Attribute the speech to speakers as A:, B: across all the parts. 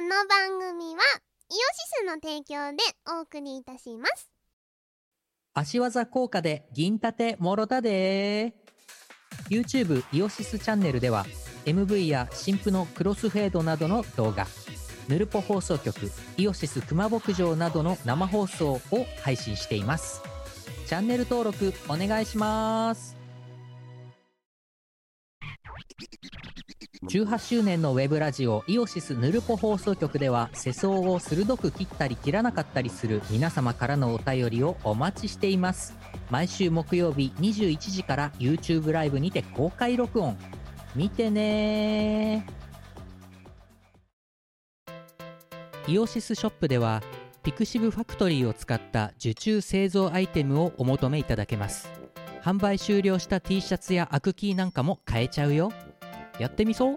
A: の番組はイオシスの提供でお送りいたします
B: 足技効果で銀盾もろたで YouTube イオシスチャンネルでは MV や新婦のクロスフェードなどの動画ヌルポ放送局イオシス熊牧場などの生放送を配信していますチャンネル登録お願いします18周年のウェブラジオイオシスヌルポ放送局では世相を鋭く切ったり切らなかったりする皆様からのお便りをお待ちしています毎週木曜日21時から YouTube ライブにて公開録音見てねイオシスショップではピクシブファクトリーを使った受注製造アイテムをお求めいただけます販売終了した T シャツやアクキーなんかも買えちゃうよやってみそう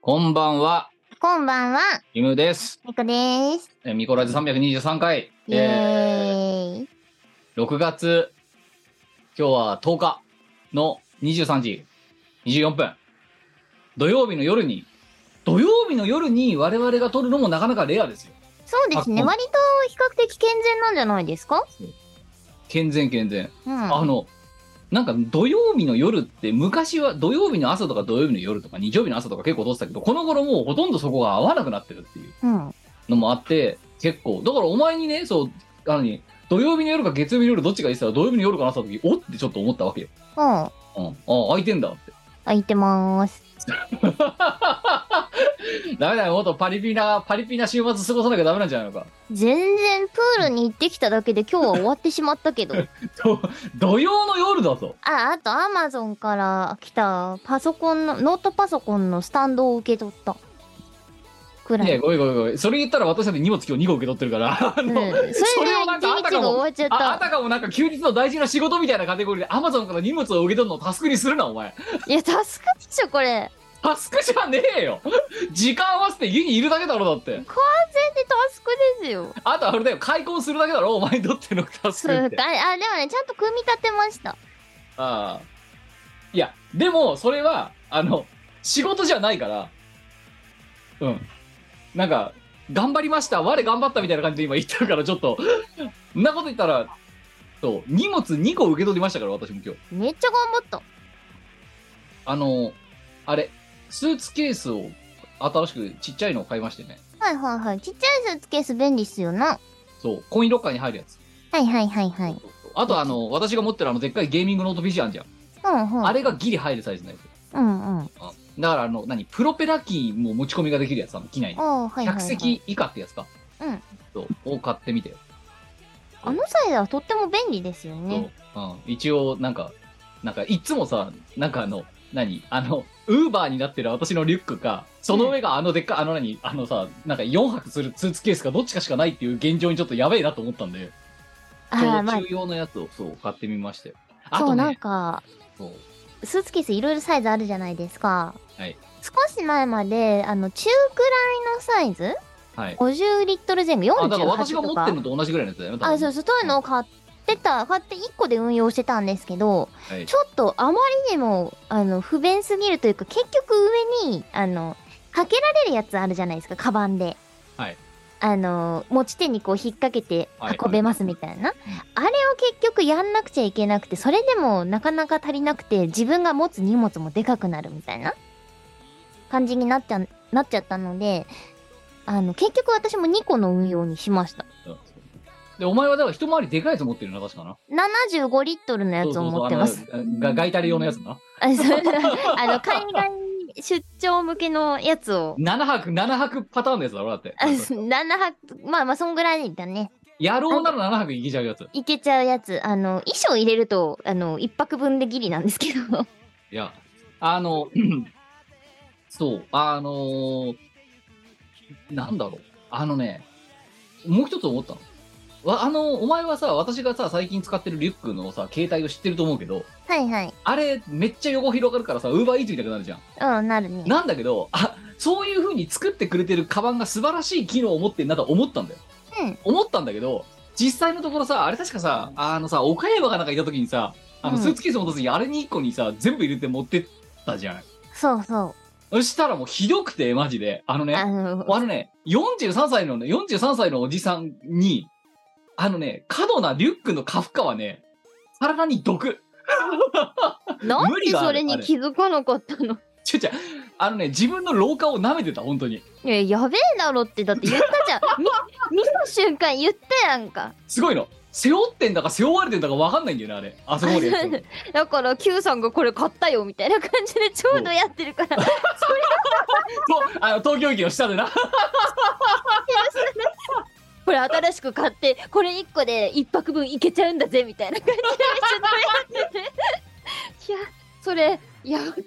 C: こんばんは、
A: こんばんは
C: ゆむです。
A: みこです
C: えミコラジ三百二十三回。
A: イエーイ
C: 六月。今日は十日の二十三時。二十四分。土曜日の夜に。土曜日の夜に我々が撮るのもなかなかレアですよ。
A: そうですね
C: あこん
A: 割と比較的健全なんじゃないですか
C: 健全健全。
A: うん
C: あの。なんか土曜日の夜って昔は土曜日の朝とか土曜日の夜とか日曜日の朝とか結構撮ってたけどこの頃もうほとんどそこが合わなくなってるっていう
A: うん
C: のもあって結構だからお前にねそうあのに土曜日の夜か月曜日の夜どっちがいいっすか土曜日の夜かなって言った時おってちょっと思ったわけよ、
A: うん
C: うん、あ空いてんだって
A: 開いてまーす
C: ダメだよもっとパリピなパリピな週末過ごさなきゃダメなんじゃないのか
A: 全然プールに行ってきただけで今日は終わってしまったけ どあ
C: と土曜の夜だぞ
A: あとアマゾンから来たパソコンのノートパソコンのスタンドを受け取ったくら
C: い
A: い
C: やごめんごめんごめんそれ言ったら私だって荷物今日2個受け取ってるからあ
A: うん、
C: の、
A: それで一
C: それをなんかあ
A: 日が
C: たか
A: 終
C: も
A: わっちゃっ
C: ああ
A: た。
C: たかもなんか休日の大事な仕事みたいなカテゴリーでアマゾンから荷物を受け取るのをタスクにするなお前
A: いや、タスクでしょ、これ。
C: タスクじゃねえよ時間合わせて家にいるだけだろだって
A: 完全にタスクですよ。
C: あとあれだよ、開墾するだけだろ、お前にとってのタス
A: そう
C: ク
A: あ、あ
C: っ
A: で
C: て。
A: もね、ちゃんと組み立てました。
C: ああいや、でも、それは、あの、仕事じゃないから、うん。なんか、頑張りました、我頑張ったみたいな感じで今言ってるから、ちょっと、んなこと言ったら、そう、荷物2個受け取りましたから、私も今日。
A: めっちゃ頑張った。
C: あの、あれ、スーツケースを、新しくちっちゃいのを買いましてね。
A: はいはいはい。ちっちゃいスーツケース便利っすよな。
C: そう、コインロッカーに入るやつ。
A: はいはいはいはい。
C: あと、あの、私が持ってるあの、でっかいゲーミングノート PC あんじゃん。
A: うんうん。
C: あれがギリ入るサイズのやつ。
A: うんうん。
C: だからあの何プロペラ機も持ち込みができるやつあの機内に
A: おー、はいはい、はい。
C: 客席以下ってやつか、
A: うん
C: そうを買ってみてよ、
A: あのサイズはとっても便利ですよね。
C: そううん、一応なんかなんかいつもさなんかあの何あのウーバーになってる私のリュックかその上があのでっかいあの何あのさなんか4泊するスーツケースかどっちかしかないっていう現状にちょっとやべえなと思ったんで
A: あ
C: ちょ
A: ー、
C: う
A: ま
C: ど
A: あ
C: 中、用のやつをそう買ってみましたよあ
A: そ
C: と
A: う、なん
C: ね
A: か、
C: そう
A: スーツケースいろいろサイズあるじゃないですか。
C: はい
A: 少し前まで、あの、中くらいのサイズ
C: はい
A: 50リットル全部48とか
C: あだから私が持ってるのと同じぐらいのやつだよね多分
A: あそうそうそういうのを買ってた買って1個で運用してたんですけど
C: はい
A: ちょっとあまりにもあの不便すぎるというか結局上にあのかけられるやつあるじゃないですかカバンで。
C: はい
A: あの持ち手にこう引っ掛けて
C: はい
A: 運べますみたいな、あれを結局やんなくちゃいけなくてそれでもなかなか足りなくて自分が持つ荷物もでかくなるみたいな感じになっちゃなっちゃったのであの結局私も2個の運用にしました。
C: うんでお前はだから一回りでかいやつ持ってるな確かな
A: 75リットルのやつを持ってます
C: そう。そうそうあのがガイタリ用のやつな。
A: あそうあの海外出張向けのやつを。
C: 7泊、7泊パターンのやつだろ、だって。
A: あ7泊まあまあそんぐらいだね
C: 野郎なら7泊いけちゃうやつ。い
A: いけちゃうやつあの衣装入れるとあの1泊分でギリなんですけど
C: や、あの、 うんそう、あのーなんだろう。あのね、もう一つ思ったの。わあの、お前はさ、私がさ、最近使ってるリュックのさ、携帯を知ってると思うけど、
A: はいはい
C: あれ、めっちゃ横広がるからさ、ウーバーイーツみたくなるじゃん。
A: うんなるね
C: なんだけど、あそういう風に作ってくれてるカバンが素晴らしい機能を持ってんなと思ったんだよ。
A: うん
C: 思ったんだけど、実際のところさ、あれ確かさ、あのさ、岡山がなんかいた時にさ、あの
A: うん
C: スーツケース持たずにあれに1個にさ全部入れて持ってったじゃない
A: そうそ
C: そしたらもうひどくてマジであの
A: う。
C: ね
A: あ
C: あ
A: の、
C: のね43歳のね43歳のおじさんにあのね過度なリュックの過負荷はね体に毒
A: なん
C: 無
A: で
C: 理がある
A: それに気づかなかったの
C: ちょちょあのね自分の廊下を舐めてた本当に
A: いや、やべえだろって、だって言ったじ ゃん。み、見た瞬間言ったやんか。
C: すごいの背負ってんだか背負われてんだか分かんないんだよねあれあそこまでやって る
A: だから Q さんがこれ買ったよみたいな感じでちょうどやってるから
C: とあの東京駅の下でな
A: これ新しく買ってこれ1個で1泊分いけちゃうんだぜみたいな感じでめっちゃやってていやそれやばくない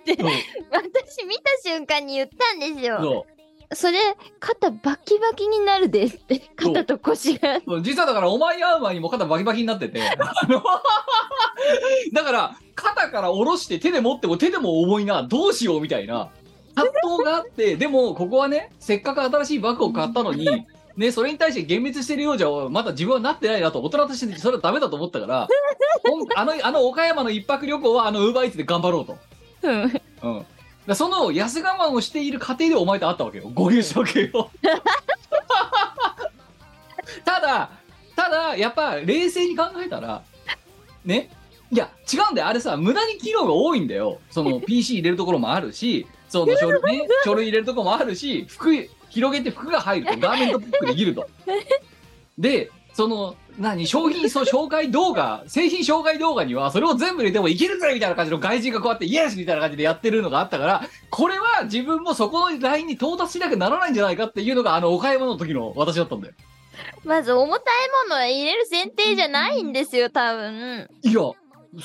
A: って
C: そう
A: 私見た瞬間に言ったんですよ
C: そう
A: それ肩バキバキになるでって肩と腰が
C: もう実はだからお前に会う前にもう肩バキバキになっててあの だから肩から下ろして手で持っても手でも重いなどうしようみたいな葛藤があってでもここはねせっかく新しいバッグを買ったのに、ね、それに対して厳密してるようじゃまだ自分はなってないなと大人としてそれはダメだと思ったから今あのあの岡山の一泊旅行はあのウーバーイーツで頑張ろうと。
A: うん
C: うん、だからその安我慢をしている過程でお前と会ったわけよご優勝系をただただやっぱ冷静に考えたらねいや違うんだよあれさ無駄に機能が多いんだよその PC 入れるところもあるしその書類,、ね、書類入れるところもあるし服広げて服が入るとガーメントピックできるとでその何商品そう紹介動画製品紹介動画にはそれを全部入れてもいけるぜみたいな感じの外人がこうやってイエスみたいな感じでやってるのがあったからこれは自分もそこのラインに到達しなきゃならないんじゃないかっていうのがあのお買い物の時の私だったんだよ
A: まず重たいものは入れる前提じゃないんですよ多分
C: いやそ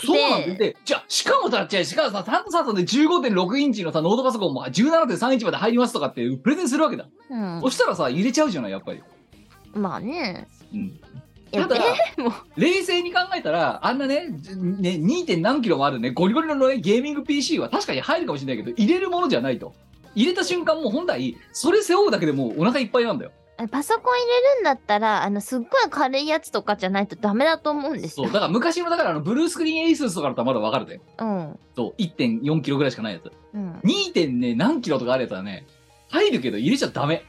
C: うなんだ
A: で
C: よでじゃあしかもだっちゃしかもさタントさんとで15.6インチのさノートパソコンも17.3インチまで入りますとかってプレゼンするわけだ、
A: うん
C: そしたらさ入れちゃうじゃないやっぱり、
A: まあね
C: うん、
A: いや
C: ただ
A: でも
C: 冷静に考えたらあんなねじね 2. 点何キロもあるねゴリゴリの、ね、ゲーミング PC は確かに入るかもしれないけど入れるものじゃないと入れた瞬間もう本来それ背負うだけでもうお腹いっぱいなんだよ
A: あパソコン入れるんだったら、あの、すっごい軽いやつとかじゃないとダメだと思うんです
C: そう
A: よ。
C: だから昔のだからあのブルースクリーンエイスースとかだったらまだわかるで
A: うん。
C: そう1.4キロぐらいしかないやつ
A: うん。
C: 2. 点ね何キロとかあるやつはね入るけど入れちゃダメ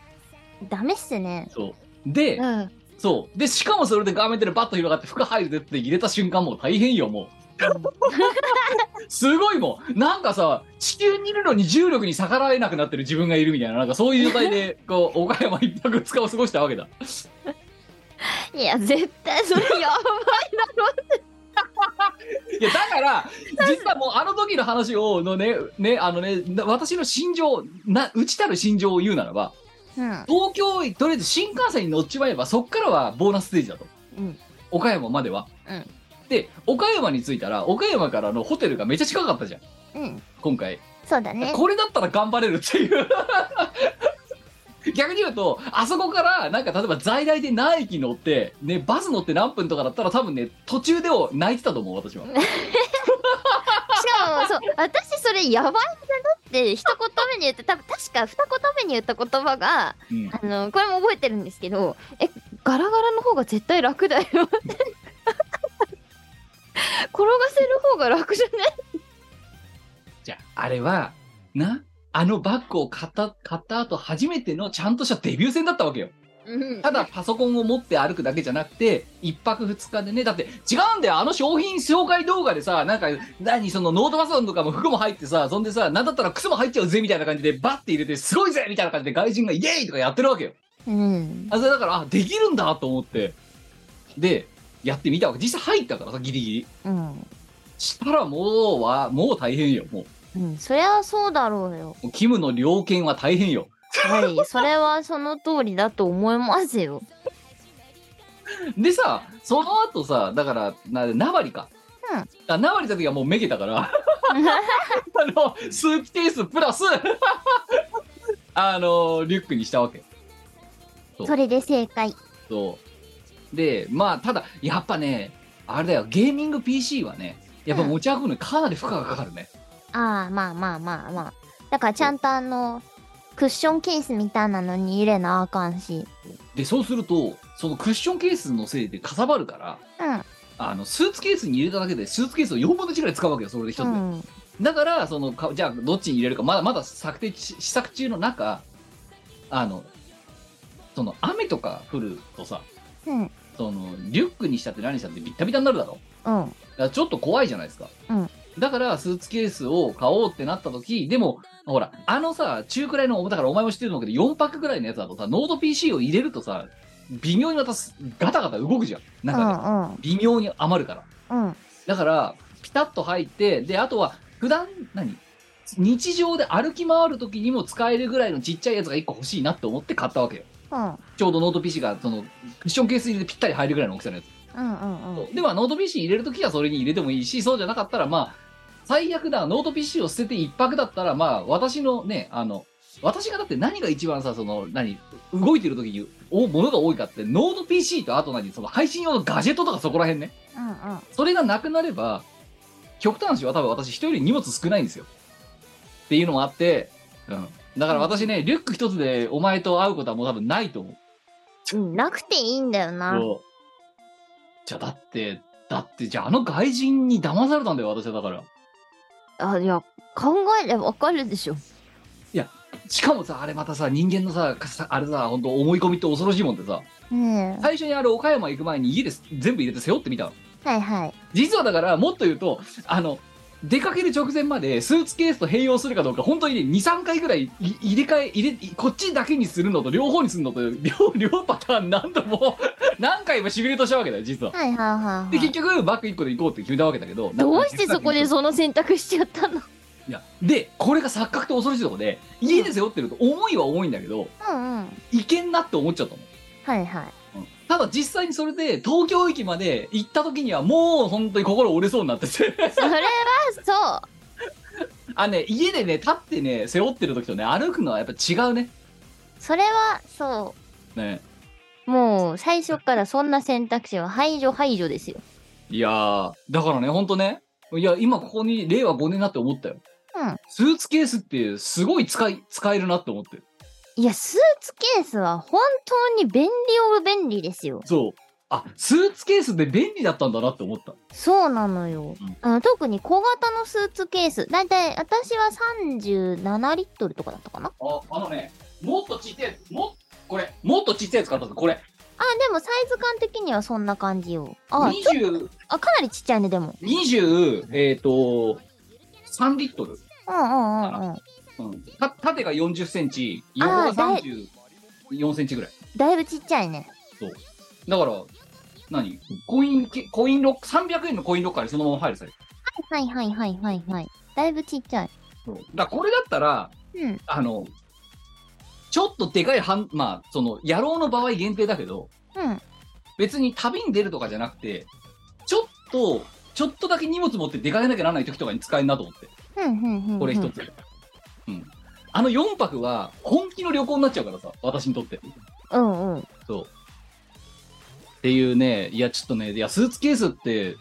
A: ダメっすね。
C: そうで、
A: うん。
C: そうでしかもそれで画面でバッと広がって服入るでって入れた瞬間もう大変よもうすごいもんなんかさ地球にいるのに重力に逆らえなくなってる自分がいるみたいななんかそういう状態でこう岡山一泊二日を過ごしたわけだ
A: いや、絶対それや
C: いやだから実はもうあの時の話をのねねあのねな私の心情な内たる心情を言うならば
A: ばい。
C: 東京へとりあえず新幹線に乗っちまえばそっからはボーナスステージだと、
A: うん
C: 岡山までは、
A: うん
C: で岡山に着いたら岡山からのホテルがめっちゃ近かったじゃ
A: う
C: ん
A: ん。うん。
C: 今回
A: そうだね。
C: これだったら頑張れるっていう逆に言うとあそこからなんか例えば在来で何駅乗って、ね、バス乗って何分とかだったら多分ね途中でを泣いてたと思う私は
A: しかも、そう、私それやばいんだなって、一言目に言って、多分確か二言目に言った言葉が、
C: うん
A: あの、これも覚えてるんですけど、え、ガラガラの方が絶対楽だよって。 転がせる方が楽じゃない
C: じゃああれはなあのバッグを買った買った後初めてのちゃんとしたデビュー戦だったわけよ
A: うん
C: ただパソコンを持って歩くだけじゃなくて一泊二日でねだって違うんだよあの商品紹介動画でさなんか何そのノートパソコンとかも服も入ってさそんでさなんだったら靴も入っちゃうぜみたいな感じでバッて入れてすごいぜみたいな感じで外人がイエーイとかやってるわけよ
A: うん。
C: あそれだからあできるんだと思ってでやってみたわけ実際入ったからさギリギリ
A: うん。
C: したらもうはもう大変よもう
A: うん。そりゃそうだろうよ。
C: もうキムの猟犬は大変よ
A: はい、それはその通りだと思います よ。
C: でさその後さだからなナバリか
A: うん
C: あナバリ行った時はもうめげたからあの、スーツケースプラス、 あの、リュックにしたわけ。
A: それで正解。
C: そう。で、まあ、ただ、やっぱね、あれだよ、ゲーミング PC はね、やっぱ持ち運ぶのにかなり負荷がかかるね。
A: ああ、まあまあまあまあ。だからちゃんとあの、クッションケースみたいなのに入れなあかんし。
C: で、そうすると、そのクッションケースのせいでかさばるから、
A: うん。
C: あのスーツケースに入れただけでスーツケースを4分の1ぐらい使うわけよそれで一つで、
A: うん
C: だからそのかじゃあどっちに入れるかまだまだ策定し試作中の中あのその雨とか降るとさ
A: うん
C: そのリュックにしたって何にしたってビッタビタになるだろ
A: うん
C: だからちょっと怖いじゃないですか、
A: うん
C: だからスーツケースを買おうってなった時でもほらあのさ中くらいのだからお前も知ってると思うけど4パックぐらいのやつだとさノート PC を入れるとさ微妙にまたすガタガタ動くじゃん
A: う
C: なんか、ね
A: ん
C: 微妙に余るから
A: うん
C: だからピタッと入ってであとは普段何日常で歩き回る時にも使えるぐらいのちっちゃいやつが1個欲しいなって思って買ったわけよ
A: うん
C: ちょうどノート PC がそのクッションケース入れてぴったり入るぐらいの大きさのやつ
A: うんうんうん
C: でまあノート PC 入れるときはそれに入れてもいいしそうじゃなかったらまあ最悪だノート PC を捨てて一泊だったらまあ私のねあの私がだって何が一番さその何動いてる時にお物が多いかってノート PC とあと何その配信用のガジェットとかそこら辺ね
A: うんうん
C: それがなくなれば極端な話は多分私一人より荷物少ないんですよっていうのもあって、うん、だから私ねリュック一つでお前と会うことはもう多分ないと思う
A: うんなくていいんだよな
C: そうじゃあだってだってじゃああの外人に騙されたんだよ私はだから
A: あいや考えればわかるでしょ
C: しかもさあれまたさ人間のさかさあれさ本当思い込みって恐ろしいもんでさ
A: ねえ
C: 最初にあれ岡山行く前に家です全部入れて背負ってみたの
A: はいはい
C: 実はだからもっと言うとあの出かける直前までスーツケースと併用するかどうか本当にね23回ぐらいい入れ替え入れこっちだけにするのと両方にするのと両両パターン何度も何回もしびれとしたわけだよ実は。
A: はいはいはい
C: で
A: は
C: 結
A: い
C: 局バッグ1個で行こうって決めたわけだけど
A: どうしてそこで
C: そ
A: その選択しちゃったの
C: いやでこれが錯覚と恐ろしいとこで家で背負ってると思いは重いんだけど
A: うんうん
C: いけんなって思っちゃったの。
A: はいはい
C: ただ実際にそれで東京駅まで行った時にはもう本当に心折れそうになってて
A: それはそ
C: あね、家でね、立ってね、背負ってる時とね、歩くのはやっぱ違うね。
A: うそれはそ
C: ね。
A: うもう最初からそんな選択肢は排除排除ですよ
C: いやー、だからね、ほんとね、いや、今ここに令和5年になって思ったよ。
A: うん
C: スーツケースってすごい使い、使えるなって思って。
A: いやスーツケースは本当に便利オブ便利ですよ
C: そう。あ、スーツケースって便利だったんだなって思った。
A: そうなのよ
C: うん。
A: あの特に小型のスーツケース。だいたい私は37リットルとかだったかな。
C: あ、あのね、もっとちっちゃい、も、これ、もっとちっちゃいやつ買ったぞ、これ。
A: あ、でもサイズ感的にはそんな感じよ。あ、ちょ
C: 20、
A: あかなりちっちゃいね、でも。
C: 20、えっ、と、3リットル。
A: うんうんうんうん。
C: うん。た縦が40センチ、横が
A: あーだい
C: 34センチぐらい。
A: だいぶちっちゃいね。
C: だから、何コインけ、コインロック、300円のコインロッカーにそのまま入るされ
A: はいはいはいはいはい。だいぶちっちゃい。
C: そうだからこれだったら、
A: うん。
C: あの、ちょっとでかいはん、まあ、その、野郎の場合限定だけど、
A: うん。
C: 別に旅に出るとかじゃなくて、ちょっと、ちょっとだけ荷物持って出かけなきゃならない時とかに使えるなと思って、
A: ふんふんふん。
C: これ一。つ。うん。あの4泊は、本気の旅行になっちゃうからさ、私にとって。
A: うんうん。
C: そう。っていうね、いや、ちょっとね、いや、スーツケースって、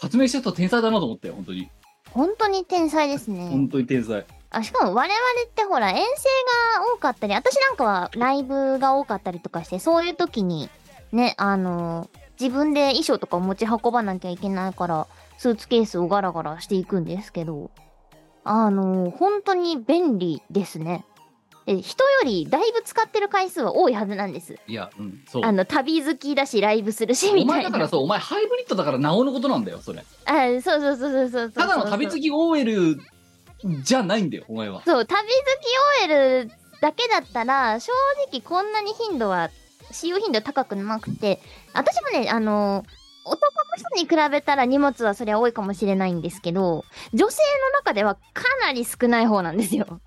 C: 発明した人天才だなと思ったよ、本当に。
A: 本当に天才ですね。
C: 本当に天才。
A: あ、しかも我々ってほら遠征が多かったり、私なんかはライブが多かったりとかして、そういう時に、ね、あのー自分で衣装とか持ち運ばなきゃいけないから、スーツケースをガラガラしていくんですけど、あのー本当に便利ですね。で人よりだいぶ使ってる回数は多いはずなんです。
C: いや、うん、そう
A: あ。の、旅好きだし、ライブするし、
C: お
A: みた
C: 前
A: い
C: だか
A: な。
C: らそう、お前ハイブリッドだからなおのことなんだよ、それ。
A: あ、そうそうそうそうそうそう。
C: ただの旅好き OL じゃないんだよ、お前は。
A: そう、旅好き OL だけだったら、正直こんなに頻度は、使用頻度高くなくて、私もね、あの、男の人に比べたら荷物はそりゃ多いかもしれないんですけど、女性の中ではかなり少ない方なんですよ。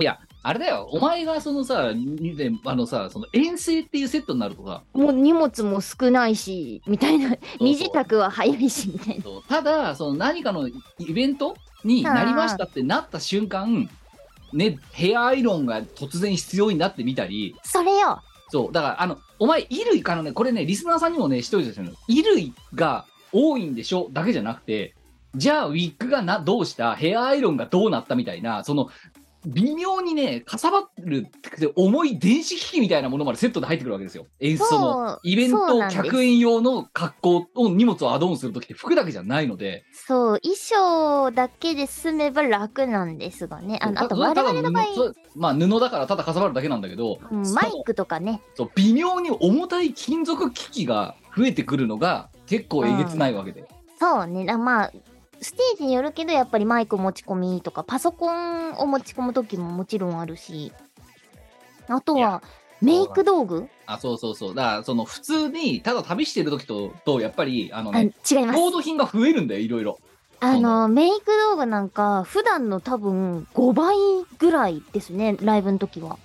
C: いや、あれだよ、お前がそのさ、にであのさ、その遠征っていうセットになるとさ、
A: もう荷物も少ないし、みたいな。
C: う
A: 身支度は早いし、みたいな。
C: そうただ、その何かのイベントになりましたってなった瞬間、ね、ヘアアイロンが突然必要になってみたり、
A: それよ
C: そう、だから、あの、お前、衣類からね、これね、リスナーさんにもね、一人ですよね、衣類が多いんでしょだけじゃなくて、じゃあ、ウィッグがな、どうした、ヘアアイロンがどうなったみたいな、その、微妙にね、かさばるって重い電子機器みたいなものまでセットで入ってくるわけですよ。演出
A: そう
C: のイベン
A: そう
C: ト
A: なんです
C: 客演用の格好を荷物をアドオンするときって服だけじゃないので、
A: そう、衣装だけで済めば楽なんですがね。あのあと、
C: そう
A: 我
C: ただ
A: 々の場合、
C: 布そうまあ布だからただかさばるだけなんだけど、
A: うんマイクとかね。
C: そう微妙に重たい金属機器が増えてくるのが結構えげつないわけで、
A: そうね。だまあ、ステージによるけど、やっぱりマイク持ち込みとか、パソコンを持ち込む時ももちろんあるし、あと
C: い
A: は
C: や、
A: メイク道具
C: あそうそうそうだからその普通にただ旅してる時ととやっぱりあの
A: あ違
C: ね
A: います。
C: ロード品が増えるんだよいろいろ
A: あの、メイク道具なんか、普段の多分5倍ぐらいですね、ライブの時は。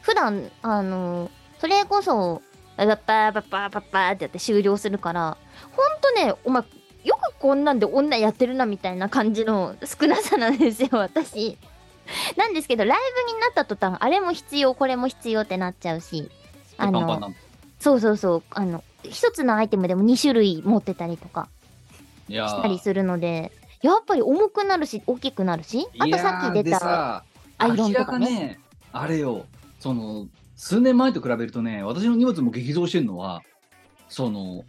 A: 普段、あの、それこそ、パッパーパッパーパッパーってやって終了するから、ほんとね、お前、よくこんなんで女やってるなみたいな感じの少なさなんですよ、私。なんですけど、ライブになった途端、あれも必要、これも必要ってなっちゃうし、
C: パ
A: あ
C: ンパン
A: の、
C: なんだ
A: そうそうそう、あの、一つのアイテムでも2種類持ってたりとか。
C: いや
A: し
C: ー
A: たりするのでやっぱり重くなるし大きくなるしあ
C: い
A: と
C: やー
A: さっき出
C: で
A: た
C: さ
A: アイロン
C: 明
A: と
C: ら
A: か
C: か
A: ね
C: ねあれよその数年前と比べるとね私の荷物も激増してるのはその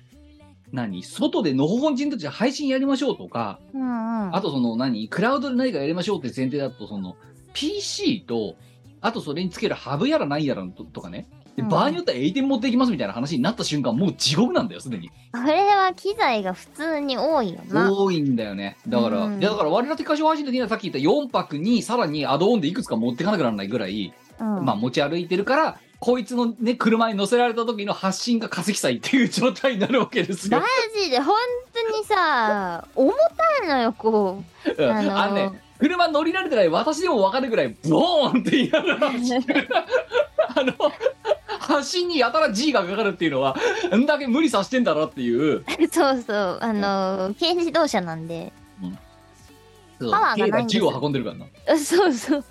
C: 何外でのほほん人たちで配信やりましょうとか
A: うんうん
C: あとその何クラウドで何かやりましょうって前提だとその PC とあとそれにつけるハブやら何やらのととかねで
A: うん
C: 場合によっては A 点持っていきますみたいな話になった瞬間もう地獄なんだよすでに
A: あれは機材が普通に多いよな
C: 多いんだよねだから、
A: うん
C: いやだから我々歌唱配信の時にはさっき言った4泊にさらにアドオンでいくつか持ってかなくならないぐらい、
A: うん
C: まあ持ち歩いてるからこいつのね車に乗せられた時の発信が稼ぎ祭っていう状態になるわけです
A: マ
C: よ、
A: ジで本当に さ重たいのよこう
C: うん
A: あのー
C: あのね車乗り慣れてない私でも分かるぐらいボーンって言いながらあの発信にやたら G がかかるっていうのはんだけ無理させてんだなっていう
A: そうそうあの軽自動車なんで
C: そう
A: パワーが
C: K
A: ない
C: が
A: んです
C: G
A: よ
C: を運んでるからな
A: そうそう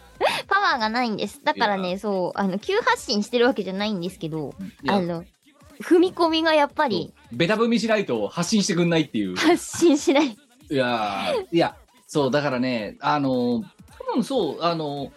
A: パワーがないんですだから
C: い
A: ねそうあの急発進してるわけじゃないんですけど
C: いや
A: あの踏み込みがやっぱり
C: そうベタ踏みしないと発信してくんないっ ていう
A: 発進しない
C: いやーいやそうだからねあの多分そうあの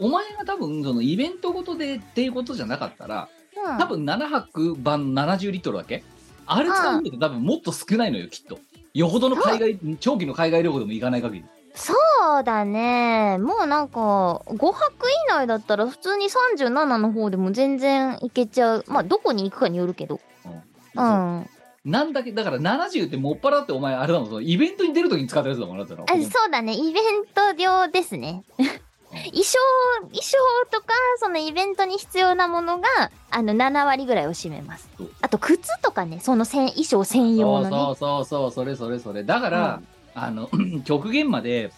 C: お前が多分そのイベントごとでっていうことじゃなかったら
A: うん
C: 多分7泊版70リットルだっけあれ使うのって多分もっと少ないのよきっとよほどの海外長期の海外旅行でも行かない限り
A: そうだね。もうなんか、5泊以内だったら普通に37の方でも全然行けちゃう。まあ、どこに行くかによるけど。う。
C: そうん
A: あ、
C: なんだけだから70ってもっぱらってお前あれだもんそのイベントに出るときに使ったやつだもんあなた
A: そ
C: の
A: うだね。イベント用ですね。衣装、衣装とか、そのイベントに必要なものが、あの、7割ぐらいを占めます
C: そう。
A: あと、靴とかね、その専衣装専
C: そ
A: 用
C: う
A: のね。
C: そうそうそうそれそれそれだから、あの 極限まで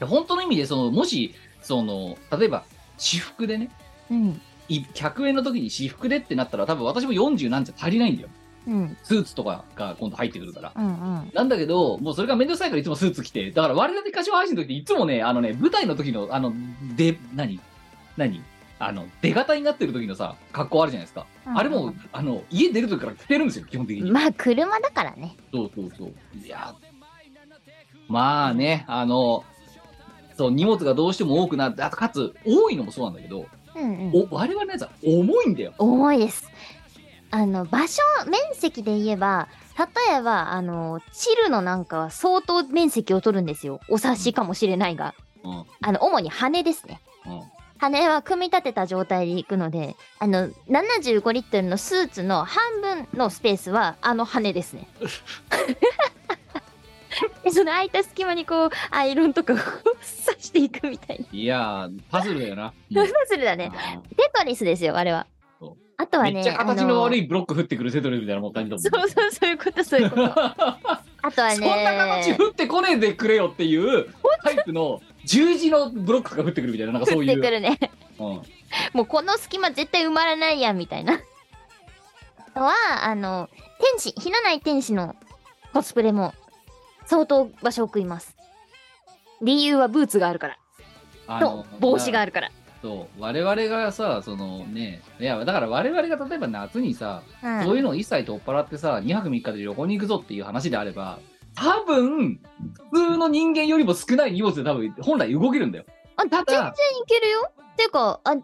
C: 本当の意味でそのもしその例えば私服でね
A: うん。
C: い100円の時に私服でってなったら多分私も40なんじゃ足りないんだよ
A: うん。
C: スーツとかが今度入ってくるから
A: うん。うん。
C: なんだけど、もうそれがめんどくさいからいつもスーツ着て、だから我々歌唱配信の時いつもね、あのね、舞台の時の、あの、で、何何あの、出方になってる時のさ、格好あるじゃないですか。あれも、あの、家出る時から着てるんですよ、基本的に。
A: まあ、車だからね。
C: そうそうそう。いや、まあね、あの、そう、荷物がどうしても多くなって、あとかつ、多いのもそうなんだけど、
A: うんうん。
C: お我々のやつは重いんだよ。
A: 重いですあの場所面積で言えば例えばあのチルのなんかは相当面積を取るんですよお察しかもしれないが
C: うん、うん。
A: あの主に羽ですね羽は組み立てた状態で行くのであの75リットルのスーツの半分のスペースはあの羽です ねでその空いた隙間にこうアイロンとかを 刺していくみたいな
C: いやー、パズルだ よな。
A: パ
C: うん
A: ズルだね
C: あー
A: テトリスですよあれは
C: そう
A: あとはね
C: めっちゃ
A: あ
C: 形の悪いブロック振ってくるセトルみたいなもん感じだもんね
A: そうそうそういうことそういうことあとはね
C: そんな形振ってこねえでくれよっていうタイプの十字のブロックが降ってくるみたいななんかそ
A: 降
C: う
A: っ
C: い
A: て
C: う
A: くるね
C: うん
A: もうこの隙間絶対埋まらないやんみたいなあとはあの天使ひなない天使のコスプレも相当場所を食います理由はブーツがあるから
C: あ
A: と
C: の
A: 帽子があるから
C: そう我々がさそのねいやだから我々が例えば夏にさ、
A: うん
C: そういうのを一切取っ払ってさ2泊3日で旅行に行くぞっていう話であれば多分普通の人間よりも少ない荷物で多分本来動けるんだよ
A: あ、
C: ただ
A: 全然いけるよ。てか、あ、2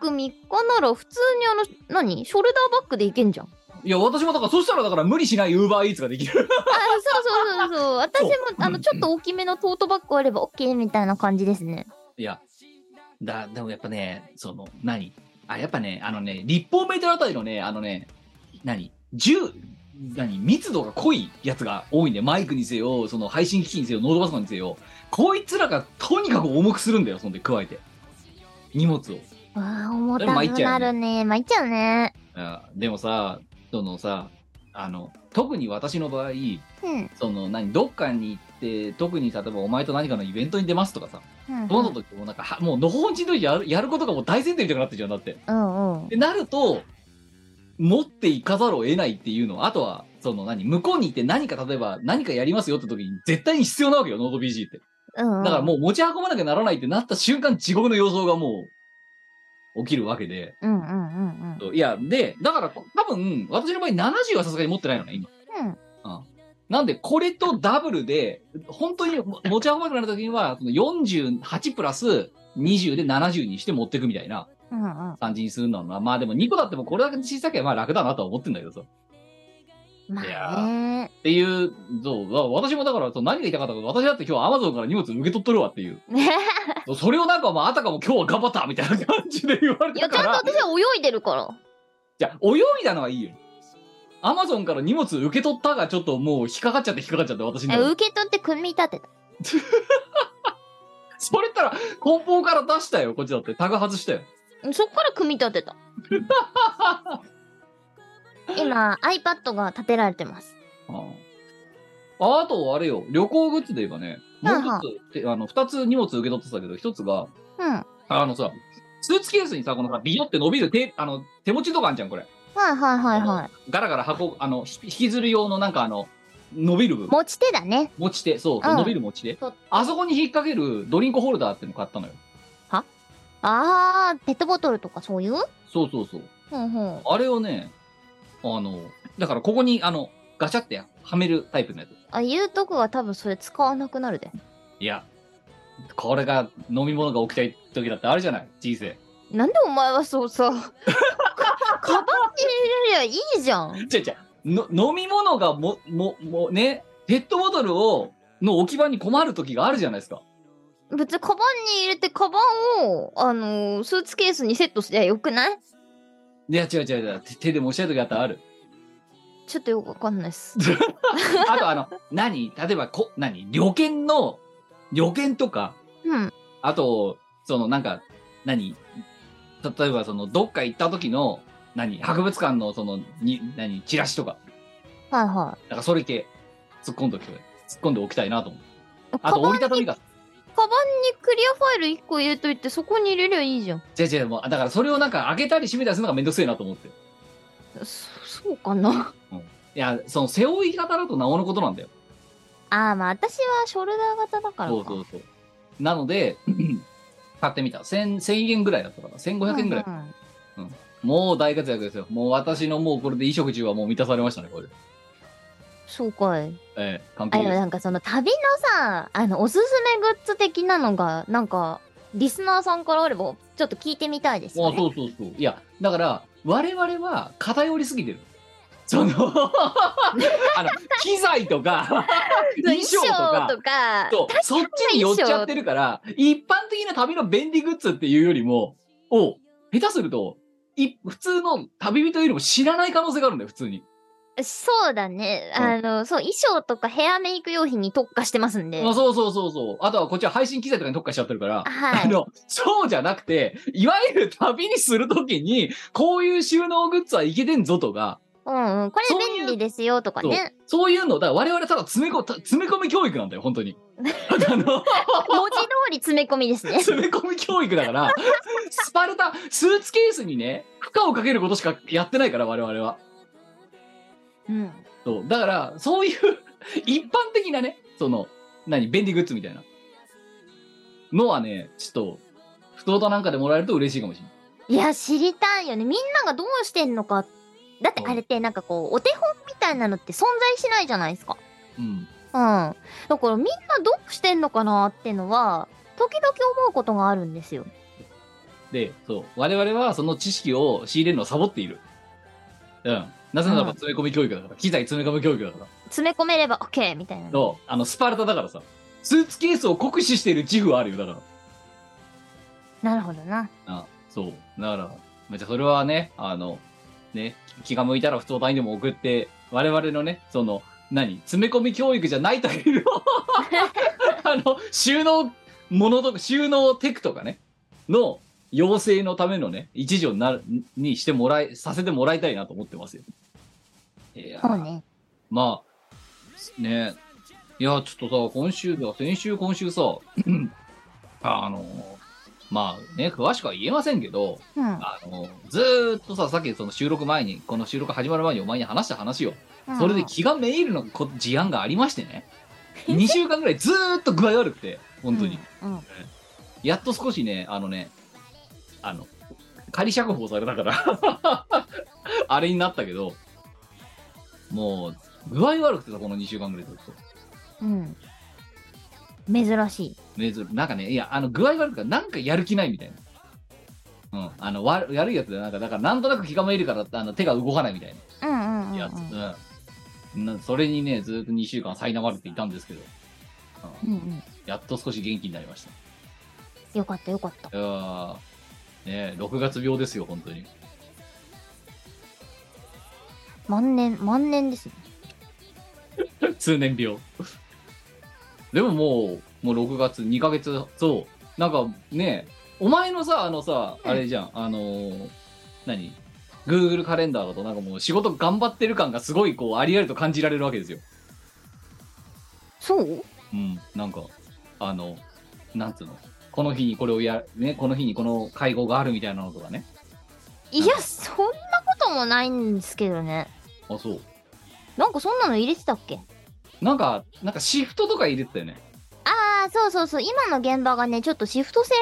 A: 泊3日なら普通にあの、何ショルダーバッグでいけんじゃん。あ、
C: いや、私もだから、そしたらだから無理しないウーバーイーツができる。
A: そうそうそうそう。私も
C: そう、
A: あの、ちょっと大きめのトートバッグあれば OK みたいな感じですね。
C: いや、だ、でもやっぱね、その、何あ、やっぱね、あのね、立方メートルあたりのね、あのね、何重、何密度が濃いやつが多いんで、マイクにせよ、その配信機器にせよ、ノートパソコンにせよ、こいつらがとにかく重くするんだよ、そんで加えて。荷物を。
A: わあ、重た
C: でも参っ
A: く
C: ちゃ
A: な
C: うよ
A: るね。参っちゃうね。
C: あでもさ、そのさ、あの、特に私の場合、
A: うん。
C: その、何、どっかに行って、特に例えばお前と何かのイベントに出ますとかさ、
A: うん
C: そうなった時もなんか、はもう、のほほんちんとやるやることがもう大前提みたいになってるじゃん、だって。
A: うんうん
C: で。なると持っていかざるを得ないっていうのあとはその何向こうに行って何か例えば何かやりますよって時に絶対に必要なわけよノート BG って
A: うん、う
C: だ
A: ん。
C: からもう持ち運ばなきゃならないってなった瞬間地獄の様相がもう起きるわけで
A: うんうんうん
C: いやでだからこ多分私の場合70はさすがに持ってないのね今
A: うん。
C: なんでこれとダブルで本当にも持ち運ばなくなる時にはその48プラス20で70にして持っていくみたいな
A: うんうんうん。
C: 感じにするのはまあでも2個だってもこれだけ小さければまあ楽だなとは思ってんだけどさ
A: ま
C: いや
A: あ ね。
C: っていう、そう、わ私もだから、そう何が言いたかったか、私だって今日アマゾンから荷物受け取っとるわっていう。 それをなんか、まあ、あたかも今日は頑張ったみたいな感じで言われ
A: いや、
C: た
A: ちゃ
C: か
A: んと
C: ら、
A: 私は泳いでるから。
C: じゃあ泳いだのはいいよ。アマゾンから荷物受け取ったが、ちょっともう引っかかっちゃって引っかかっちゃって、私
A: え
C: の。
A: 受け取って組み立てた。
C: それったら、梱包から出したよ、こっちだって。タグ外したよ。
A: そっから組み立てた。 今 iPad が立てられてます。
C: うんああと、あれよ、旅行グッズで言えばね、もう
A: はあはあ
C: 一つて、あの、二つ荷物受け取ってたけど、一つが、
A: うん。はい
C: あのさ、スーツケースにさ、このさ、ビヨって伸びる手、あの、手持ちとかあんじゃん、これ。
A: はいはいは
C: ガラガラ箱、あの、ひ引きずる用のなんかあの、伸びる部
A: い。
C: 分。
A: 持ち手だね。
C: 持ち手、そう、そう
A: うん
C: 伸びる持ち手
A: そう。
C: あそこに引っ掛けるドリンクホルダーっての買ったのよ。
A: ああ、ペットボトルとかそういう？
C: そうそうそう。
A: ほんほん。
C: あれをね、あの、だからここに、あの、ガチャってはめるタイプのやつ。
A: あ、言うとこは多分それ使わなくなるで。
C: いや、これが飲み物が起きたい時だってあるじゃない、人生。
A: なんでお前はそう さ、かカバンに入れりゃいいじゃん。
C: 違う違う。の飲み物がも、も、も、ね、ペットボトルを、の置き場に困る時があるじゃないですか。
A: 別にカバンに入れてカバンをあのースーツケースにセットすりゃよくない？
C: いや、違う違う違う。手手で持ちたい時だってある。
A: ちょっとよくわかんないっす。
C: あとあの、何例えばこ、何旅券の、旅券とか、
A: うん。
C: あと、そのなんか、何例えばその、どっか行った時の、何博物館のその、に、何チラシとか、
A: はいは
C: なんかそれ系、突っ込んでおきたい。突っ込んでおきたいなと思う。
A: い。
C: あと、
A: カバン
C: 折りたたみが。
A: カバンにクリアファイル1個入れといてそこに入れりゃいいじゃん
C: 違う違う、もう、だからそれをなんか開けたり閉めたりするのがめんどくせえなと思って。い
A: そそうかな
C: や、その、背負い型だとなおのことなんだよ。
A: ああまあ私はショルダー型だからか
C: そうそうそう。なので、 買ってみた。1000、1000円ぐらいだったから、1500円ぐらい。
A: うんうん
C: もう大活躍ですよ。もう私のもうこれで衣食住はもう満たされましたね、これで。
A: そうかい
C: ええ、完
A: あで
C: 璧
A: も
C: です。
A: なんかその旅のさあのおすすめグッズ的なのがなんかリスナーさんからあればちょっと聞いてみたいです
C: あ
A: よね
C: そうそうそう。いや、だから、我々は偏りすぎてる。その あの、機材と か、衣装とか、
A: とか
C: そうそっちに寄っちゃってるから、一般的な旅の便利グッズっていうよりも、を、下手すると、い普通の旅人よりも知らない可能性があるんだよ、普通に。
A: そうだね
C: うん
A: あの、そう衣装とかヘアメイク用品に特化してますんで
C: あそうそうそうそう。あとはこっちは配信機材とかに特化しちゃってるから、
A: はい
C: あの、そうじゃなくて、いわゆる旅にするときに、こういう収納グッズはいけてんぞとか、
A: うんうんこ
C: そう
A: れ
C: いう
A: 便利ですよとか
C: そう
A: ね
C: そういうの、だから我々ただ詰め込詰め込み教育なんだよ、本当に。あ
A: 文
C: の、
A: 字通り詰め込みですね
C: 詰め込み教育だから、スパルタ、スーツケースにね、負荷をかけることしかやってないから、我々は。
A: うん
C: そう。だから、そういう一般的なね、その、何、便利グッズみたいなのはね、ちょっと、不当だなんかでもらえると嬉しいかもしれない。
A: いや、知りたいよね。みんながどうしてんのか。だってあれってなんかこう、お手本みたいなのって存在しないじゃないですか。
C: うん。
A: うん。だからみんなどうしてんのかなってのは、時々思うことがあるんですよ。
C: で、そう、我々はその知識を仕入れるのをサボっている。うん。なぜならば
A: うん
C: 詰め込み教育だから、機材詰め込み教育だから、
A: 詰め込めれば OK! みたいな。
C: そう、あの、スパルタだからさ、スーツケースを酷使している自負はあるよ、だから。
A: なるほどな。
C: あそう。だから、まあじゃあそれはね、あの、ね、気が向いたら不当単位でも送って、我々のね、その、何詰め込み教育じゃないタイプのあの、収納ものとか、収納テクとかね、の養成のためのね、一助になる、にしてもらい、させてもらいたいなと思ってますよ。いやー
A: そうね。
C: まあ、ねいや、ちょっとさ、今週だ、先週、今週さ、あの、まあね、詳しくは言えませんけど、
A: うん。
C: あの、ずーっとさ、さっきその収録前に、この収録始まる前にお前に話した話を、それで気がめいるのこ事案がありましてね、2週間ぐらいずーっと具合悪くて、本当に。
A: うん。うん。
C: やっと少しね、あのね、あの、仮釈放されたから、 あれになったけど、もう、具合悪くてさ、この2週間ぐらいずっと。
A: うん。珍しい。
C: ねずなんかね、いや、あの、具合悪くから、なんかやる気ないみたいな。うん、あの、わ悪いやつで、なんか、だから、なんとなく気がめいるから、あの手が動かないみたい
A: うんうんうん、う。
C: なんやつ。うん。なそれにね、ずーっと2週間苛まれていたんですけど、
A: うんうん。
C: やっと少し元気になりました。
A: よかったよかった。
C: いやーね6月病ですよ、本当に。
A: 万年、万年ですね。
C: 通年病。でももう、もう6月、2ヶ月、そう。なんかね、お前のさ、あのさ、
A: うん
C: あれじゃん、あのー何 ?Google カレンダーだとなんかもう仕事頑張ってる感がすごいこう、ありありと感じられるわけですよ。
A: そう
C: うん、なんか、あの、なんつうのこの日にこれをや、ね、この日にこの会合があるみたいなのとかね。
A: いや、そんなこともないんですけどね。
C: あ、そう。
A: なんかそんなの入れてたっけ
C: なんか、なんかシフトとか入れてたよね。
A: ああ、そうそうそう。今の現場がね、ちょっとシフト制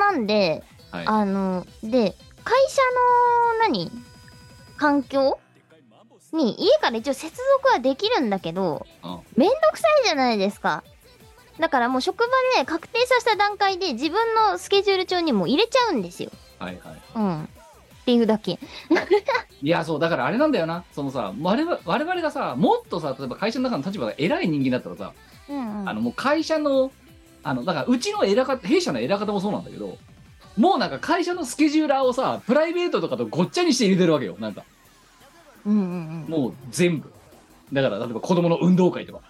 A: なんで、
C: はい。
A: あの、で、会社の、何環境に、家から一応接続はできるんだけど
C: うん、
A: めんどくさいじゃないですか。だからもう職場で確定させた段階で自分のスケジュール帳にもう入れちゃうんですよ。
C: はいはい。
A: うん。っていうだけ。
C: いや、そう、だからあれなんだよな。そのさ、我々我々がさ、もっとさ、例えば会社の中の立場が偉い人間だったらさ、
A: うんうん。
C: あの、もう会社の、あの、だからうちの偉方、弊社の偉方もそうなんだけど、もうなんか会社のスケジューラーをさ、プライベートとかとごっちゃにして入れてるわけよ。なんか、
A: うんうんうん。
C: もう全部。だから、例えば子供の運動会とか。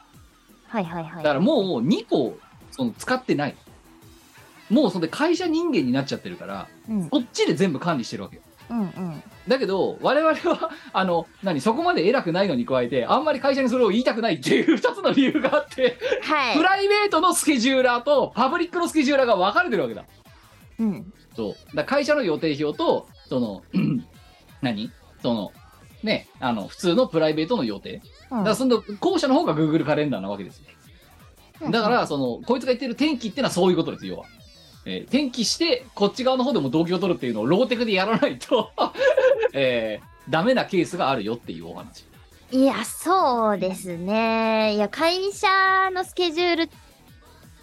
A: はいはいは
C: だ
A: い。
C: からもう2個、その、使ってない。もうそれで会社人間になっちゃってるから、
A: うんうん
C: こっちで全部管理してるわけよ。
A: うん。
C: だけど、我々は、 あの、何、そこまで偉くないのに加えて、あんまり会社にそれを言いたくないっていう 二つの理由があって、
A: は
C: プ
A: い。
C: ライベートのスケジューラーと、パブリックのスケジューラーが分かれてるわけだ。
A: うん。
C: そう。だから会社の予定表と、その、 うん何その、ね、あの、普通のプライベートの予定。
A: う
C: だ
A: ん
C: からその、後者の方が Google カレンダーなわけですよ。だか、ら、その、こいつが言ってる天気ってのはそういうことです、要は。えー天気して、こっち側の方でも動機を取るっていうのをローテクでやらないと、 えーダメなケースがあるよっていうお話。
A: いや、そうですね。いや、会社のスケジュール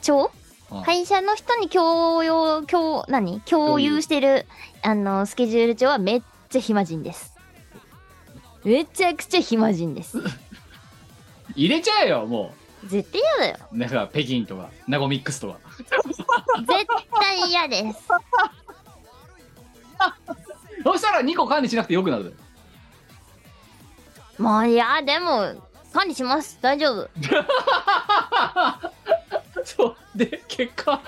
A: 帳
C: うん
A: 会社の人に共用、共、何共有してる、あの、スケジュール帳はめっちゃ暇人です。めちゃくちゃ暇人です。
C: 入れちゃえよ、も
A: 絶対嫌だよ。
C: う。なんか、北京とか、ナゴミックスとか。
A: 絶対嫌です。
C: そしたら2個管理しなくてよくなる。
A: まあ、いや、でも、管理します。大丈夫。
C: そう。で、結果、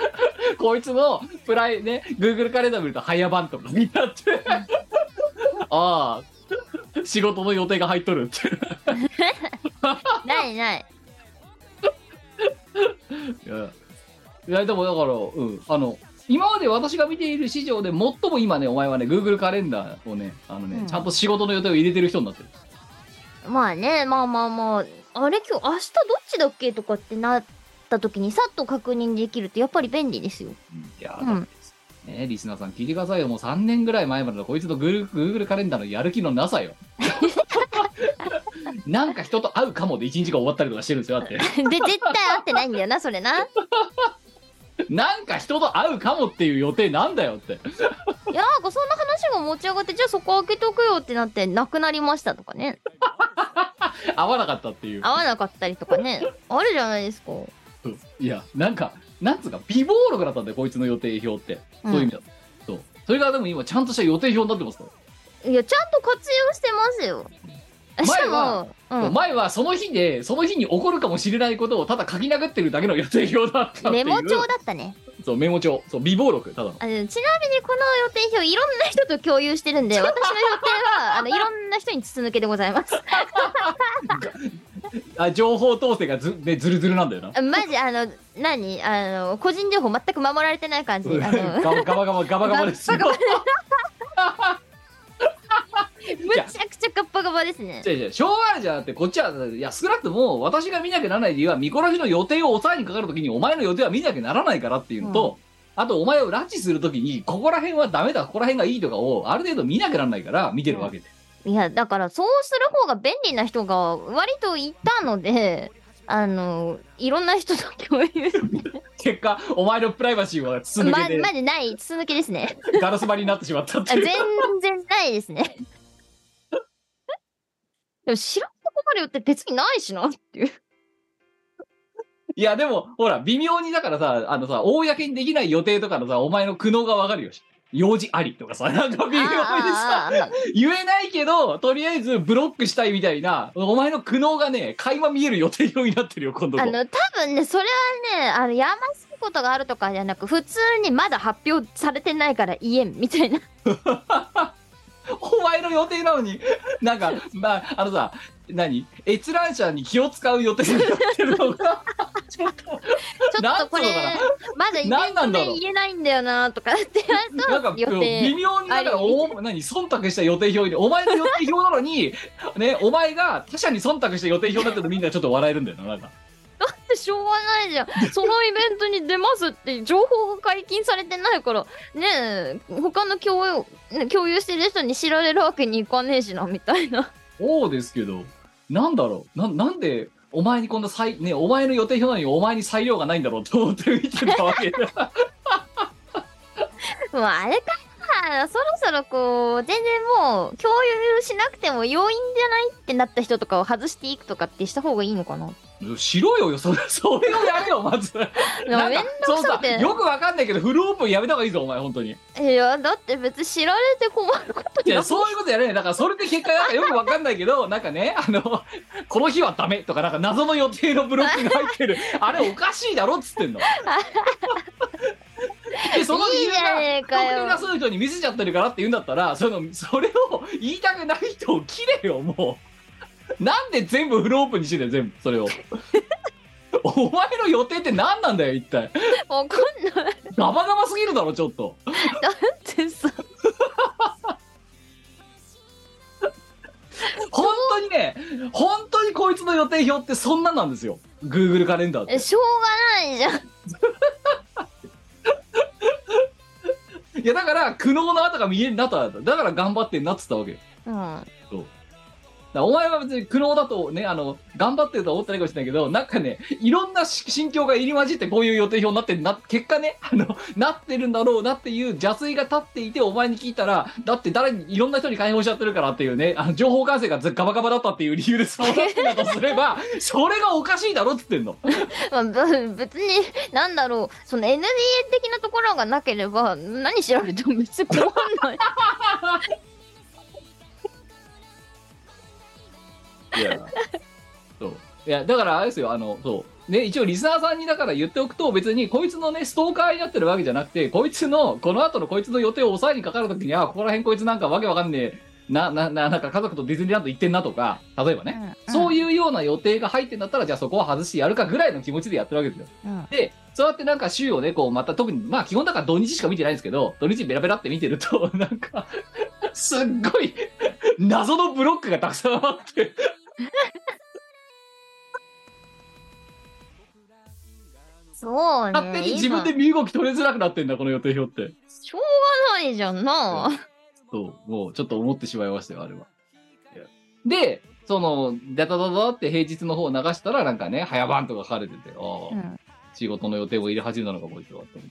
C: こいつのプライ、ね、Google カレンダー見ると、早番とかになって、ああ、仕事の予定が入っとるって。
A: ないない。
C: いやいやでもだから、うん、あの今まで私が見ている市場で最も今ねお前はね Google カレンダーをねあのね、
A: うん
C: ちゃんと仕事の予定を入れてる人になってる
A: まあね、まあまあまあ、あれ今日、明日どっちだっけとかってなった時に、さっと確認できるってやっぱり便利ですよ。
C: いや
A: う
C: ー
A: ん
C: だってねリスナーさん聞いてくださいよもう3年ぐらい前までのこいつの Google, Google カレンダーのやる気のなさよ なんか人と会うかもで1日が終わったりとかしてるんですよだって
A: で、絶対合ってないんだよな、それな。
C: なんか人と会うかもっていう予定なんだよって
A: いやーそんな話が持ち上がってじゃあそこ開けとくよってなってなくなりましたとかね
C: 会わなかったっていう
A: 合わなかったりとか ねあるじゃないですか
C: うんいやなんかなんつうか備忘録だったんだよこいつの予定表ってそういう意味だと、そうそれがでも今ちゃんとした予定表になってますから
A: いやちゃんと活用してますよし
C: 前は
A: かも、
C: 前はその日でその日に起こるかもしれないことをただ書き殴ってるだけの予定表だった
A: う
C: っ
A: ん、
C: て
A: メ
C: いう
A: モ帳だったね
C: そうメモ帳そう備忘録ただの
A: あでもちなみにこの予定表いろんな人と共有してるん で私の予定はあのいろんな人に筒抜けでございます
C: あ情報統制がずでずるずるなんだよな
A: あマジあの何あの個人情報全く守られてない感じあの
C: ガバガバガバガバガバですよ
A: ガバ むちゃくちゃガッパガバですね
C: 違う違うしょうがないじゃんだってこっちはいや少なくとも私が見なきゃならない理由はミコラジの予定を抑えにかかるときにお前の予定は見なきゃならないからっていうのと、あとお前を拉致するときにここら辺はダメだここら辺がいいとかをある程度見なきゃならないから見てるわけで、
A: いやだからそうする方が便利な人が割といたのであのいろんな人と共有
C: 結果お前のプライバシーは筒抜
A: ま
C: けで
A: マジない筒抜けですね
C: ガラス張りになってしまったっ
A: あ
C: てい
A: 全
C: う
A: 然ないですね でも知らんとこまで言って別にないしなっていう
C: いやでもほら微妙にだからさあのさ公にできない予定とかのさお前の苦悩がわかるよし用事ありとかさ なんか微妙にさ
A: あーあーあー
C: 言えないけど、とりあえずブロックしたいみたいな、お前の苦悩がね、垣間見える予定表になってるよ、今度
A: あ
C: の。
A: の多分ねそれはねあのやましいことがあるとかじゃなく普通にまだ発表されてないから言えんみた いな
C: お前の予定なのに、なんか、まあ、あのさ、何閲覧者に気を使う予定になってるのが、ちょっと、
A: ちょっとこれ
C: なんつう
A: まだイベ
C: なん
A: ン
C: な
A: ト
C: んだろう
A: で言えないんだよなとかって
C: な
A: や
C: ん
A: る
C: か
A: と予
C: 微
A: 定
C: 妙にだからお何忖度した予定表にお前の予定表な のにねお前が他者に忖度した予定表になってるとみんなちょっと笑えるんだよななんか
A: だってしょうがないじゃんそのイベントに出ますって情報が解禁されてないからねえ他の共有ね共有してる人に知られるわけにいかねえしなみたい な
C: そうですけど、なんだろう、ななんで、お前にこんな裁、ね、お前の予定表なのにお前に裁量がないんだろうと思って見てたわけだ。
A: もうあれかなそろそろこう全然もう共有しなくても要因じゃないってなった人とかを外していくとかってした方がいいのかな
C: しろよよ、それ、それをやれよ、まず。
A: いや
C: ん
A: めん
C: か
A: どく
C: そう
A: さ
C: さ
A: くて、
C: よくわかんないけど、フルオープンやめた方がいいぞ、お前、本当に。
A: いやだって別に知られて困ること
C: い
A: にな
C: や、そういうことやれね。だから、それで結果、なんかよくわかんないけど、 なんかね、あの、この日はダメとか、なんか謎の予定のブロックが入ってる。 あれ、おかしいだろっつってんの。 で、その理
A: いい
C: 由
A: じゃ
C: が、
A: ねえか
C: 特定
A: よ
C: な数人に見せちゃってるからって言うんだったらそのそれを言いたくない人を切れよもう なんで全部フルオープンにしてんだよ全部 それをお前の予定って何なんだよ一体
A: わかんない
C: ガバガバすぎるだろちょっと
A: だって さ
C: 本当にね本当にこいつの予定表ってそんななんですよ Google カレンダーって
A: しょうがないじゃん
C: いやだから苦悩の跡が見えになったんだだから頑張ってんなっつったわけよ
A: うん
C: だからお前は別に苦悩だとねあの頑張ってるとは思ってないかもしれないけどなんかねいろんなし心境が入り混じってこういう予定表になってんな結果ねあのなってるんだろうなっていう邪推が立っていてお前に聞いたらだって誰にいろんな人に解放しちゃってるからっていうねあの情報管制がずガバガバだったっていう理由でそうなってたとすればそれがおかしいだろっつってんの
A: まあぶ別になんだろうその NDA 的なところがなければ何調べても別に困んない
C: いやそういやだからあれですよあのそうね一応リスナーさんにだから言っておくと別にこいつのねストーカーになってるわけじゃなくてこいつのこの後のこいつの予定を抑えにかかるときにあここら辺こいつなんかわけわかんねえななななんか家族とディズニーランド行ってんなとか例えばね、そういうような予定が入ってんだったらじゃあそこは外してやるかぐらいの気持ちでやってるわけですよ
A: うん
C: で、そうやってなんか週をね、こうまた特に、まあ基本だから土日しか見てないんですけど、土日ベラベラって見てると、なんか、すっごい、謎のブロックがたくさんあって。
A: そうね
C: 勝手に自分で
A: 今
C: 身動き取りづらくなってんだ、この予定表って。
A: しょうがないじゃんな
C: そう、もうちょっと思ってしまいましたよ、あれは。で、その、ダダダダって平日の方を流したら、なんかね、早番とか書かれてて、ああ、
A: うん
C: 仕事の予定を入れ始めたのがこいつはと思って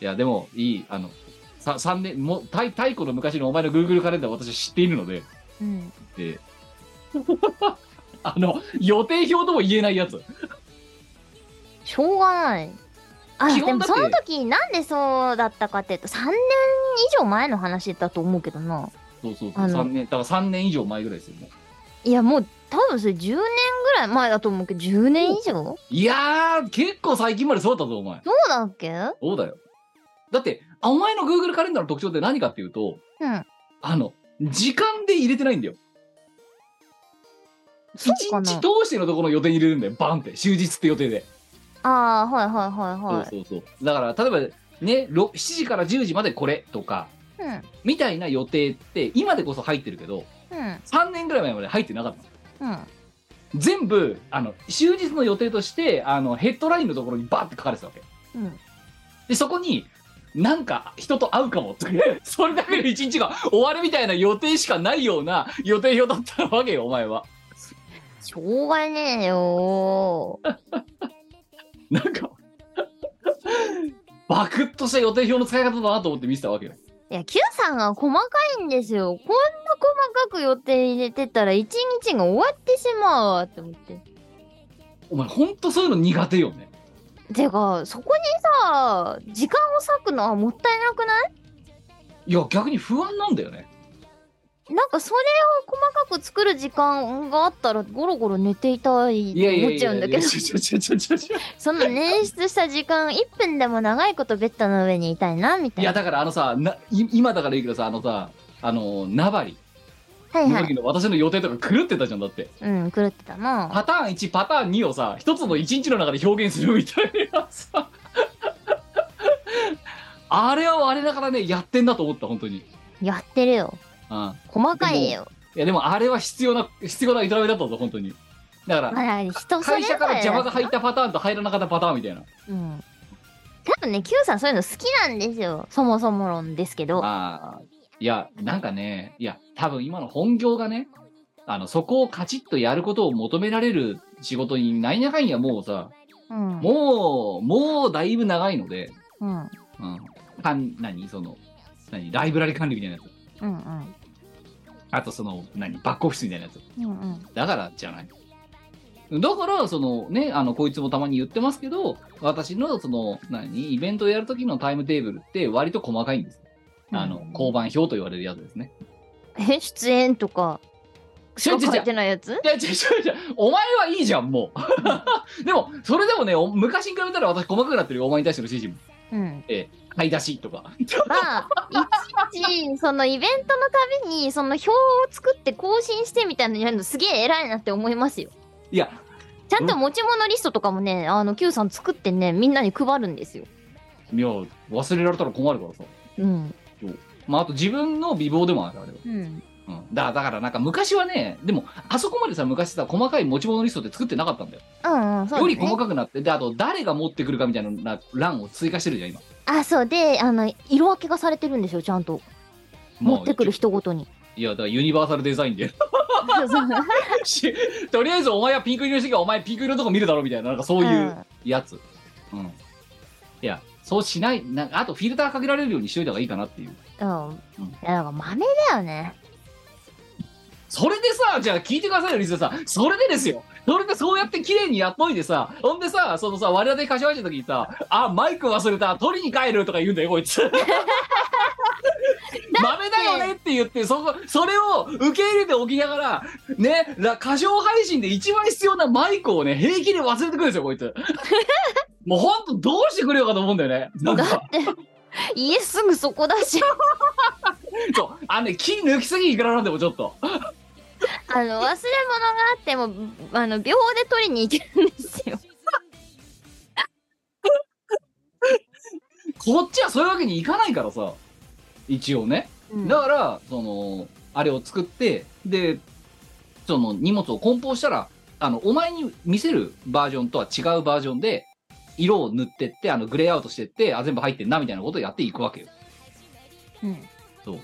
C: いや、でも、いい、あの、さ三年、もう、太太古の昔のお前の Google カレンダーを私は知っているので、
A: うん。
C: であの、予定表とも言えないやつ。
A: しょうがない。あ、
C: 基
A: でも
C: 本だっ
A: そ
C: て
A: の時なんでそうだったかっていうと、3年以上前の話だと思うけどな。
C: そうそうそ
A: あ
C: う、
A: の
C: 三年、だから三年以上前ぐらいですよ、もう。
A: いや、もう多分それ10年ぐらい前だと思うけど、10年以上そ
C: いやー、結構最近までそうだったぞ、お前。
A: うだっけう
C: そうだよ。だって、あお前の Google カレンダーの特徴って何かっていうと、
A: ん。
C: あの、時間で入れてないんだよ。一
A: そうかな
C: 日通してのところの予定に入れるんだよ、バンって。終日って予定で。
A: ああ、はいはいはいはい。
C: そうそうそう。だから、例えば、ね、ろ7時から10時までこれとか、
A: うん。
C: みたいな予定って、今でこそ入ってるけど、
A: うん。
C: 3年ぐらい前まで入ってなかったの
A: うん。
C: 全部、あの、終日の予定として、あの、ヘッドラインのところにバーって書かれてたわけ。
A: うん。
C: で、そこに、なんか人と会うかもとか、それだけの一日が終わるみたいな予定しかないような予定表だったわけよ、お前は。
A: しょうがねえよー。
C: なんか、バクッとした予定表の使い方だなと思って見てたわけよ。
A: いや、Q さんが細かいんですよ。こんな細かく予定入れてたら、一日が終わってしまうわって思って。
C: お前、ほんとそういうの苦手よね。
A: てか、そこにさ、時間を割くのはもったいなくない
C: いや、逆に不安なんだよね。
A: なんかそれを細かく作る時間があったらゴロゴロ寝ていたいっ
C: いや
A: て
C: いや
A: 思っ
C: い
A: ちゃ
C: や
A: うんだ
C: い
A: け
C: や、
A: ど
C: ちょちょちょちょちょちょ
A: その捻出した時間1分でも長いことベッドの上にいたいなみた
C: い
A: いな
C: や、だからあのさ、ない今だから言うけどさ、あのさ、あの、ナバリ
A: はい
C: の
A: は
C: 時
A: い
C: の私の予定とか狂ってたじゃん、だって。
A: うん狂ってたな
C: パターン1パターン2をさ一つの一日の中で表現するみたいなさ あれは我ながらねやってんだと思った本当に、
A: やってるよ
C: うん、
A: 細かいよ
C: いやでもあれは必要な必要な営みだったぞ本当にだから、
A: まあ人それ
C: 会
A: ぞれ
C: 社から邪魔が入ったパターンと入らなかったパターンみたいな
A: うん多分ね Q さんそういうの好きなんですよそもそも論ですけど
C: ああいやなんかねいや多分今の本業がねあのそこをカチッとやることを求められる仕事に何やかんやもうさ
A: うんうん
C: もうもうだいぶ長いので
A: うん
C: うん、かん何その何ライブラリ管理みたいなやつ
A: うん
C: あとその何バックオフィスみたいなやつ
A: うんうん
C: だからじゃないだからそのねあのこいつもたまに言ってますけど私のその何イベントをやる時のタイムテーブルって割と細かいんですあの、
A: うん
C: 交番表と言われるやつですね
A: え出演とか
C: ちょちょちょ
A: 書いてないやつ
C: いや、ちょちょちょ、お前はいいじゃん、もう。 でも、それでもね、お昔に比べたら私細かくなってるよ、お前に対しての指示も。
A: うん
C: ええ、買い出しとか。
A: まあ、いちいち、そのイベントのたびに、その表を作って更新してみたいなのやるのすげえ偉いなって思いますよ。
C: いや、
A: ちゃんと持ち物リストとかもね、あの、Q さん作ってね、みんなに配るんですよ。
C: いや、忘れられたら困るからさ。
A: うん。
C: まあ、あと自分の美貌でもあるあれは。
A: うん。
C: うん、だだからなんか昔はねでもあそこまでさ昔さ細かい持ち物リストって作ってなかったんだよ
A: うんうん、そう
C: よ
A: だ
C: り細
A: ね。
C: かくなってであと誰が持ってくるかみたいなな欄を追加してるじゃん今
A: あ、そうで、あの、色分けがされてるんですよ、ちゃんと。持ってくる
C: 人
A: 人ごと に。
C: いやだからユニバーサルデザインで
A: そうそう
C: し とりあえずお前はピンク色にしてきゃお前ピンク色のとこ見るだろみたいななんかそういうやつうん、いやそうしないなんかあとフィルターかけられるようにしといた方がいいかなっていう
A: うん。うん。いや、なんか豆だよね。
C: それでさ、じゃあ聞いてくださいよ、リスナーさん。それでですよ。それでそうやって綺麗にやっといてさ、ほんでさ、そのさ、我々で柏しの時にさ、あ、マイク忘れた、取りに帰るとか言うんだよ、こ いつ。ダメだよねって言って、そこ、それを受け入れておきながら、ね、ら歌唱配信で一番必要なマイクをね、平気で忘れてくるんですよ、こ いつ。もうほんとどうしてくれよかと思うんだよね。なん
A: だ
C: か。
A: って、家すぐそこだし、
C: そう、あのね、気抜きすぎいくらなんでもちょっと。
A: あの、忘れ物があっても、あの、秒で取りに行けるんですよ。
C: こっちはそういうわけにいかないからさ、一応ね。
A: うん
C: だから、その、あれを作って、で、その荷物を梱包したら、あの、お前に見せるバージョンとは違うバージョンで、色を塗ってって、あの、グレーアウトしてって、あ、全部入ってんな、みたいなことをやっていくわけよ。
A: うん。
C: そう。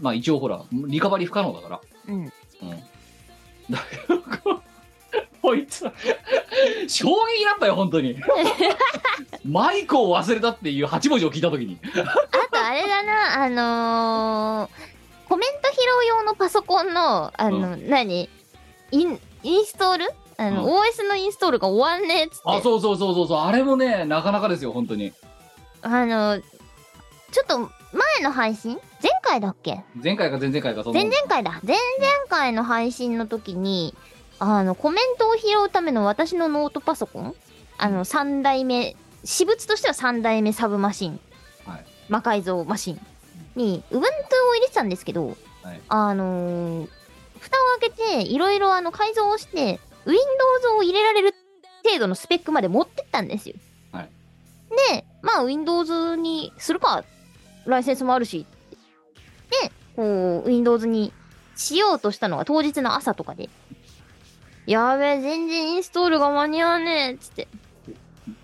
C: まあ一応 ほら、リカバリー不可能だから。
A: うん。
C: うん。だから、ここいつ衝撃だったよ本当 にマイクを忘れたっていう8文字を聞いた時に
A: あとあれだな、あのーコメント拾う用のパソコンの、あの、何イン、インストールあの、
C: うん
A: OS のインストールが終わんねえっつって。
C: あそうそうそうそうそうあれもねなかなかですよ本当に
A: あの、ちょっと前の配信前回だっけ
C: 前回か前々回かその
A: 前々回だ。前々回の配信の時に、あの、コメントを拾うための私のノートパソコンあの、3代目、私物としては3代目サブマシン。
C: はい
A: 魔改造マシンに、Ubuntu を入れてたんですけど、
C: はい
A: あのー蓋を開けて、いろいろあの、改造をして、Windows を入れられる程度のスペックまで持ってったんですよ。
C: はい
A: で、まあ、Windows にするか、ライセンスもあるし、で、こう、Windows にしようとしたのが当日の朝とかで、やべえ、全然インストールが間に合わねえ、つって。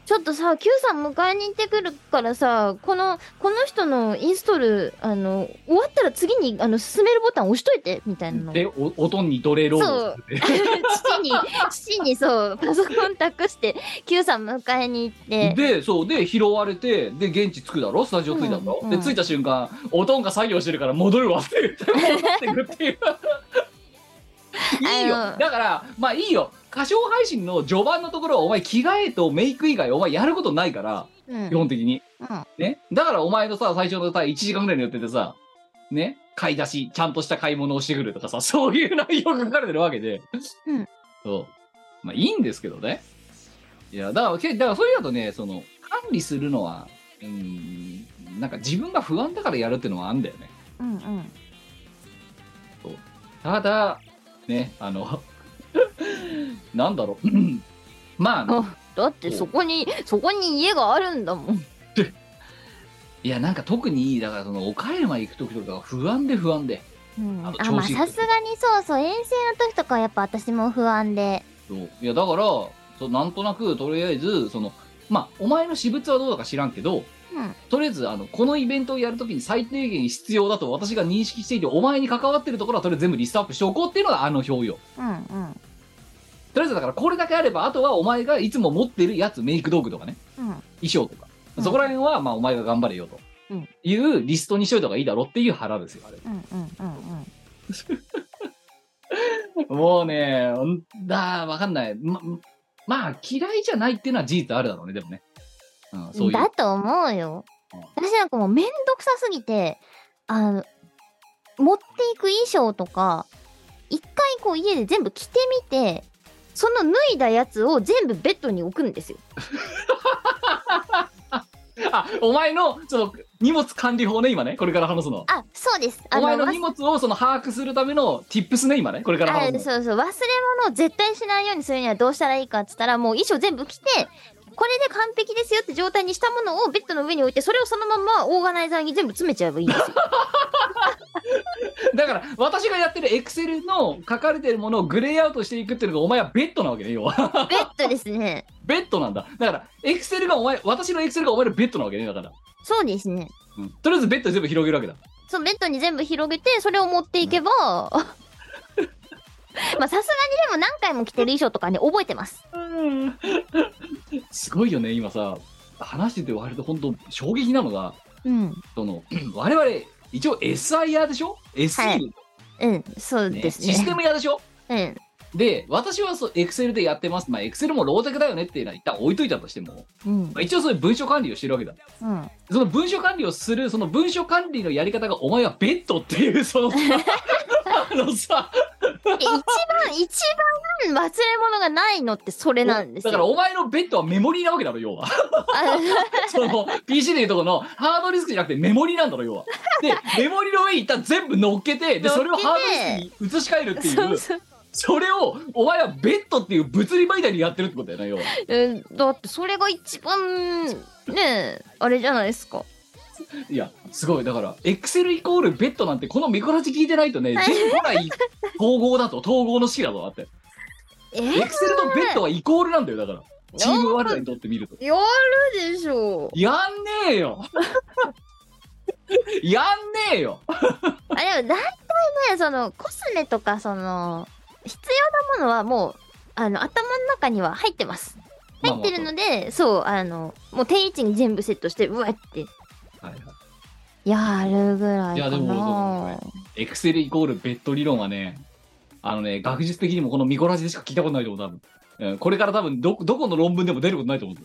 A: ちょっとさ、Q さん迎えに行ってくるからさ、この、この人のインストール、あの、終わったら次に、あの、進めるボタン押しといて、みたいなの。
C: でお音に奴隷労働っ て
A: 父に、父にそう、パソコン託して、Q さん迎えに行って、
C: でそうで拾われてで現地着くだろスタジオ着いただろ、
A: うんう
C: で
A: ん
C: 着いた瞬間おとんが作業してるから戻るわって 言って戻ってくっていういいよ
A: あの
C: だからまあいいよ歌唱配信の序盤のところはお前着替えとメイク以外お前やることないから
A: うん。
C: 基本的に
A: うん
C: ねだからお前のさ最初のさ1時間ぐらいに寄っててさね買い出しちゃんとした買い物をしてくるとかさ そういう内容が書かれてるわけで、
A: うん
C: そうまあいいんですけどねいやだからけだからそれだとねその管理するのはうんなんか自分が不安だからやるってのはあんだよね
A: うんうん。
C: ただねあの なんだろう まあね、
A: あだってそこに、そこに家があるんだもん。
C: いやなんか特にだからその岡山行く時とかは不安で不安で
A: うんあ、
C: あの
A: まあ
C: 調子いい
A: さすがにそうそう、遠征の時とかはやっぱ私も不安で。
C: そういやだからそうなんとなくとりあえずそのまあお前の私物はどうだか知らんけど
A: うん。
C: とりあえずあのこのイベントをやるときに最低限必要だと私が認識していてお前に関わってるところはとりあえず全部リストアップしておこうっていうのがあの表よ
A: うんうん。
C: とりあえずだからこれだけあればあとはお前がいつも持ってるやつメイク道具とかね
A: うん。
C: 衣装とか
A: うん
C: そこら辺はまあお前が頑張れよと
A: うん
C: いうリストにしといた方がいいだろうっていう腹ですよあれ
A: うんうんうん。
C: もうねうんだわかんないままあ嫌いじゃないっていうのは事実あるだろうねでもね、うん、そううんいう
A: だと思うよ
C: うん。
A: 私なんかもうめんどくさすぎて、あの、持っていく衣装とか、一回こう家で全部着てみて、その脱いだやつを全部ベッドに置くんですよ。
C: あお前のその荷物管理法ね今ねこれから話すのは
A: あ、そうです。あ
C: お前の
A: わ
C: 荷物をその把握するための tips ね今ねこれから
A: あ
C: 話すの
A: そうそう忘れ物を絶対しないようにするにはどうしたらいいかっつったらもう衣装全部着てこれで完璧ですよって状態にしたものをベッドの上に置いてそれをそのままオーガナイザーに全部詰めちゃえばいいんですよ
C: だから私がやってる Excel の書かれてるものをグレーアウトしていくっていうのがお前はベッドなわけね要は
A: ベッドですね
C: ベッドなんだだから Excel がお前私の Excel がお前のベッドなわけねだから、
A: そうですね
C: うんとりあえずベッド全部広げるわけだ
A: そうベッドに全部広げてそれを持っていけばまあさすがにでも何回も着てる衣装とかね覚えてます
C: すごいよね今さ話してて割と本当衝撃なのが
A: うん
C: その 我々一応 SIR でしょ ?SE、
A: はいうんそう
C: ね
A: ですね
C: システム屋でしょ
A: うん
C: で、私はそう、エクセルでやってます。まあ、エクセルもローテクだよねっていうのは一旦置いといたとしても、
A: うん
C: まあ、一応そういう文書管理をしてるわけだ。
A: うん
C: その文書管理をする、その文書管理のやり方がお前はベッドっていう、そ のさ、あのさ、
A: 一番 一番忘れ物がないのってそれなんです
C: だ
A: よ
C: からお前のベッドはメモリーなわけだろ、要は。
A: あ
C: その PC でいうとこのハードディスクじゃなくてメモリーなんだろ、要は。で、メモリの上に一旦全部乗っけて、で、それをハードディスクに移し替えるって
A: そ
C: いうう、
A: そう、
C: それをお前はベッドっていう物理媒体にやってるってことだよな、要は。
A: えだってそれが一番ねえあれじゃないですか
C: いや、すごい。だから、エクセルイコールベッドなんて、このミコラジ聞いてないとね、全部来統合だと、統合の式だと、だって。
A: え
C: エクセルとベッドはイコールなんだよ、だから。チームワールドにとってみると。
A: やるでしょ
C: やんねえ よやんねえよ
A: あでも大体ねそのコスメとかその必要なものはもうあの頭の中には入ってます
C: まあ
A: 入ってるのでそうあのもう定位置に全部セットしてうわって
C: まあはいは
A: やるぐらい
C: いや
A: か
C: でも
A: な
C: エクセルイコールベッド理論はね、あのね、学術的にもこのミコラジでしか聞いたことないと思う、多分。うんこれから多分ど、どこの論文でも出ることないと思う。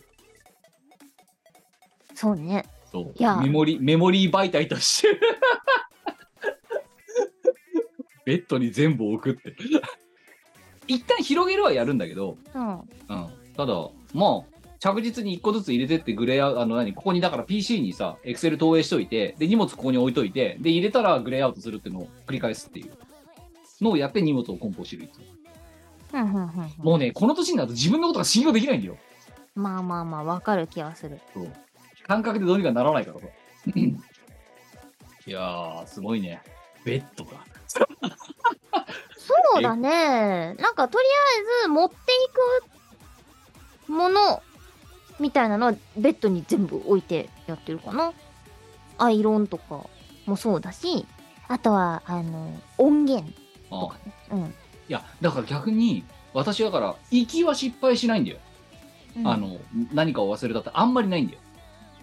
A: そうね
C: そう。
A: いや
C: メモリ、メモリー媒体と して。ベッドに全部置くって。一旦広げるはやるんだけど、
A: うん
C: うん。ただ、まあ、着実に一個ずつ入れてってグレーアウト、あの何、ここにだから PC にさ、Excel 投影しといて、で、荷物ここに置いといて、で、入れたらグレーアウトするっていうのを繰り返すっていうのをやって荷物を梱包してるいつも。
A: うんうんうんうん
C: もうね、この年になると自分のことが信用できないんだよ。
A: まあまあまあわかる気はする
C: そう感覚でどうにかならないからさ。いやー、すごいね。ベッドか。
A: そうだねなんかとりあえず持っていくものみたいなのはベッドに全部置いてやってるかなアイロンとかもそうだしあとはあの音源
C: ああ
A: うん
C: いや、だから逆に、私だから、行きは失敗しないんだよ。
A: うん
C: あの、何かを忘れたってあんまりないんだよ。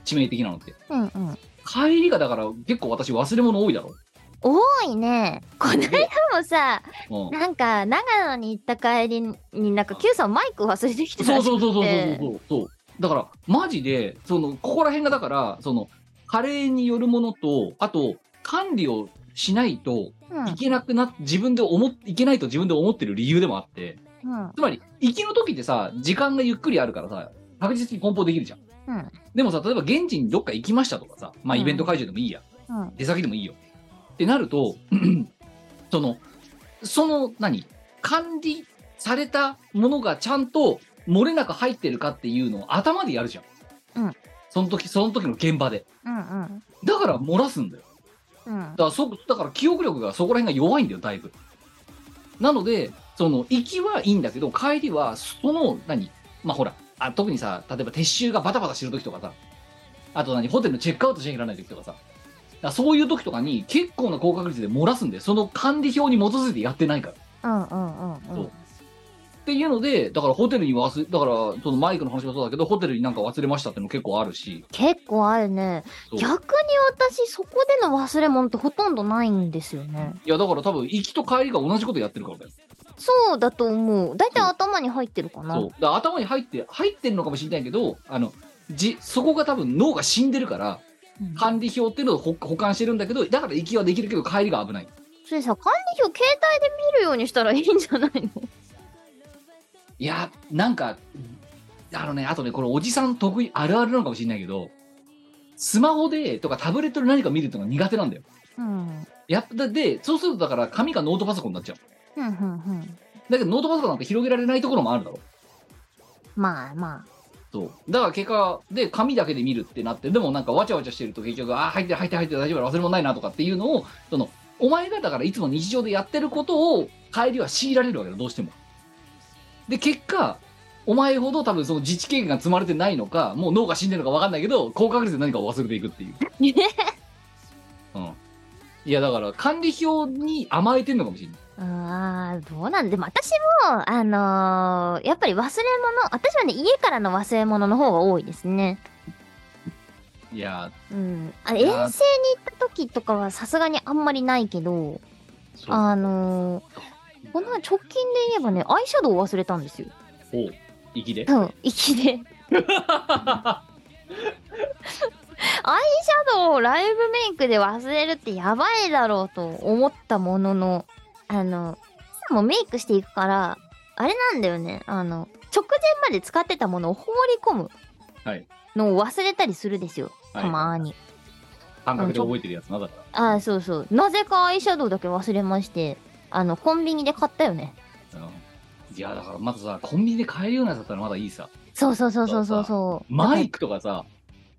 C: 致命的なのって。
A: うんうん
C: 帰りがだから結構私忘れ物多いだろ。
A: 多いねこの間もさ
C: うん
A: なんか長野に行った帰りになんか Q さんマイク忘れてきてた
C: そう
A: う
C: そうそうそうそうそうそう。だから、マジで、その、ここら辺がだから、その、加齢によるものと、あと、管理をしないと
A: うん
C: いけなくなっ、自分で思っ、いけないと自分で思ってる理由でもあって、
A: うん
C: つまり、行きの時ってさ、時間がゆっくりあるからさ、確実に梱包できるじゃん。
A: うん
C: でもさ、例えば現地にどっか行きましたとかさ、まあ
A: うん
C: イベント会場でもいいや、
A: うん
C: 出先でもいいよ。ってなると、 その、その何、管理されたものがちゃんと漏れなく入ってるかっていうのを頭でやるじゃん。
A: うん
C: その時、その時の現場で。
A: うん
C: だから漏らすんだよ。
A: うん
C: だからそ、だから記憶力がそこら辺が弱いんだよ、だいぶ。なので、その、行きはいいんだけど、帰りは、その、何まあほらあ、特にさ、例えば撤収がバタバタしてる時とかさ、あと何、ホテルのチェックアウトしなきゃいけない時とかさ、だからそういう時とかに結構な高確率で漏らすんで、その管理表に基づいてやってないから。
A: うんうんうんうん
C: そうっていうので、だからホテルに忘れ、だから、そのマイクの話もそうだけど、ホテルになんか忘れましたっていうの結構あるし、
A: 結構あるね
C: そう
A: 逆に私そこでの忘れ物ってほとんどないんですよね
C: いやだから多分、行きと帰りが同じことやってるからだよ。
A: そうだと思う大体
C: そう
A: 頭に入ってるかな
C: そうだから頭に入って入ってるのかもしれないけどあのじそこが多分脳が死んでるから
A: うん
C: 管理表っていうのをほ保管してるんだけどだから行きはできるけど帰りが危ない
A: それさ管理表携帯で見るようにしたらいいんじゃないの
C: いやなんかあのねあとねこれおじさん得意あるあるなのかもしれないけどスマホでとかタブレットで何か見るっていうのが苦手なんだよ
A: うん
C: やっぱでそうするとだから紙がノートパソコンになっちゃう
A: ふんふんふん
C: だけどノートパソコンなんて広げられないところもあるだろ
A: まあま
C: そうだから結果で紙だけで見るってなってでもなんかわちゃわちゃしてると結局あー入ってる入ってる入ってる大丈夫だ忘れ物ないなとかっていうのをそのお前がだからいつも日常でやってることを帰りは強いられるわけだどうしてもで結果お前ほど多分その自治経験が積まれてないのかもう脳が死んでるのか分かんないけど高確率で何かを忘れていくっていう、
A: あ ね
C: うん、いやだから管理表に甘えてんのかもしれない
A: あーどうなんでも私もあのーやっぱり忘れ物私はね家からの忘れ物の方が多いですね
C: いや
A: うんあ遠
C: い
A: 征に
C: や
A: 行
C: ー
A: った時とかはさすがにあんまりないけど
C: そう
A: あのーこの前直近で言えばねアイシャドウを忘れたんですよ
C: おう 粋で
A: うん、息で。アイシャドウをライブメイクで忘れるってやばいだろうと思ったものの、あの、さもうメイクしていくから、あれなんだよね、あの、直前まで使ってたものを放り込む
C: はい
A: のを忘れたりするですよ、
C: はい
A: たまーに。
C: 感覚で覚えてるやつなだから
A: ああ、そうそう。なぜかアイシャドウだけ忘れまして、あの、コンビニで買ったよね。
C: うんいやだからまたさコンビニで買えるようなやつだったらまだいいさ
A: そうそうそうそうそうそう。
C: マイクとかさ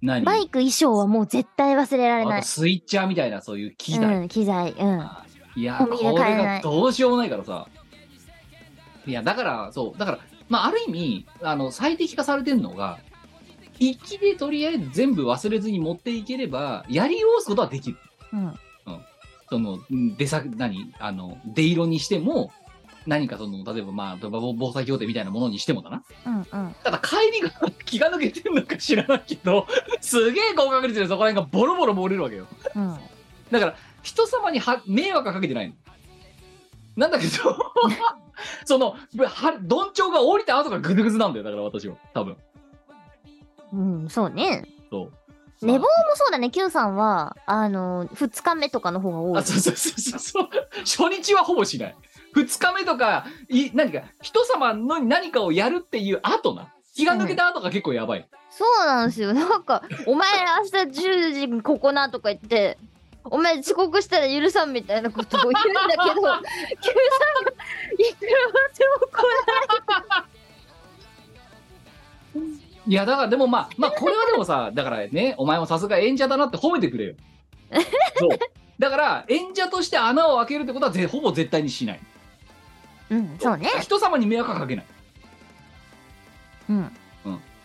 C: 何
A: マイク衣装はもう絶対忘れられ
C: あ
A: ない
C: と。スイッチャーみたいなそういう機材、
A: うん、機材。うん。
C: いや
A: コンビニで
C: こ
A: 買え
C: れ
A: ない
C: がどうしようもないからさいやだからそうだからまあある意味あの最適化されてるのが一気でとりあえず全部忘れずに持っていければやりようすことはできる
A: うん。
C: そのうん出先何あの出色にしても何かその、例えばまあ、防防災協定みたいなものにしてもだな。
A: うんうん。
C: ただ帰りが気が抜けてんのか知らないけど、すげえ高確率でそこら辺がボロボロ漏れるわけよ。
A: うん。
C: だから、人様には迷惑はかけてないの。なんだけど、 その、は、どんちょうが降りた後がぐずぐずなんだよ。だから私は。多分。
A: うん、そうね。
C: そう。
A: 寝坊もそうだね、Q さんは、あの、2日目とかの方が多い
C: あ、。そうそうそうそうそう。初日はほぼしない。二日目とか、い何か、人様の何かをやるっていう後な。気が抜けた後が結構やばい。
A: そうなんですよ。なんか、お前ら明日10時にここなとか言って、お前遅刻したら許さんみたいなことを言うんだけど、Q さんがいく らまでも来ない。
C: いや、だからでもまあ、まあこれはでもさ、 だからね、お前もさすが演者だなって褒めてくれよ。そう。だから、演者として穴を開けるってことはぜほぼ絶対にしない。
A: うん、そうね。
C: 人様に迷惑はかけない。
A: うん。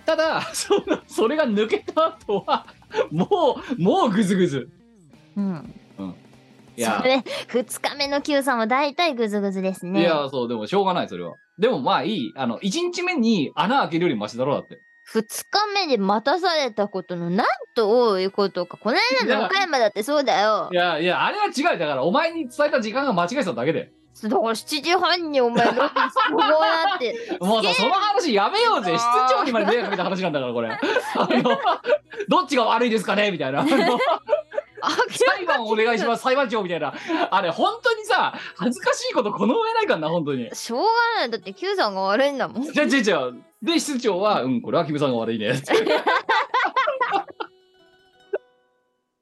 C: ただ、 そのそれが抜けた後は、 もう、もうぐずぐず。
A: うん。
C: いや
A: それ、2日目の Q さんは大体グズグズですね。
C: いや、そう、でもしょうがない、それは。でもまあいい。あの、一日目に穴開けるよりマシだろうだって。
A: 2日目で待たされたことのなんと多いことか。この間の岡山だってそうだよ
C: い。や、いや、あれは違う。だから、お前に伝えた時間が間違えてただけで。
A: だから7時半にお前ロビー集合なって。
C: もうさ、その話やめようぜ。室長にまで迷惑かけた話なんだから、 これ。あの、どっちが悪いですかねみたいな。あの裁判お願いします、裁判長みたいな。あれ、本当にさ、恥ずかしいことこの上ないからな、本当に。
A: しょうがない。だって Q さんが悪いんだ もん。
C: じゃじゃじゃで、室長は、うん、これはキムさんが悪い ね。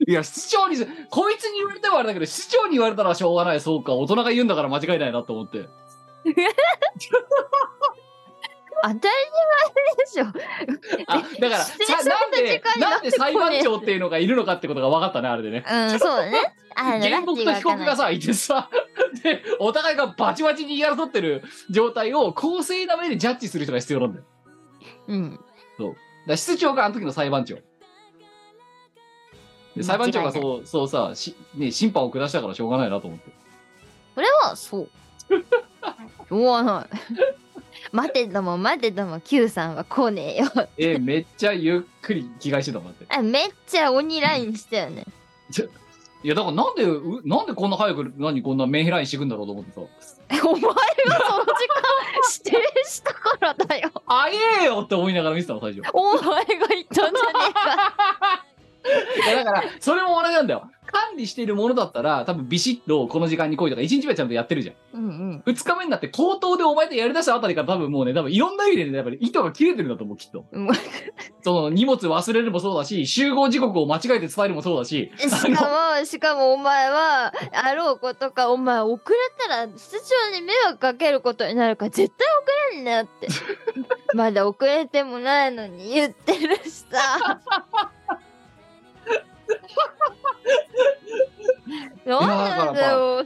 C: いや、室長に、こいつに言われてもあれだけど、室長に言われたらしょうがない、そうか、大人が言うんだから間違いないなと思って。
A: 当たり前でしょ。
C: あ、だから、さ
A: 失礼
C: なん
A: された
C: で
A: 時間、にな
C: な
A: っ
C: ん
A: て
C: で
A: こね
C: 裁判長っていうのがいるのかってことが分かったね、あれでね。
A: うん、そうだね。あの、ラ
C: 原
A: ッキ
C: 告
A: ーが
C: と被
A: 開か
C: 告
A: な
C: が
A: い。
C: さ、いてさ、 で、お互いがバチバチに言い争ってる状態を公正な目でジャッジする人が必要なんだよ。だか
A: うん。
C: ら室長があの時の裁判長。で裁判長が
A: 間違い
C: そう、そうさ、しね、審判を下したからしょうがないなと思って。
A: それは、そう。 しょうがない。待てども待てども Q さんは来ねえよ。
C: え、めっちゃゆっくり着替えしてたもんだって。
A: あめっちゃ鬼ラインしたよね。
C: いや、だからなんで、うなんでこんな早く、何こんなメンヘラインしてくんだろうと思ってさ。
A: お前はその時間指定したからだよ。
C: あええよって思いながら見てたの、最初。
A: お前が言ったんじゃねえか。
C: いやだから、それもあれなんだよ。管理しているものだったら、多分ビシッとこの時間に来いとか、1日目はちゃんとやってるじゃん。
A: うんうん。
C: 2日目になって、口頭でお前とやりだしたあたりから、多分もうね、多分いろんな意味でね、やっぱり糸が切れてるんだと思う、きっと。
A: うん
C: その荷物忘れるもそうだし、集合時刻を間違えて伝えるもそうだ し、
A: しかも、しかもお前は、あろうことか、お前遅れたら、室長に迷惑かけることになるから、絶対遅れんなよっ て。まだ遅れてもないのに言ってるし さ。なんだよ。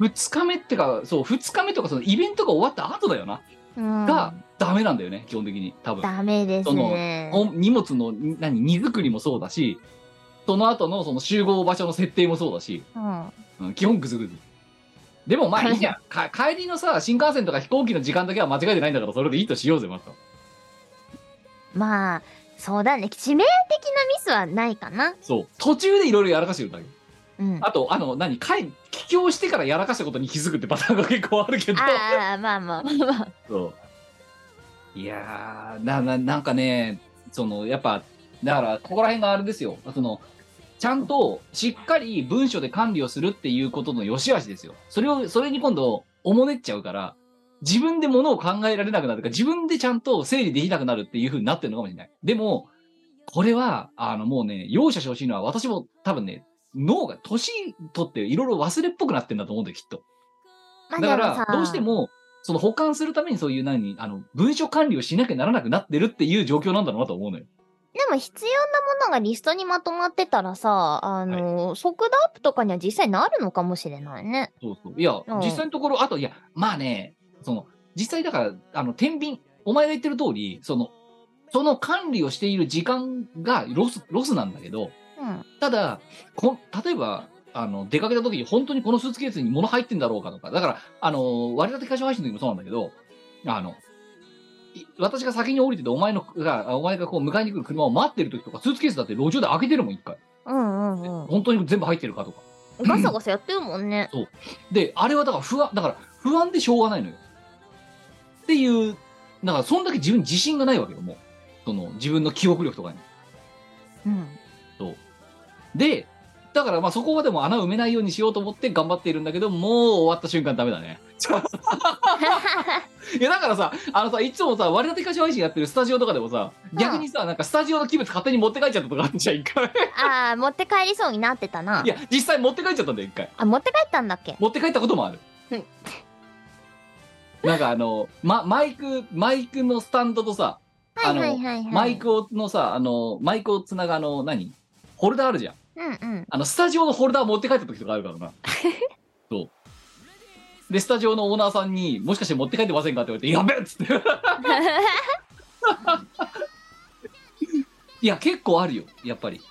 C: 2日目ってか、そう、2日目とか、そのイベントが終わった後だよな。
A: うん
C: が、ダメなんだよね、基本的に。多分。
A: ダメですね。
C: ほん荷物の、ん何、荷造りもそうだし、その後のその集合場所の設定もそうだし、
A: うん
C: うん、基本グズグズ。でもまあいいじゃん。か帰りのさ、新幹線とか飛行機の時間だけは間違えてないんだから、それでいいとしようぜ、また。
A: まあ、そうだね。致命的なミスはないかな。
C: そう。途中でいろいろやらかしてるんだけど。
A: うん。あ
C: あと、あの、何、帰、帰郷してからやらかしたことに気づくってパターンが結構あるけど。
A: あ、まあまあ。
C: そう。いやー、な、な、なんかね、その、やっぱ、だから、ここら辺があれですよ。その、ちゃんと、しっかり文書で管理をするっていうことの良し悪しですよ。それを、それに今度、おもねっちゃうから、自分で物を考えられなくなるから、自分でちゃんと整理できなくなるっていう風になってるのかもしれない。でも、これは、あの、もうね、容赦してほしいのは、私も多分ね、脳が年取っていろいろ忘れっぽくなってんだと思うんだよ、きっと。
A: まあ、
C: だか
A: でもさ
C: ら、どうしても、その保管するためにそういう何、あの、文書管理をしなきゃならなくなってるっていう状況なんだろうなと思うのよ。
A: でも必要なものがリストにまとまってたらさ、あの、速度アップとかには実際なるのかもしれないね。
C: そうそう。いや、
A: うん
C: 実際のところ、あと、いや、まあね、その、実際だから、あの、天秤、お前が言ってる通り、その、その管理をしている時間がロス、ロスなんだけど、
A: うん。
C: ただ、こん例えば、ああの、出かけた時に本当にこのスーツケースに物入ってんだろうかとか、だから、あの、割り当て歌唱配信の時もそうなんだけど、あの、い私が先に降りてて、お前のが、お前がこう迎えに来る車を待ってる時とか、スーツケースだって路上で開けてるもん、一回。
A: うんうんうん。
C: 本当に全部入ってるかとか。
A: ガサガサやってるもんね。
C: で、あれはだから不安、だから不安でしょうがないのよ。っていう、だからそんだけ自分に自信がないわけよ、もう。その、自分の記憶力とかに。
A: うん。
C: で、だからまあそこはでも穴埋めないようにしようと思って頑張っているんだけど、もう終わった瞬間ダメだね。いやだからさ、あのさ、いつもさ、割り当て歌唱配信やってるスタジオとかでもさ、逆にさ、なんかスタジオの器物勝手に持って帰っちゃったとかあるじゃん、一回。
A: ああ、持って帰りそうになってたな。
C: いや、実際持って帰っちゃったんだよ、一回。
A: あ、持って帰ったんだっけ
C: 持って帰ったこともある
A: はい。
C: なんかあの、ま、マイク、マイクのスタンドとさ、
A: は
C: あ
A: い
C: の
A: はいはいはい。
C: マイクをのさ、あの、マイクをつなぐあの、何ホルダーあるじゃん。
A: うんうん。
C: あの、スタジオのホルダー持って帰った時とかあるか らな。そう。で、スタジオのオーナーさんに、もしかして持って帰ってませんかって言われて、やべえっつって。 いや、結構あるよ、やっぱり。だか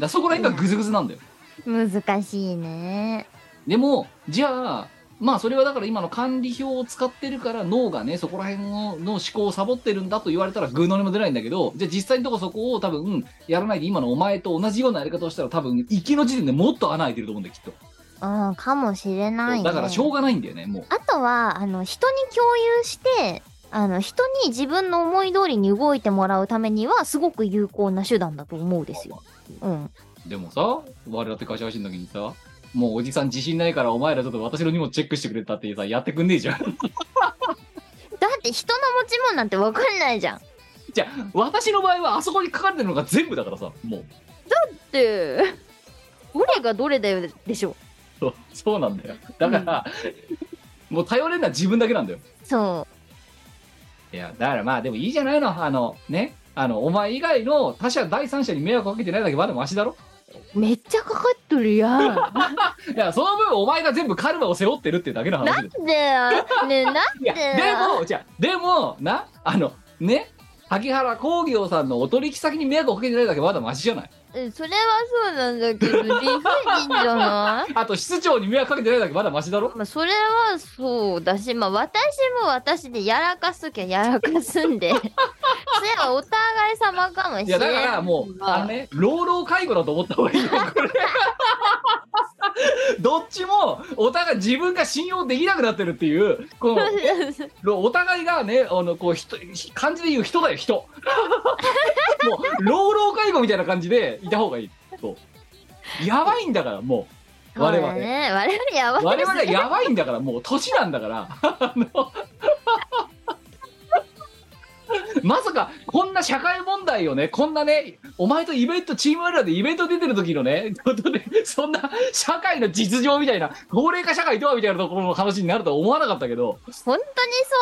C: らそこら辺がグズグズなんだよ。
A: 難しいね。
C: でも、じゃあ、まあそれはだから今の管理表を使ってるから脳がね、そこら辺のの思考をサボってるんだと言われたらグーの音も出ないんだけど、じゃあ実際のとこそこを多分やらないで今のお前と同じようなやり方をしたら多分生きの時点でもっと穴開いてると思うんだよ、きっと。
A: うん、かもしれない、ね。
C: だからしょうがないんだよね、もう。
A: あとは、あの、人に共有して、あの、人に自分の思い通りに動いてもらうためには、すごく有効な手段だと思うですよ。うん。
C: でもさ、我らって会社配信の時にさ、もうおじさん自信ないからお前らちょっと私の荷物チェックしてくれたってさ、やってくんねえじゃ ん。
A: だって人の持ち物なんてわかんないじゃん。っ
C: じゃあ、私の場合はあそこに書かれてるのが全部だからさ、もう。
A: て、どれがどれだよでしょ。
C: そうそうなんだよ。だから、もう頼れるのは自分だけなんだよ。
A: そ
C: いや、だからまあでもいいじゃないの。あの、ね。あの、お前以外の他者、第三者に迷惑かけてないだけまだマシだろ
A: う。めっちゃかかっとるや ん。
C: いや、その分お前が全部カルマを背負ってるってだけの話
A: な
C: だ
A: ん
C: よ。
A: でよ。ねえ、なん
C: いや、
A: で
C: でも、じゃあでも、な、あの、ね、萩原工業さんのお取引先に迷惑をかけてないだけまだマシじゃない
A: えそれはそうなんだけど、理不尽じゃない
C: あと、室長に迷惑かけてないだけまだマシだろ
A: まあ、それはそうだし、まあ、私も私でやらかすときはやらかすん でそれはお互い様かもし
C: い
A: れ
C: や、
A: な
C: だ
A: い
C: からもう、あ のね、老老介護だと思った方がいいよ、これ。 どっちも、お互い自分が信用できなくなってるっていう、この、 お互いがね、あのこう人漢字で言う人だよ、 人。もう、老老介護みたいな感じでいた方がいい。そうやばいんだから、もう、我々。
A: そうだね我々やばい
C: 我々やばいんだから、もう、年なんだから。あのまさか、こんな社会問題をね、こんなね、お前とイベント、チーム我らでイベント出てる時のね、ことで、そんな社会の実情みたいな、高齢化社会とはみたいなところの話になるとは思わなかったけど、
A: 本当に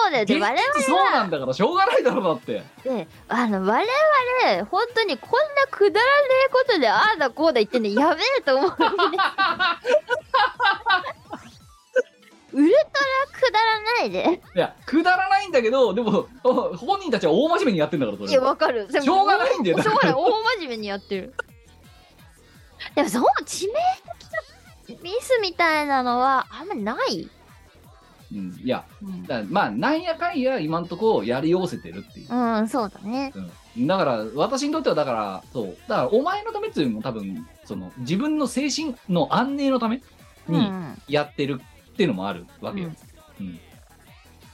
A: そうだよで
C: 現
A: 我々
C: 実そうなんだからしょうがないだろうだって
A: であの我々本当にこんなくだらねえことでああだこうだ言ってんのやべえと思う、ね、 ウルトラくだらないで
C: いやくだらないんだけどでもお本人たちは大真面目にやってんだからそ
A: い
C: れ
A: や
C: は
A: わかるでも
C: しょうがないんだよだ
A: し
C: か
A: ょうが
C: ら
A: ない大真面目にやってる でもそう致命的なミスみたいなのはあんまない、
C: うんいや
A: うん、
C: だまあなんやかんや今んとこやりおせてるっていう、
A: そうだね
C: うんだから私にとってはだからそうだからお前のためっていうのも多分その自分の精神の安寧のため
A: うん
C: にやってるっていうのもあるわけよ、うん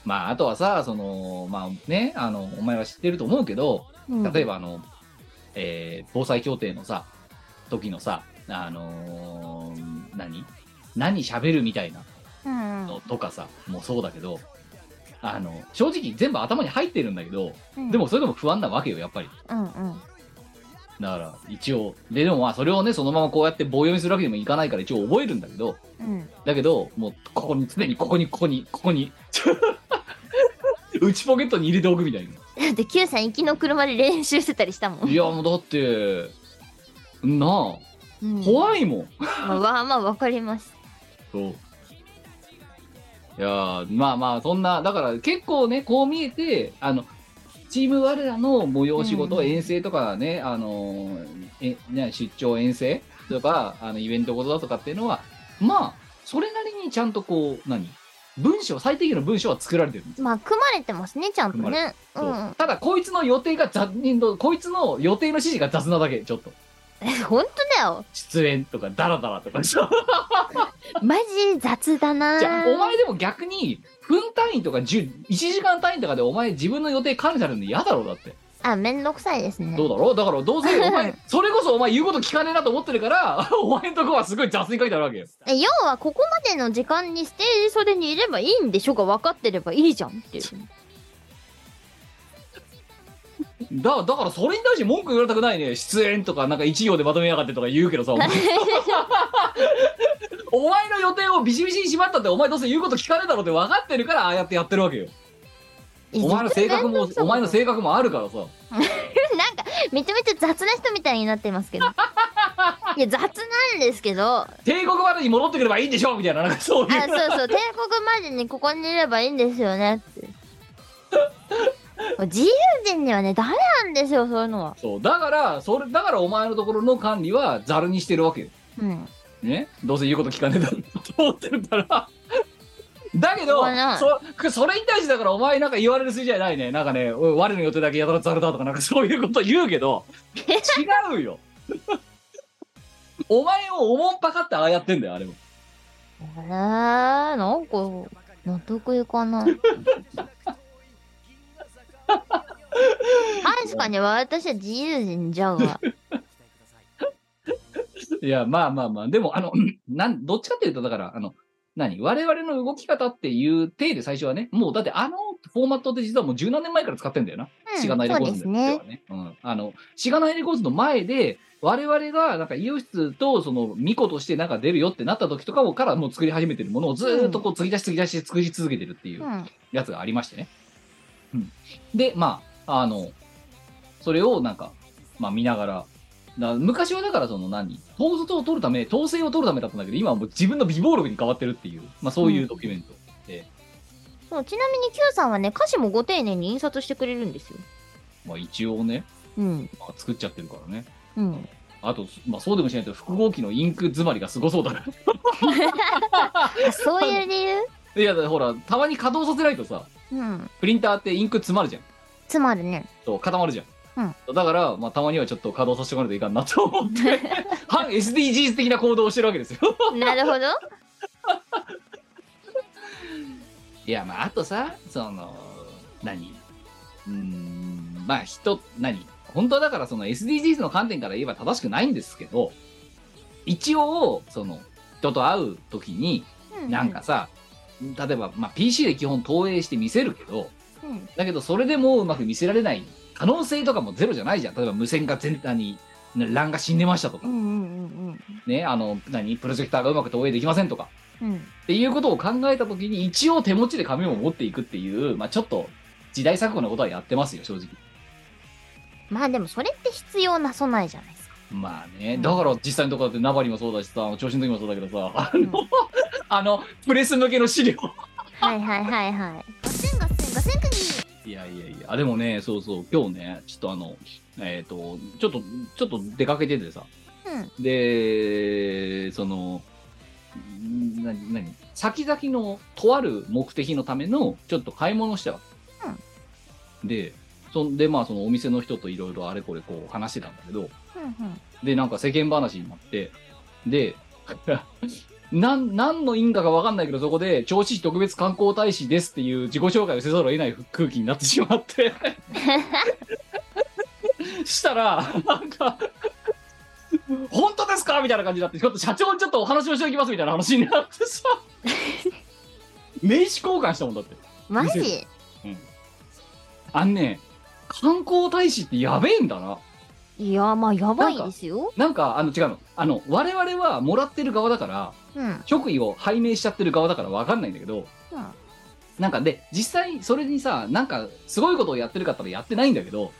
C: まああとはさそのまあねあのお前は知ってると思うけど
A: うん
C: 例えばあの、えー防災協定のさ時のさあのー何何喋るみたいな
A: うん
C: のとかさもうそうだけどあの正直全部頭に入ってるんだけど
A: うん
C: でもそれでも不安なわけよやっぱり
A: うんうん
C: だから一応ででもまあそれをねそのままこうやって棒読みするわけにもいかないから一応覚えるんだけど
A: うん
C: だけどもうここに常にここにここにここに内ポケットに入れておくみたいな
A: だって Q さん行きの車で練習してたりしたもん、
C: いやもうだってな
A: うん
C: あ怖いもん
A: まあまあわかります
C: そう。いやーまあまあそんなだから結構ねこう見えてあのチーム我らの催し事、
A: うん
C: 遠征とかねあのーえね出張遠征とか、あの、イベントごとだとかっていうのは、まあ、それなりにちゃんとこう、何文章、最低限の文章は作られてるんですよ
A: まあ、組まれてますね、ちゃんと
C: 組
A: ね。う。
C: そうんただ、こいつの予定が雑に、こいつの予定の指示が雑なだけ、ちょっと。
A: ほんとだよ。
C: 出演とか、ダラダラとかさ。
A: マジ雑だな
C: じゃあ、お前でも逆に、分単位とか10、1時間単位とかでお前自分の予定管理されるの嫌だろうだって。
A: あ、めんどくさいですね。
C: どうだろうだから、どう せお前、それこそお前言うこと聞かねえなと思ってるから、お前んとこはすごい雑に書いてあるわけよ。
A: え要はここまでの時間にステージ袖にいればいいんでしょが分かってればいいじゃんっていう
C: だだからそれに対して文句言われたくないね出演とかなんか一行でまとめやがってとか言うけどさお前お前の予定をビシビシにしまったってお前どうせ言うこと聞かねえだろうって分かってるからああやってやってるわけよお前の性 格もお前の
A: 格
C: 性格もあるからさ
A: なんかめちゃめちゃ雑な人みたいになってます けどいや雑なんですけどあ
C: 帝国までに戻ってくればいいんでしょみたいななんかそう
A: そう
C: いう
A: そう帝国までにここにいればいいんですよねってもう自由人にはねダメなんですよそういうのは
C: そうだからそれだからお前のところの管理はざるにしてるわけよ
A: うん
C: ねどうせ言うこと聞かねえだろうと思ってるからだけど
A: そうな
C: そそれに対してだからお前なんか言われる筋合いないねなんかねお我の予定だけやたらざるだとかなんかそういうこと言うけど違うよお前をおもんぱかってああやってんだよあれも
A: あれなんか納 得いかない確かに私は自由人じゃが
C: いやまあまあまあでもあの なんどっちかっていうとだからあの何我々の動き方っていう体で最初はねもうだってあのフォーマットって実はもう十何年前から使ってんだよなしがないレコーズ
A: そうです
C: ので
A: ね。
C: は。ね。うんあの、しがないレコーズの前で、我々が、なんか、イオシスと、その、ミコとしてなんか出るよってなった時とかも、からもう作り始めてるものをずーっとこう、継ぎ出し継ぎ出し作り続けてるっていううんやつがありましてね。うん。で、まあ、あの、それをなんか、まあ見ながら、な昔はだからその何統率を取るため、統制を取るためだったんだけど、今はもう自分の備忘録に変わってるっていう、まあそういうドキュメント。
A: そうちなみに Q さんはね歌詞もご丁寧に印刷してくれるんですよ。
C: まあ一応ね、
A: うん。
C: まあ、作っちゃってるからね。
A: うん。
C: あと、まあ、そうでもしないと複合機のインク詰まりがすごそうだな。
A: あそういう理由
C: いや、だからほら、たまに稼働させないとさ、
A: うん。
C: プリンターってインク詰まるじゃん。
A: つまるね。
C: そう固まるじゃん。だから、まあ、たまにはちょっと稼働させてもらうといかんなと思って、反 SDGs 的な行動をしてるわけですよ。
A: なるほど。
C: いや、まあ、あとさ、その、何うーん、まあ、人、何本当はだから、その SDGs の観点から言えば正しくないんですけど、一応、その、人と会うときに、
A: う
C: なんか。さ、例えば、まあ、PC で基本投影して見せるけど、
A: うん。
C: だけどそれでもううまく見せられない可能性とかもゼロじゃないじゃん。例えば無線が全体に、ね欄が死んでましたと
A: う
C: か
A: ん、うんうん
C: ね、あの、何、プロジェクターがうまく投影できませんとか、
A: うん。うん。
C: っていうことを考えたときに一応手持ちで紙も持っていくっていう、まあちょっと時代錯誤なことはやってますよ、正直。
A: まあでもそれって必要な備えじゃないですか。
C: まあね、だから実際のところだってナバリもそうだしさ、調子の時もそうだけどさ、 あ
A: うん
C: の、あの、プレス向けの資料。
A: はいはいはいはい。ガセンガセンガセンクニー。
C: いやいやいや、あでもね、そうそう、今日ね、ちょっとあの、えっ、と、ちょっと、ちょっと出かけててさ、
A: うん。
C: で、その、んなに、なに、先々のとある目的のための、ちょっと買い物をしたわけ。で、そんで、まあ、そのお店の人といろいろあれこれこう話してたんだけど、
A: うん
C: で、なんか世間話になって、で、 なん、何の因果かわかんないけど、そこで、銚子市特別観光大使ですっていう自己紹介をせざるを得ない空気になってしまって、したら、なんか、本当ですかみたいな感じになって、ちょっと社長にちょっとお話をしておきますみたいな話になってさ、名刺交換したもんだって。
A: うん。マ
C: 見せ
A: ジ
C: あんね、観光大使ってやべえんだな。
A: いやまあやばいですよ。
C: なんか、あの、違うの。あの、我々はもらってる側だから、
A: うん。うん。
C: 職位を拝命しちゃってる側だから分かんないんだけど、なんかで、実際それにさ、なんかすごいことをやってるかったらやってないんだけど、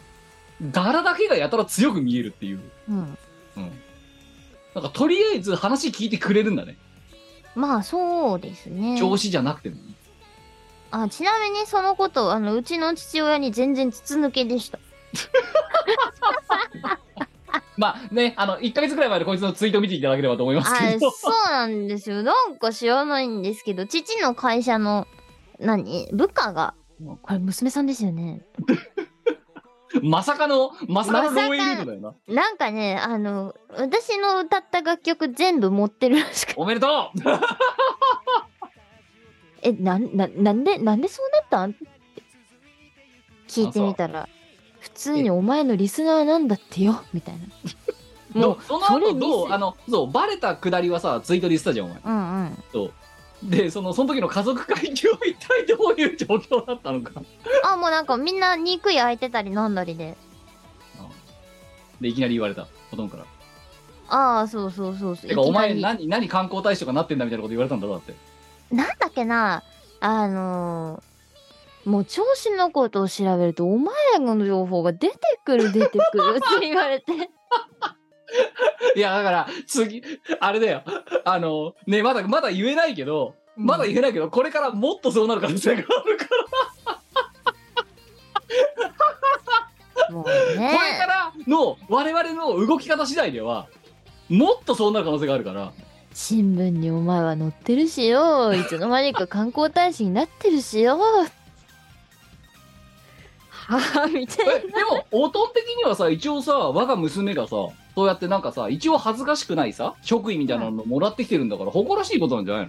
C: 柄だけがやたら強く見えるっていう。
A: うん。
C: うん。なんかとりあえず話聞いてくれるんだね。
A: まあそうですね。
C: 調子じゃなくても。
A: あちなみにそのことあのうちの父親に全然筒抜けでした
C: まあね、あの、1ヶ月くらい前でこいつのツイート見ていただければと思います
A: あ
C: けど、
A: そうなんですよなんか知らないんですけど父の会社の何部下がこれ娘さんですよね
C: まさかの、まさかの
A: まさか
C: ローエイルートだよな。
A: なんかねあの私の歌った楽曲全部持ってるらしく
C: おめでとう
A: えなんななんでなんでそうなったんって聞いてみたら普通にお前のリスナーなんだってよみたいなも
C: どその
A: それ
C: 後
A: 見
C: どう
A: せ
C: あのそうバレたくだりはさツイートで言ってたじゃんお前
A: ううんうん
C: でそのその時の家族会議は一体どういう状況だったのか
A: あもうなんかみんな憎い開いてたりなんだりで
C: でいきなり言われたほとんどから
A: ああそうそうそうそう
C: てかお前
A: いきなり
C: 何何観光大使とかなってんだみたいなこと言われたんだろだって
A: なんだっけなあのーもう調子のことを調べるとお前らの情報が出てくる出てくるって言われて
C: いやだから次あれだよあのねまだまだ言えないけどまだ言えないけど、これからもっとそうなる可能性があるから、
A: もうね
C: これからの我々の動き方次第ではもっとそうなる可能性があるから
A: 新聞にお前は載ってるしよいつの間にか観光大使になってるしよはあみたいな
C: えでも、おとん的にはさ、一応さ、我が娘がさ、そうやってなんかさ、一応恥ずかしくないさ、職位みたいなのもらってきてるんだから、誇らしいことなんじゃない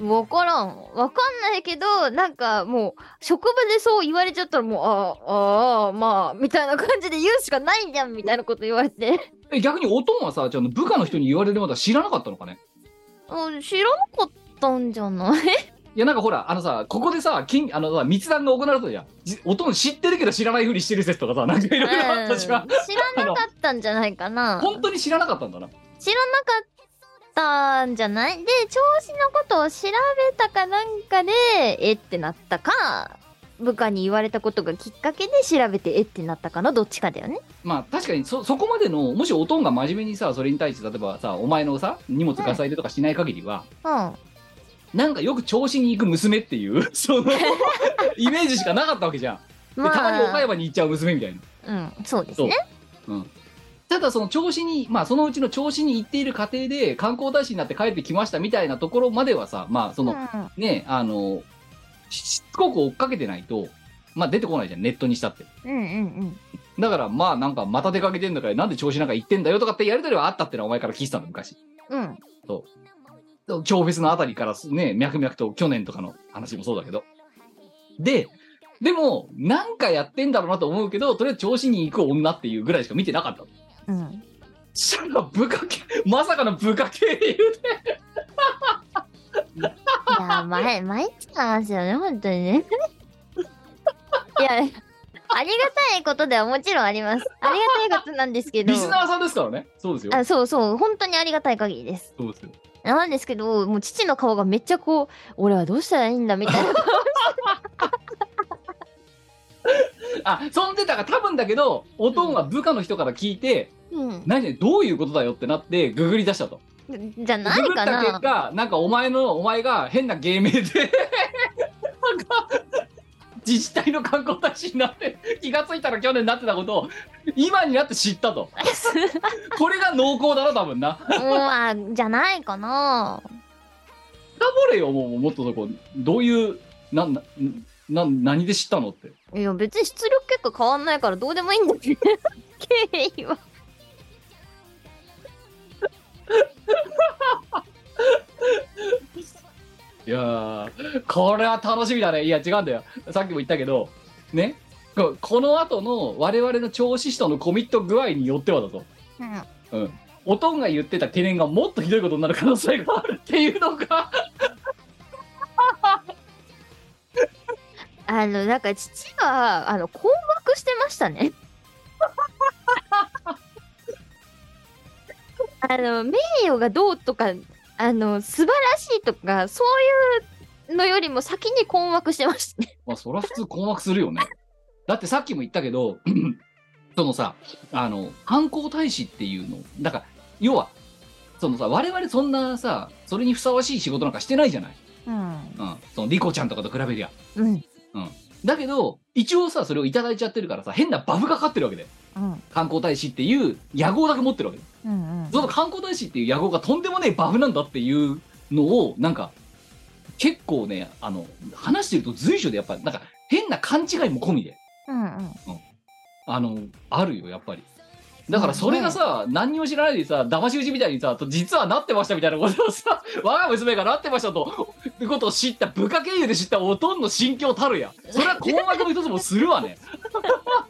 C: の
A: わからんわかんないけどなんかもう職場でそう言われちゃったらもうああああまあみたいな感じで言うしかないじゃんみたいなこと言われて
C: え逆におとんはさ、ちゃんと部下の人に言われるまでは知らなかったのかね
A: うん知らなかったんじゃない
C: いや、なんかほら、あのさ、ここでさ、金、あのさ、密談が行われたじゃん。じおとん知ってるけど知らないふりしてる説とかさ、なんかいろいろあっ
A: うん
C: たじ
A: 知
C: ゃ。
A: らなんかったんじゃないかな
C: 本当に知らなかったんだな。
A: 知らなかったんじゃないで調子のことを調べたかなんかでえってなったか部下に言われたことがきっかけで調べてえってなったかのどっちかだよね
C: まあ確かにそ、そこまでの、もしおとんが真面目にさ、それに対して、例えばさ、お前のさ、荷物ガサ入れとかしない限りは、
A: うん
C: なんかよく調子に行く娘っていう、 その、イメージしかなかったわけじゃん。で
A: まあ
C: たまに岡山に行っちゃう娘みたいな。
A: うんそうですね
C: ただその調子に、まあそのうちの調子に行っている過程で観光大使になって帰ってきましたみたいなところまではさ、まあその、
A: うん
C: ね、あの、ししつこく追っかけてないと、まあ出てこないじゃん、ネットにしたって。
A: うんうん
C: だからまあなんかまた出かけてんだから、なんで調子なんか行ってんだよとかってやりとりはあったってのはお前から聞いてたの、昔。
A: うんうん
C: 超別のあたりからすね、脈々と去年とかの話もそうだけど。で、でも、なんかやってんだろうなと思うけど、とりあえず調子に行く女っていうぐらいしか見てなかった。
A: うん
C: そしたら部下系、まさかの部下系で言うて、
A: いや毎毎日なんですよね本当に ねいやありがたいことではもちろんありますありがたいことなんですけど
C: リスナーさんですからね。そうですよ。
A: あそうそう本当にありがたい限りです
C: そうですよ。
A: なんですけどもう父の顔がめっちゃこう俺はどうしたらいいんだみたいな
C: あ、そんでたから多分だけど、おとんは部下の人から聞いて、
A: う
C: 何々どういうことだよってなって、ググり出したと。
A: んじゃない
C: ググっ
A: か
C: た結
A: な
C: 果、なんかお前の、お前が変な芸名で、 なんか、自治体の観光大使になって、気がついたら去年になってたことを、今になって知ったと。これが濃厚だな、多分な。
A: うんあじゃないかな
C: 深掘れよ、もう、もっとそこ、どういう、なん、な、な何で知ったのって。
A: いや別に出力結果変わんないからどうでもいいんだけど経緯は
C: いやー、これは楽しみだね。いや、違うんだよ。さっきも言ったけど、ね。ここの後の我々の調子師とのコミット具合によってはだと。
A: うん
C: うん、おとんが言ってた懸念がもっとひどいことになる可能性があるっていうのが
A: あのなんか父はあの困惑してましたねあの名誉がどうとかあの素晴らしいとかそういうのよりも先に困惑してましたね
C: まあそりゃ普通困惑するよねだってさっきも言ったけど そのさあの観光大使っていうのだから要はそのさ我々そんなさそれにふさわしい仕事なんかしてないじゃない、
A: うん
C: うん、そのリコちゃんとかと比べりゃ
A: うん
C: だけど、一応さ、それをいただいちゃってるからさ、変なバフがかかってるわけで。
A: うん
C: 観光大使っていう野号だけ持ってるわけで。
A: うんうん
C: その観光大使っていう野号がとんでもねえバフなんだっていうのを、なんか、結構ね、あの、話してると随所でやっぱ、なんか、変な勘違いも込みで、
A: うんうん
C: あの、あるよ、やっぱり。だからそれがさ、何にも知らないでさ、騙し討ちみたいにさ、と実はなってましたみたいなことをさ、 我が娘がなってましたと、いうことを知った、部下経由で知ったおとんの心境たるや。それは困惑の一つもするわね。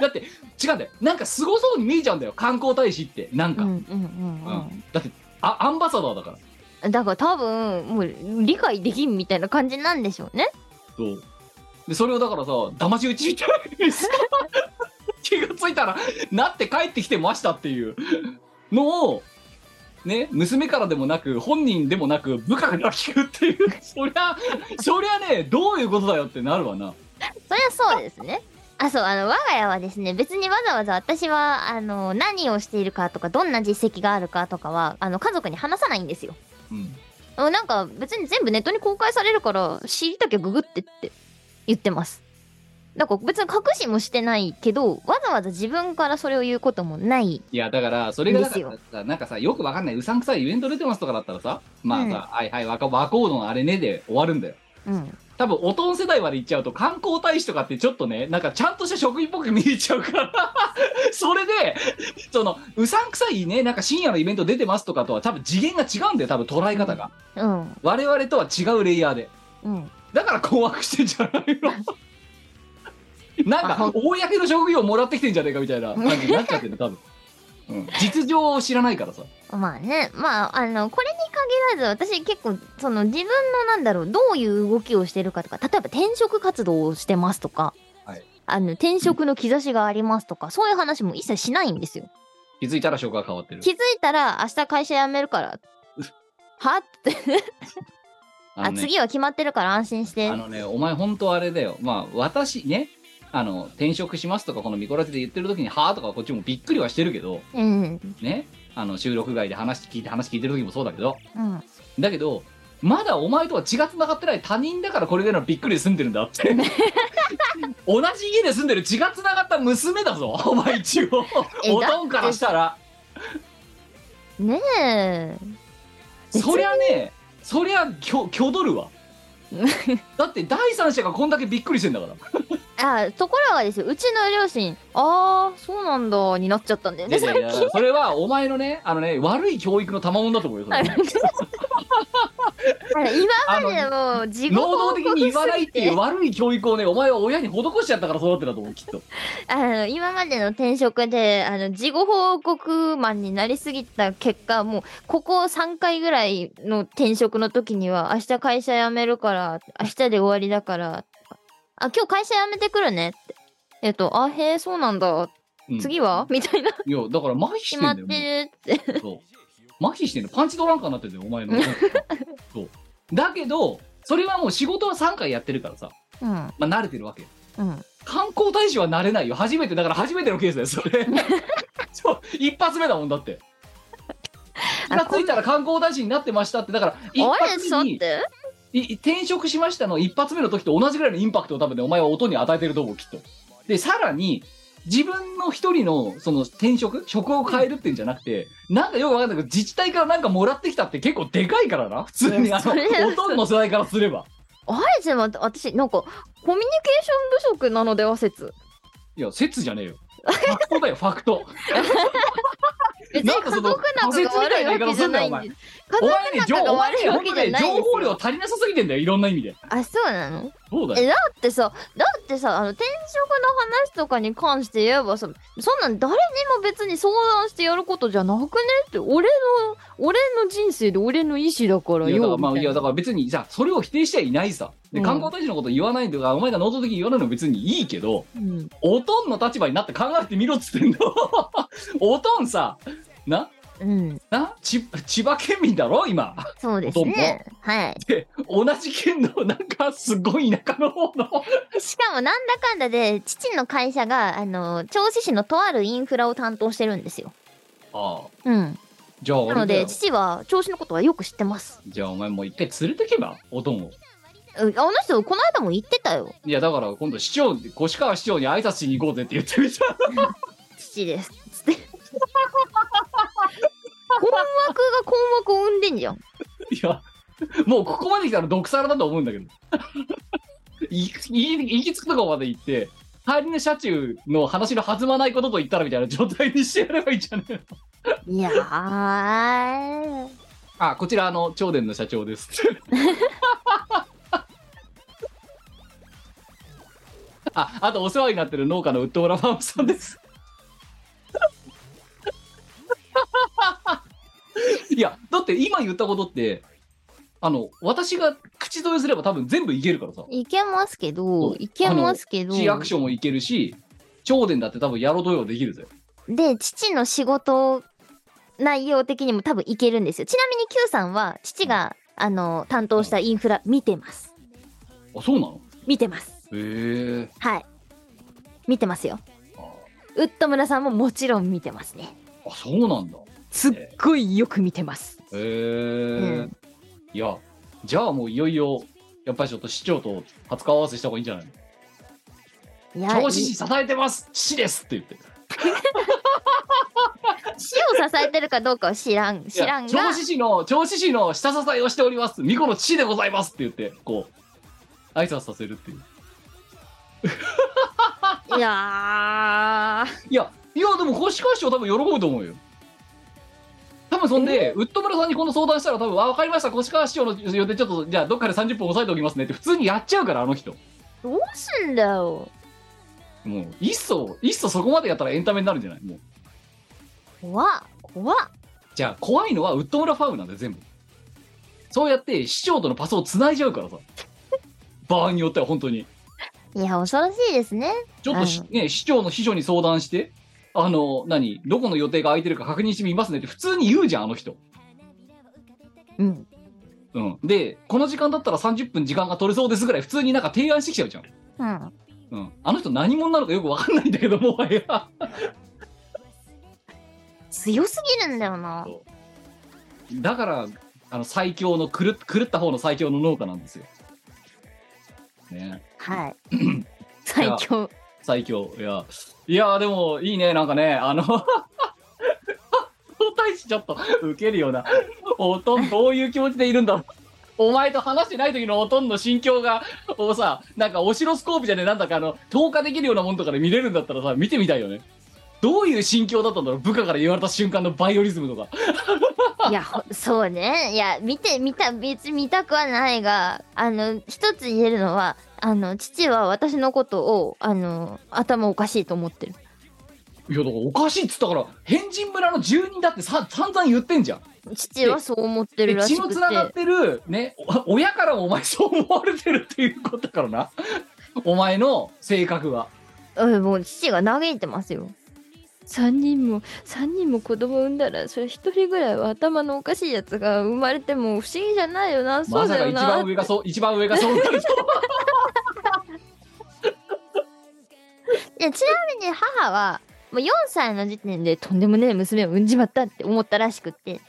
C: だって、違うんだよ。なんかすごそうに見えちゃうんだよ、観光大使って。なん
A: う
C: か。
A: んうん
C: う
A: うん
C: んだってあ、アンバサダーだから。
A: うんだから多分もう理解できんみたいな感じなんでしょうね
C: そう。で、それをだからさ、騙し討ちみたいにさ、 気がついたら、なって帰ってきてましたっていうのを、ね、娘からでもなく、本人でもなく、部下から聞くっていう、そりゃ、そりゃね、どういうことだよってなるわな。
A: そりゃそうですね。あ、そう、あの、我が家はですね、別にわざわざ私は、あの、何をしているかとか、どんな実績があるかとかは、あの、家族に話さないんですよ。
C: うん。
A: あなんか、別に全部ネットに公開されるから、知りたきゃググってって言ってます。なんか別に隠しもしてないけど、わざわざ自分からそれを言うこともない。
C: いや、だから、それがだか
A: で
C: らさ、なんかさ、よくわかんない、うさんくさいイベント出てますとかだったらさ、まあさ、はいはい、和和光のあれねで終わるんだよ。
A: うん。
C: 多分、おとん世代まで行っちゃうと、観光大使とかってちょっとね、なんかちゃんとした職員っぽく見えちゃう から、それで、その、うさんくさいね、なんか深夜のイベント出てますとかとは、多分次元が違うんだよ、多分捉え方が。
A: うん。
C: 我々とは違うレイヤーで。
A: うん。
C: だから困惑してんじゃない のなんか、公の職業をもらってきてんじゃねえかみたいな感じになっちゃってる、多分。うん、実情を知らないからさ。
A: まあね、まあ、あの、これに限らず、私結構、その自分のなんだろう、どういう動きをしてるかとか、例えば転職活動をしてますとか、
C: はい
A: あの、転職の兆しがありますとか、そういう話も一切しないんですよ。
C: 気づいたら職が変わってる
A: 気。づいたら、明日会社辞めるから、はって、
C: の
A: あ、
C: ね
A: 次は決まってるから安心して
C: あ。のね、お前本当あれだよ。まあ、私ね、あの、転職しますとか、このミコラジで言ってる時に、はあとかこっちもびっくりはしてるけど、
A: うん、
C: ね、あの、収録外で話聞いて、話聞いてる時もそうだけど、
A: うん。
C: だけど、まだお前とは血が繋がってない他人だからこれぐらいのびっくりで住んでるんだって。 同じ家で住んでる血が繋がった娘だぞ、 お前一応。
A: え
C: おとんからしたら。
A: ねえ。別に
C: そりゃね、そりゃきょ、きょどる わ。だって第三者がこんだけびっくりしてんだから。
A: あ、ところがですよ、うちの両親、ああ、そうなんだ、になっちゃったんだよ
C: いや
A: ね、
C: いやいや
A: 最近。
C: それはお前のねあのね悪い教育の賜物だと思うよそれ
A: あのあの今までもう自己
C: 能動
A: 報
C: 的
A: 告
C: に言わ
A: す
C: ない
A: ぎ
C: ってい
A: て
C: う悪い教育をねお前は親に施しちゃったから育ってたと思うきっと
A: あの今までの転職であの自己報告マンになりすぎた結果もうここ3回ぐらいの転職の時には明日会社辞めるから明日で終わりだからあ今日会社辞めてくるねってえっとあへえそうなんだ
C: うん
A: 次は、みたいない
C: やだから麻痺して
A: 決まっ
C: んだよ
A: てるって
C: もうそう麻痺してんのパンチドランカーになってるよお前 のそうだけどそれはもう仕事は3回やってるからさ、
A: うん
C: まあ、慣れてるわけよ
A: うん
C: 観光大使は慣れないよ初めてだから初めてのケースだよ それそう一発目だもんだって気がついたら観光大使になってましたってだから一
A: あれ
C: 発
A: そう
C: 目
A: っ
C: に
A: て
C: い転職しましたの一発目の時と同じぐらいのインパクトを多分ねお前は音に与えてると思うきっとでさらに自分の一人のその転職職を変えるってんじゃなくてなんかよくわかんないけど自治体からなんかもらってきたって結構でかいからな普通にあ
A: それは
C: の音の世代からすれば
A: あれじゃあ私なんかコミュニケーション不足なのでは説
C: いや説じゃねえよファクトだよファ クト
A: 別に
C: なん
A: 家
C: か
A: 族
C: その
A: 仲が悪いわけじゃないんで家
C: お
A: 族
C: 前ね情
A: 仲が
C: お前
A: 悪い
C: ね
A: わ
C: 本
A: け
C: 当
A: じゃ
C: ね
A: ない
C: 情
A: んです
C: 報量
A: よ
C: 足りなさすぎてんだよいろんな意味で
A: あそうなの
C: そうだ
A: え
C: よ
A: だってさだってさあの転職の話とかに関して言えばさそんなん誰にも別に相談してやることじゃなくねって俺の俺の人生で俺の意思だから
C: いやだか
A: よ
C: らまあ
A: みた
C: い
A: いな
C: やだから別にさそれを否定しちゃいないさで
A: うん
C: 観光大使のこと言わないとか、お前が能動的に言わないの別にいいけど、
A: うん
C: おとんの立場になって考えてみろっつってんの おとんさな
A: うん
C: なち千葉県民だろ今
A: そうですねはい
C: で同じ県のなんかすごい田舎の方の
A: しかもなんだかんだで父の会社があの銚子市のとあるインフラを担当してるんですよ
C: ああ
A: うん
C: じゃあ
A: な
C: 俺
A: の
C: だ
A: で
C: よ
A: 父は銚子のことはよく知ってます
C: じゃあお前もう一回連れてけばおとんを
A: あの人、この間も言ってたよ。
C: いや、だから今度市長、越川市長に挨拶しに行こうぜって言ってみた。
A: 父です。つって。困惑が困惑を生んでんじゃん。
C: いや、もうここまで来たら毒サラだと思うんだけど。 いい行き着くとこまで行って、帰りの車中の話の弾まないことと言ったらみたいな状態にしてやればいいんじゃねえの
A: いやー。
C: あ、こちら、あの、長電の社長です。 あ、あとお世話になってる農家のウッドオラファームさんです。いや、だって今言ったことって、あの、私が口添えすれば多分全部いけるからさ。
A: いけますけ
C: そう
A: ど、いけますけど。
C: 市役所もいけるし、長電だって多分やろうとよできるぜ。
A: で、父の仕事内容的にも多分いけるんですよ。ちなみに Q さんは、父が、あの、担当したインフラ見てます。
C: あ、そうなの
A: 見てます。
C: へえ。
A: はい。見てますよ。
C: あ
A: ウッド村さんももちろん見てますね。
C: あ、そうなんだ。
A: すっごいよく見てます。
C: へえ、
A: うん
C: いやじゃあもういよいよやっぱりちょっと市長と初顔合わせした方がいいんじゃないの
A: いや、
C: 長
A: い
C: 子市支えてます市ですって言って
A: 死を支えてるかどうかは知らん、知らん
C: いや
A: が
C: 銚、子市の銚子市の下支えをしております巫女の父でございますって言ってこう挨拶させるっていう
A: いや
C: いやいやでも星川市長多分喜ぶと思うよ多分そんで、ウッド村さんにこの相談したら多分「あ分かりました越川市長の予定ちょっとじゃあどっかで30分抑えておきますね」って普通にやっちゃうからあの人
A: ー、どうすんだよ。
C: もういっそいっそそこまでやったらエンタメになるんじゃないもう
A: 怖っ、怖っ。
C: じゃあ怖いのはウッド村ファームなんだよ全部そうやって市長とのパスをつないじゃうからさ場合によっては本当に
A: いや、恐ろしいですね。
C: ちょっとし、ね、市長の秘書に相談してあの何どこの予定が空いてるか確認してみますねって普通に言うじゃんあの人、
A: うん。
C: うん、でこの時間だったら30分時間が取れそうですぐらい普通になんか提案してきちゃうじゃん、
A: うん。
C: うん、あの人何者なのかよくわかんないんだけどもはや
A: 強すぎるんだよな。
C: だからあの最強の狂っ狂った方の最強の農家なんですよね
A: はい。最強。
C: 最強いやいやでもいいねなんかねあの 皇太子ちょっとウケるようなおとんどういう気持ちでいるんだろうお前と話してない時のおとんの心境がをさなんかオシロスコープじゃねえなんだかあの透過できるようなもんとかで見れるんだったらさ見てみたいよねどういう心境だったんだろう部下から言われた瞬間のバイオリズムとか
A: いや、ほそうね。いや、見て、見た、別に見たくはないが、あの、一つ言えるのは、あの、父は私のことを、あの、頭おかしいと思ってる。
C: いやだからおかしいっつったから変人村の住人だってさ散々言ってんじゃん
A: 父はそう思ってる
C: で
A: らし
C: 血の
A: くて
C: つながってる、ね、お親からもお前そう思われてるっていうことだからな お前の性格は
A: うんもう父が嘆いてますよ3人も3人も子供産んだらそれ1人ぐらいは頭のおかしいやつが生まれても不思議じゃないよな、そ
C: ま
A: う
C: さ
A: だ
C: か
A: よ
C: 一
A: な
C: 番上がそう一番上がそうなると
A: いやちなみに母はもう4歳の時点でとんでもねえ娘を産んじまったって思ったらしくって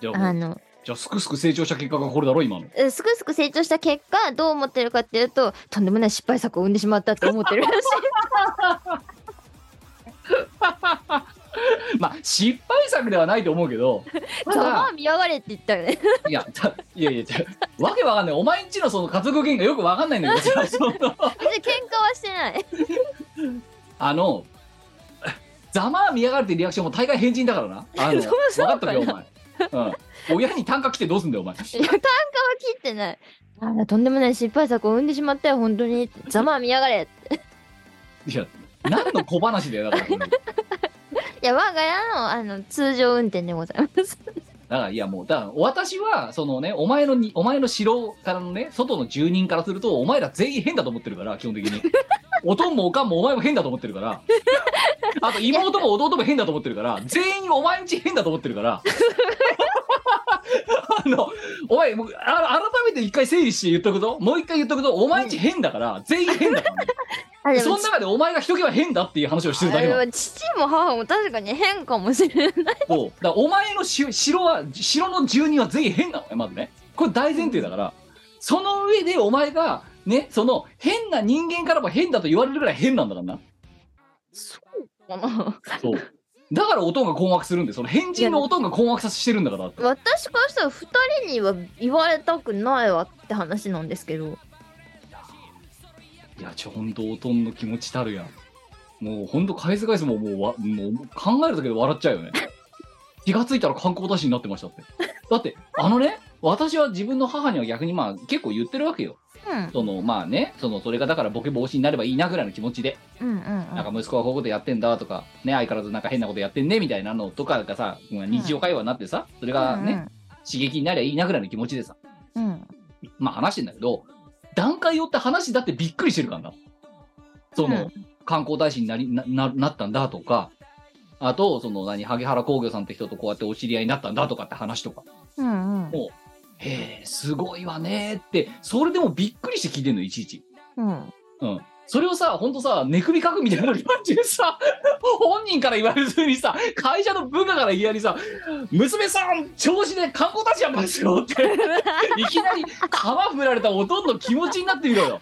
C: じゃあも
A: あ
C: う
A: の
C: じゃあすくすく成長した結果がこれだろ今の
A: えすくすく成長した結果どう思ってるかっていうととんでもない失敗作を産んでしまったって思ってるらしい
C: まあ失敗作ではないと思うけ どた
A: ざまあ
C: だ
A: 見やがれって言ったよ ね
C: いやたいやいやじゃあわけわかんないお前んちのその家族喧嘩よくわかんないんだ けどその
A: 別に喧嘩はしてない
C: あのざまあ見やがるってリアクションも大概変人だからなあの 分
A: そうそう
C: か
A: か
C: っ
A: な
C: たよお前、うん、親に単価来てどうすんだよお前
A: いや単価は切ってないなんだとんでもない失敗作を生んでしまったよ本当にざまあ見やがれ
C: いや、何の小話だよ、だからこれ。だか
A: いや、我が家の、あの、通常運転でございます。
C: ら、いや、もう、だから、私は、そのね、お前のに、お前の城からのね、外の住人からすると、お前ら全員変だと思ってるから、基本的に。おとんもおかんもお前も変だと思ってるから。あと、妹も弟も変だと思ってるから、全員お前んち変だと思ってるから。 あの、お前、もうあ改めて一回整理して言っとくぞ。もう一回言っとくぞ。お前んち変だから、全員変だからね、
A: あ、
C: その中でお前が一際変だっていう話をしてるだけなの
A: あでも父も母も確かに変かもしれない。
C: そうだからお前のし城は城の住人は全員変なのねまずねこれ大前提だからその上でお前が、ね、その変な人間からも変だと言われるぐらい変なんだからな。
A: そうかな
C: そう。だから音が困惑するんで、その変人の音が困惑させてるんだから。
A: 私からしたら2人には言われたくないわって話なんですけど
C: いや、ちょ、ほんと、おとんの気持ちたるやん。もう、ほんと、返す返すも、もう、わもう考えるだけで笑っちゃうよね。気がついたら観光大使になってましたって。だって、あのね、私は自分の母には逆に、まあ、結構言ってるわけよ。
A: うん
C: その、まあね、その、それがだからボケ防止になればいいなぐらいの気持ちで、
A: うんうん
C: なんか息子はこういうことやってんだとか、ね、相変わらずなんか変なことやってんねみたいなのとかがさ、まあ日常会話になってさ、それがね、刺激になりゃいいなぐらいの気持ちでさ、
A: うんうん
C: まあ話してんだけど、段階よって話だってびっくりしてるからな。その、
A: うん
C: 観光大使になりなななったんだとか、あと、その何、萩原工業さんって人とこうやってお知り合いになったんだとかって話とか、
A: うんうん
C: へえ、すごいわねーって、それでもびっくりして聞いてんの、いちいち。
A: うん
C: うん。それをさ、ほんとさ、寝首かくみたいな感じでさ、本人から言われずにさ、会社の部下からいきなりさ、娘さん、調子で観光立ちやんますよって、いきなり皮振られたおとんの気持ちになってみろよ。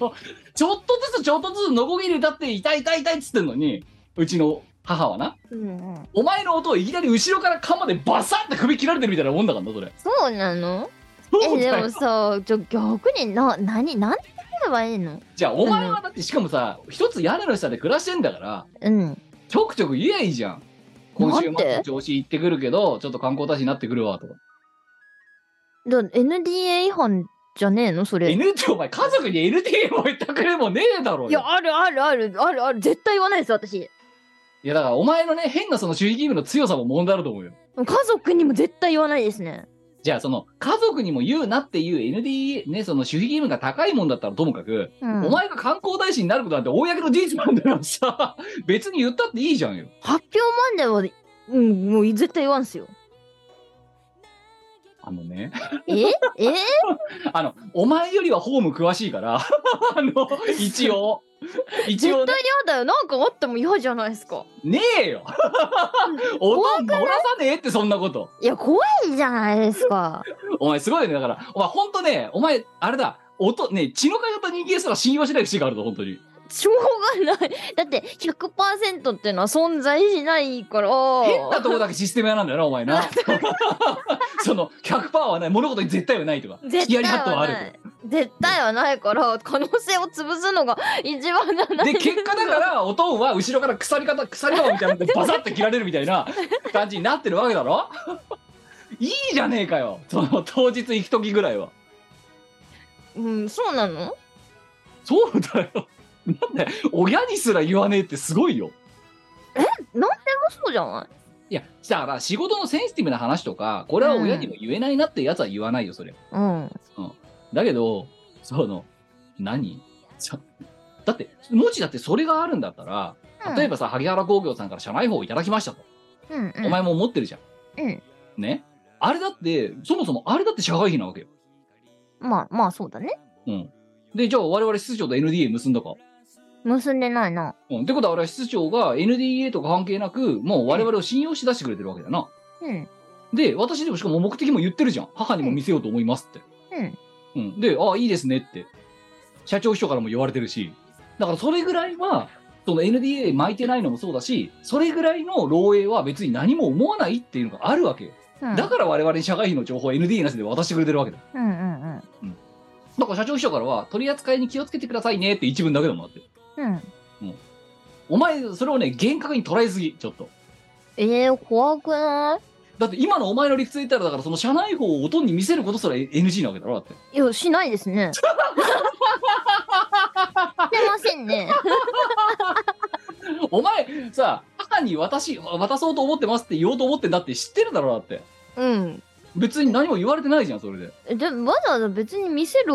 C: もうちょっとずつちょっとずつのこぎりだって痛い痛い痛いっつってんのに、うちの母はな、
A: うんうん
C: お前の音をいきなり後ろから鎌でバサッて首切られてるみたいなもんだからな、それ。
A: そうなの
C: そ
A: え
C: うだ
A: で
C: よ
A: もさじゃあ逆にな何何て言えばいいの
C: じゃあお前はだってしかもさ、一つ屋根の下で暮らしてんだから、
A: うん
C: ちょくちょく言えばいいじゃん。今週
A: なんで
C: 末調子行ってくるけど、ちょっと観光大使になってくるわとか。
A: だ NDA 違反じゃねえのそれ
C: N ってお前家族に NTA も言ったくれもねえだろうよ
A: いやあるあるあるあるある絶対言わないです私
C: いやだからお前のね、変なその守秘義務の強さも問題あると思うよ。
A: 家族にも絶対言わないですね
C: じゃあその家族にも言うなっていう NDA、ね、その守秘義務が高いもんだったらともかく、
A: うん
C: お前が観光大使になることなんて公の事実なんだからさ、 別に言ったっていいじゃんよ。
A: 発表まではうんもう絶対言わんすよ
C: あのね、
A: ええ
C: あの、お前よりはホーム詳しいから、 あの、一応、一
A: 絶対
C: 応
A: 嫌
C: ね、
A: だよなんかあっても嫌じゃないですか
C: ねえよおとん漏らさねえってそんなこと
A: いや怖いじゃないですか
C: お前すごいねだからお前ほんとねお前あれだおとね血の通った人間すら信用しない節があるぞ本当に
A: しょうがないだって100%っていうのは存在しないから
C: 変なとこだけシステム屋なんだよなお前な その100%はない物事に絶対はないとか
A: 絶対
C: やりハットは
A: は
C: あ
A: な
C: る
A: い絶対はないから可能性を潰すのが一番じゃ
C: と
A: な
C: で
A: い
C: 結果だからおとんは後ろから鎖方鎖輪みたいなのでバサッと切られるみたいな感じになってるわけだろいいじゃねえかよその当日行く時ぐらいは
A: うんそうなの
C: そうだよ。なんで親にすら言わねえってすごいよ。
A: そうじゃない
C: いや、だから仕事のセンシティブな話とか、これは親にも言えないなってやつは言わないよ、それ。
A: うん
C: だけど、その、何さだって、もしだってそれがあるんだったら、例えばさ、萩原工業さんから社内報をいただきましたと。
A: うんうん
C: お前も持ってるじゃん。
A: うん
C: ねあれだって、そもそもあれだって社会費なわけよ。
A: まあまあそうだね
C: うん。で、じゃあ我々室長と NDA 結んだか。
A: 結んでないな
C: うん。ってことは我々室長が NDA とか関係なく、もう我々を信用して出してくれてるわけだな。
A: うん
C: で、私でもしかも目的も言ってるじゃん。母にも見せようと思いますって。
A: うん
C: うん。で、ああ、いいですねって。社長秘書からも言われてるし。だからそれぐらいは、その NDA 巻いてないのもそうだし、それぐらいの漏洩は別に何も思わないっていうのがあるわけよ。
A: うん
C: だから我々に社会費の情報を NDA なしで渡してくれてるわけだ。
A: うんうんうん
C: だから社長秘書からは、取り扱いに気をつけてくださいねって一文だけでもあって。
A: うん
C: お前、それをね、厳格に捉えすぎ、ちょっと。
A: えー、怖くない
C: だって今のお前の理屈で言ったら、だからその社内報を音に見せることすら NG なわけだろ、だって。
A: いや、しないです ね。してません ね。
C: お前さ母に私渡そうと思ってますって言おうと思ってんだって知ってるだろだって
A: うん。
C: 別に何も言われてないじゃんそれで
A: えでもわざわざ別に見せる、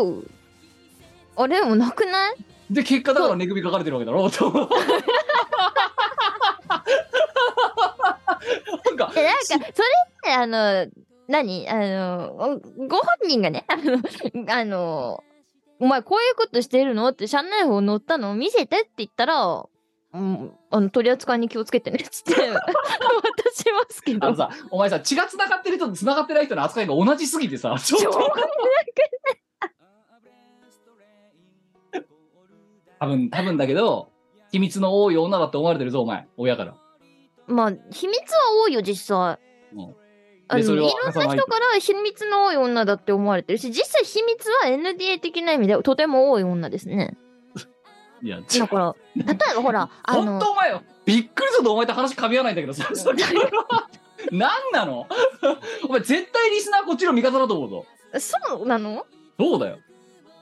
A: あれもなくない
C: で結果だから寝首かかれてるわけだろとなん
A: え、なんか、
C: か
A: それって、あの、何あの、おご本人がね、あ の、あの、お前こういうことしてるのって、社内報載ったのを見せてって言ったら、うん、あの取り扱いに気をつけてねっつって 渡しますけ
C: あ
A: ど
C: のさ、お前さ、血が繋がってる人と繋がってない人の扱いが同じすぎてさ、ちょっ
A: しょうが
C: と。多分、多分だけど、秘密の多い女だって思われてるぞ、お前。親から。
A: まあ秘密は多いよ実際。
C: うん
A: あのい
C: それ
A: ろ
C: は
A: んな人から秘密の多い女だって思われてるし実際秘密は NDA 的な意味でとても多い女ですね
C: いや、ち
A: だ から例えばほらあ
C: 本
A: の
C: 当お前よ。びっくりするとお前と話噛み合わないんだけどさ、さっきから何なの お前絶対リスナーこっちの味方だと思うぞ。
A: そうなの
C: どうだよ。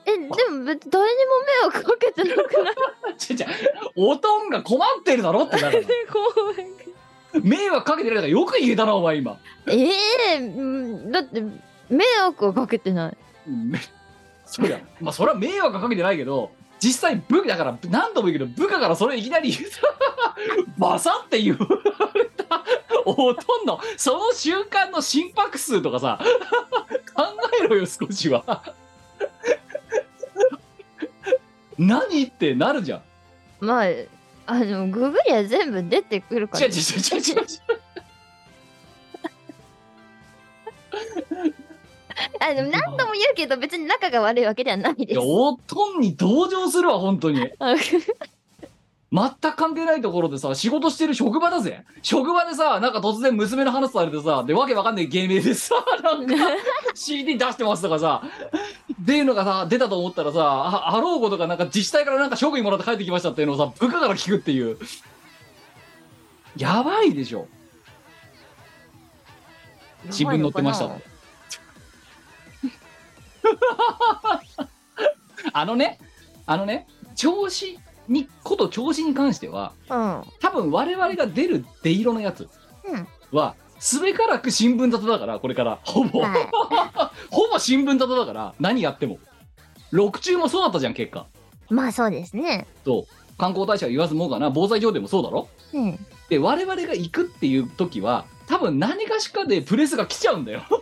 A: えでも別に誰にも迷惑かけてなくない
C: ちょちょ、おとんが困ってるだろってなる。
A: ごめん
C: 迷惑かけてないからよく言えたな、お前今。
A: ええうんだって迷惑はかけてない
C: うんめそりゃ、 まあそれは迷惑はかけてないけど、実際部だから何度も言うけど、部下からそれいきなり言う バサって言われた、おとんの、その瞬間の心拍数とかさ、 考えろよ、少しは。何ってなるじゃん。
A: まああのググりゃ全部出てくるか
C: 違
A: ら
C: う違う違う違う違う。
A: あの何度も言うけど別に仲が悪いわけではない
C: い
A: です
C: や、おとんに同情するわ、本当に。 全く関係ないところでさ、仕事してる職場だぜ。職場でさ、なんか突然娘の話されてさ、で、わけわかんない芸名でさ、 なんか CD 出してますとかさ、っていうのがさ、出たと思ったらさ、ああろうことかなんか自治体からなんか職員もらって帰ってきましたっていうのをさ、部下から聞くっていう。やばいでしょ。自分乗ってましたって。 あのね、あのね、調子に、こと調子に関しては、
A: うん
C: 多分我々が出る出色のやつ
A: うん
C: は、すべからく新聞沙汰だから、これから、ほぼ、
A: はい
C: ほぼ新聞沙汰だから、何やっても。6中もそうだったじゃん、結果。
A: まあそうですね
C: そう。観光大使は言わずもがな、防災上でもそうだろ
A: うん
C: で、我々が行くっていう時は、多分何かしかでプレスが来ちゃうんだよ。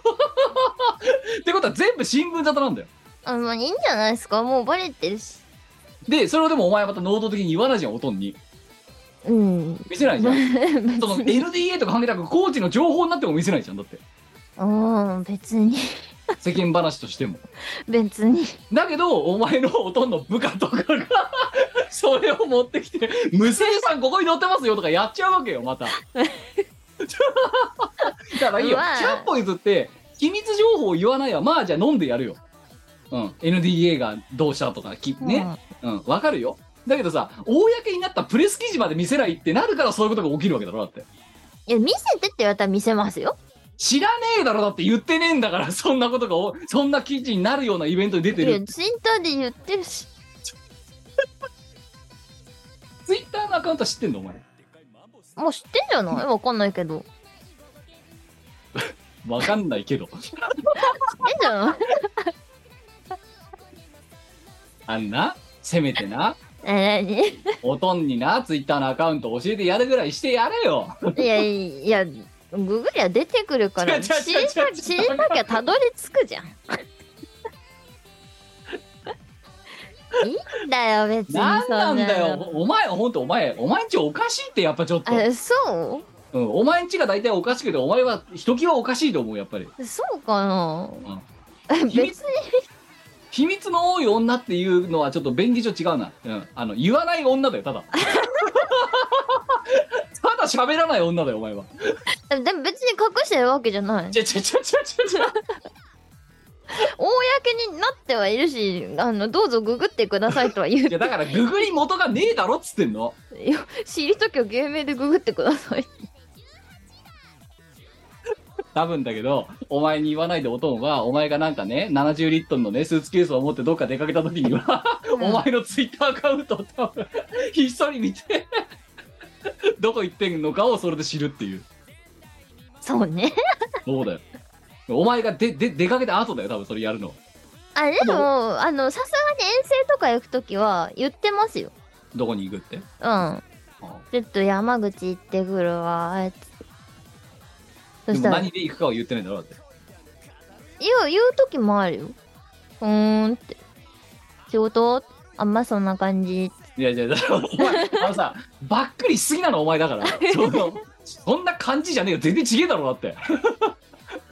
C: ってことは全部新聞沙汰なんだよ。
A: あまあいいんじゃないですかもうバレてるし
C: で、それをでもお前また能動的に言わないじゃん、おとんに。
A: うん
C: 見せないじゃ ん。その
A: 別に
C: NDA とか関係なくコーチの情報になっても見せないじゃんだって
A: うん別に
C: 世間話としても
A: 別に
C: だけどお前のほとんど部下とかが それを持ってきて「娘さんここに乗ってますよ」とかやっちゃうわけよ まただからいいよ
A: うわ
C: 100歩譲って秘密情報を言わないわまあじゃあ飲んでやるよ、うん、NDA がどうしたとかきね、うん、わかるよ。だけどさ、公になったプレス記事まで見せないってなるからそういうことが起きるわけだろ、だって。
A: いや見せてって言われたら見せますよ
C: 知らねえだろ、だって言ってねえんだから、そんなことがお、そんな記事になるようなイベントに出
A: い
C: て
A: や
C: る。
A: ツイッターで言ってるし
C: ツイッターのアカウントは知ってんの、お前。
A: もう知ってんじゃないわかんないけど
C: わかんないけど。
A: えじゃない
C: あんな、せめてな、
A: え何
C: おとんにな、ツイッターのアカウント教えてやるぐらいしてやれよ。
A: いやいやググりゃ出てくるから
C: 違う違
A: 知
C: う違う違う
A: りた知りたきゃたどり着くじゃん いいんだよ別に
C: なんなんだ
A: そ
C: よ
A: の。
C: お前、ほんと、お前、お前んちおかしいって、やっぱちょっと。
A: あそ
C: うん、お前んちが大体おかしくて、お前は、ひときわおかしいと思う、やっぱり。
A: うそうかな、
C: ん
A: 別に
C: 秘密の多い女っていうのはちょっと便宜上違うな、うん、あの言わない女だよた だただ喋らない女だよお前は
A: でも別に隠してるわけじゃない
C: ちゃちゃちゃちゃちゃちゃ
A: 公になってはいるしあのどうぞググってくださいとは言う
C: いやだからググり元がねえだろっつってんの
A: いや知りたきゃ芸名でググってください
C: 多分だけどお前に言わないでおとんはお前がなんかね70リットルのねスーツケースを持ってどっか出かけた時にはお前のツイッターアカウントを多分 ひっそり見てどこ行ってんのかをそれで知るっていう
A: そうね
C: そうだよお前がでで出かけた後だよ多分それやるの
A: あでもあのさすがに遠征とか行く時は言ってますよ
C: どこに行くって
A: うんちょっと山口行ってくるわあいつそ
C: で
A: し
C: も
A: たら
C: 何で行くかは言ってないんだろだって
A: 言う言う時もあるようーんって仕事あんまそんな感じっつっ
C: いやいやだからお前あのさばっくりしすぎなのお前 だからそのそんな感じじゃねえよ全然違えだろだって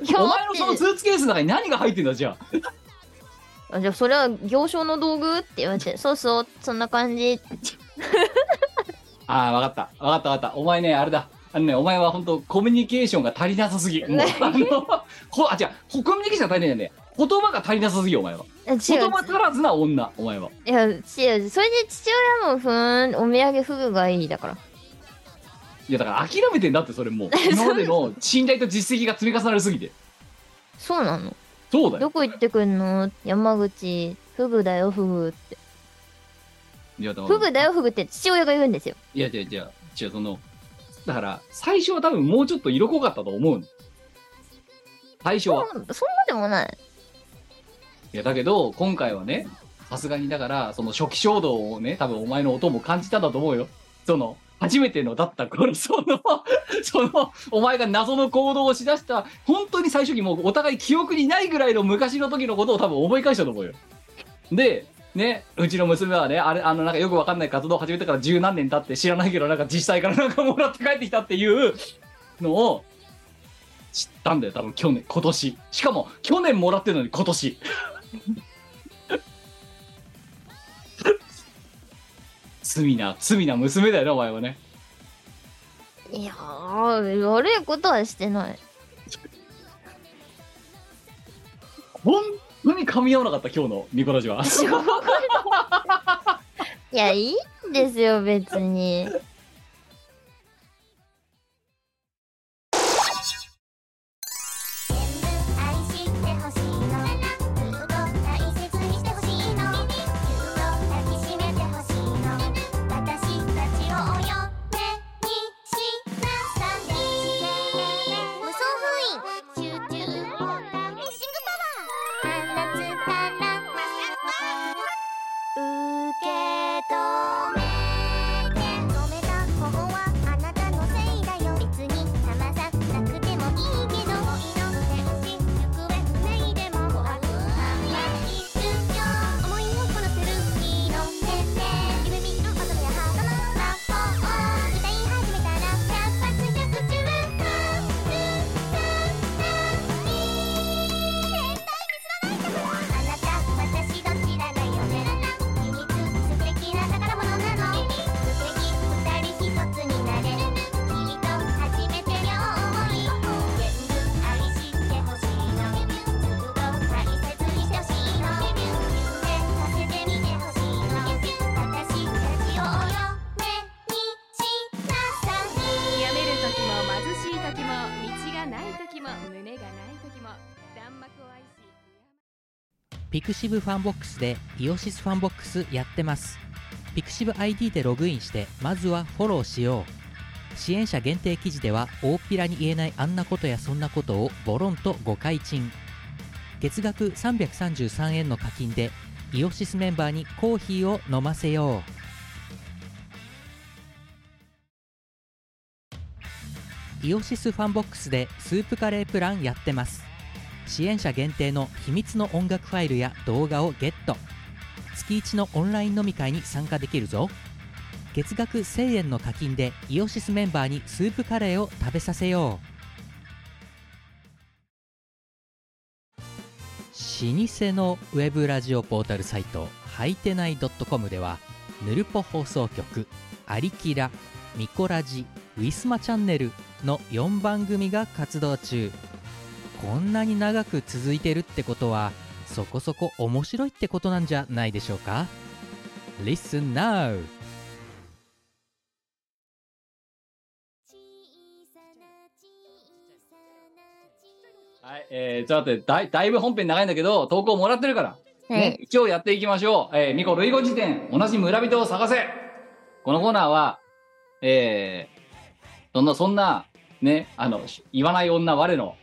A: いや
C: お前のそ
A: だ
C: の
A: って
C: スーツケースの中に何が入ってんだじゃあ
A: あじゃあそれは行商の道具って言われてそうそうそんな感じ
C: ああ分かった分かった分かったお前ねあれだあのねお前は本当コミュニケーションが足りなさすぎもうあのほあ違うほコミュニケーションが足りないんだよね言葉が足りなさすぎお前は
A: え違う
C: 言葉足らずな女お前はい
A: や違うそれで父親もふーんお土産フグがいいだから
C: いやだから諦めてんだってそれもう今までの信頼と実績が積み重なりすぎて
A: そうなの
C: そうだよ
A: どこ行ってくんの山口フグだよフグって
C: いやだから
A: フグだよフグって父親が言うんですよ
C: いやいやいや違うそのだから最初は多分もうちょっと色濃かったと思うの最初
A: そ
C: は
A: んそんなでもない
C: いやだけど今回はねさすがにだからその初期衝動をね多分お前の音も感じたんだと思うよその初めてのだった頃その そのお前が謎の行動をしだした本当に最初期もうお互い記憶にないぐらいの昔の時のことを多分思い返したと思うよでねうちの娘はねあれあのなんかよくわかんない活動を始めてから十何年経って知らないけどなんか実際から なんかもらって帰ってきたっていうのを知ったんだよ多分去年今年しかも去年もらってるのに今年罪な罪な娘だよねお前はね
A: いやー悪いことはしてない
C: 本当に噛み合わなかった今日のミコラジは
A: いやいいんですよ別に
D: 愛してほしいのずっと大切にしてほしいのずっと抱きしめてほしいの私たちをお嫁にしなさい無双封印集中ミッシングパワー放つから受け止めて止めたここはあなたのせいだよ別に騙さなくてもいいけど恋の天使行方不明でも怖くないるよ思いをこなせる気の先生夢見る乙女やハートの魔法を歌い始めたら百発百中ル絶対ミスらないんだからあなた私どちらだよね秘密すべてを教えてな宝物なの素敵二人一つになれるきっと初めてよ思い全部愛してほしいのずっと大切にしてほしいの夢させてみてほしいの私たちをお嫁にしなさい
E: 病める時も貧しい時も道がない時も胸がない時も弾幕を愛し
B: ピクシブファンボックスでイオシスファンボックスやってますピクシブ ID でログインしてまずはフォローしよう支援者限定記事では大っぴらに言えないあんなことやそんなことをボロンと誤解賃月額333円の課金でイオシスメンバーにコーヒーを飲ませようイオシスファンボックスでスープカレープランやってます支援者限定の秘密の音楽ファイルや動画をゲット月1のオンライン飲み会に参加できるぞ月額1000円の課金でイオシスメンバーにスープカレーを食べさせよう老舗のウェブラジオポータルサイトはいてない .com ではぬるぽ放送局「アリキラ」「ミコラジ」「ウィスマチャンネル」の4番組が活動中こんなに長く続いてるってことはそこそこ面白いってことなんじゃないでしょうか Listen now!
C: はいえー、ちょっと待ってだいだいぶ本編長いんだけど投稿もらってるからね、一応やっていきましょう。えー、ミコ類語辞典、同じ村人を探せこのコーナーは、えー、そんな、そんな、ね、あの、し言わない女我の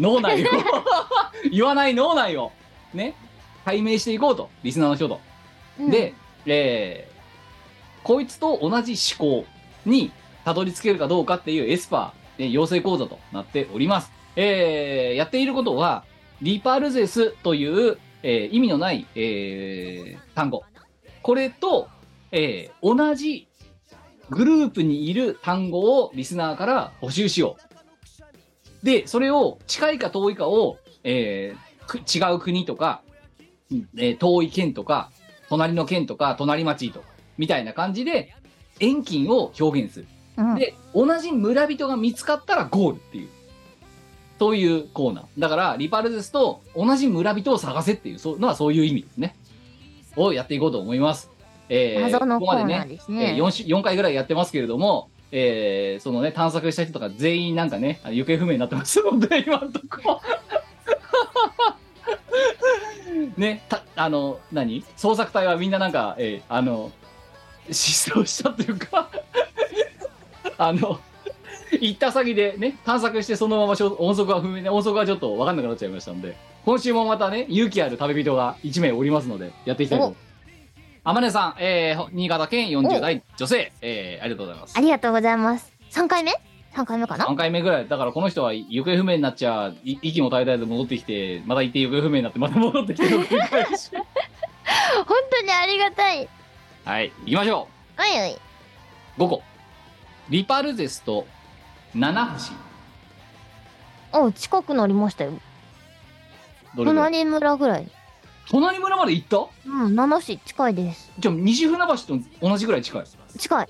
C: 脳内を、言わない脳内を、ね、解明していこうと、リスナーの人と。
A: うん
C: で、えー、こいつと同じ思考にたどり着けるかどうかっていうエスパー、えー養成講座となっております。えーやっていることは、リパルゼスという、えー意味のない、えー単語。これと、えー同じグループにいる単語をリスナーから募集しよう。で、それを近いか遠いかを、えーく違う国とか、うんえー遠い県とか、隣の県とか、隣町とか、みたいな感じで、遠近を表現する。
A: うん。
C: で、同じ村人が見つかったらゴールっていう。そういうコーナー。だから、リパルゼスと同じ村人を探せっていう、そうのはそういう意味ですね。をやっていこうと思います。えー、
A: 謎の
C: こ
A: コ
C: こまで
A: ーナー
C: ね、
A: です
C: え
A: ね。
C: 4, し4回ぐらいやってますけれども、えーそのね、探索した人とか全員なんかね、あの行方不明になってますので、今んとこ。 ね、たあの、何捜索隊はみんななんか、えーあの、失踪したというか、 あの、行った先でね、探索してそのまましょ音速が不明で、音速がちょっと分かんなくなっちゃいましたんで、今週もまたね、勇気ある旅人が1名おりますので、やっていきたいと思います。天音さん、えーほ新潟県40代女性、えーありがとうございます
A: あ。りがとうございます。3回目 ?3 回目かな
C: 3回目ぐらい、だからこの人は行方不明になっちゃ、い息も絶え絶えで戻ってきて、また行って行方不明になって、また戻ってき ての繰り返し
A: 本当にありがたい。
C: はい、行きましょ
A: おいおい。
C: う。5個。リパルゼスと七節。
A: おう近くなりましたよ。
C: どれぐらい
A: 隣村ぐらい。
C: 隣村まで行った
A: うん、七市近いです。
C: じゃあ、西船橋と同じぐらい近い。
A: 近い。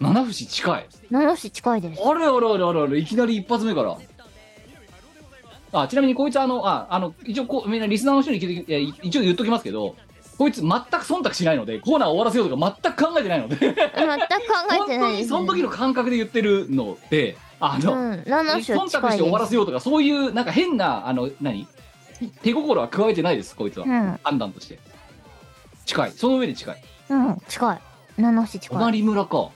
C: 七節近い。
A: 七市近いです。
C: あれあれあれあれあれいきなり一発目からあちなみにこいつあのああの一応こうみんなリスナーの人に聞いてえい一応言っときますけどこいつ全く忖度しないのでコーナー終わらせようとか全く考えてないので
A: 全く考え
C: 本
A: てな
C: 当
A: いで
C: に
A: す。
C: その時の感覚で言ってるのであ
A: う
C: の、
A: ん、七市
C: 忖度
A: 近
C: して
A: い
C: 終わら
A: です。
C: せようとかそういうなんか変なあの何手心は加えてないですこいつは、
A: うん、
C: 判断として近いその上で近い
A: うん、近い。七市近い。
C: 隣村か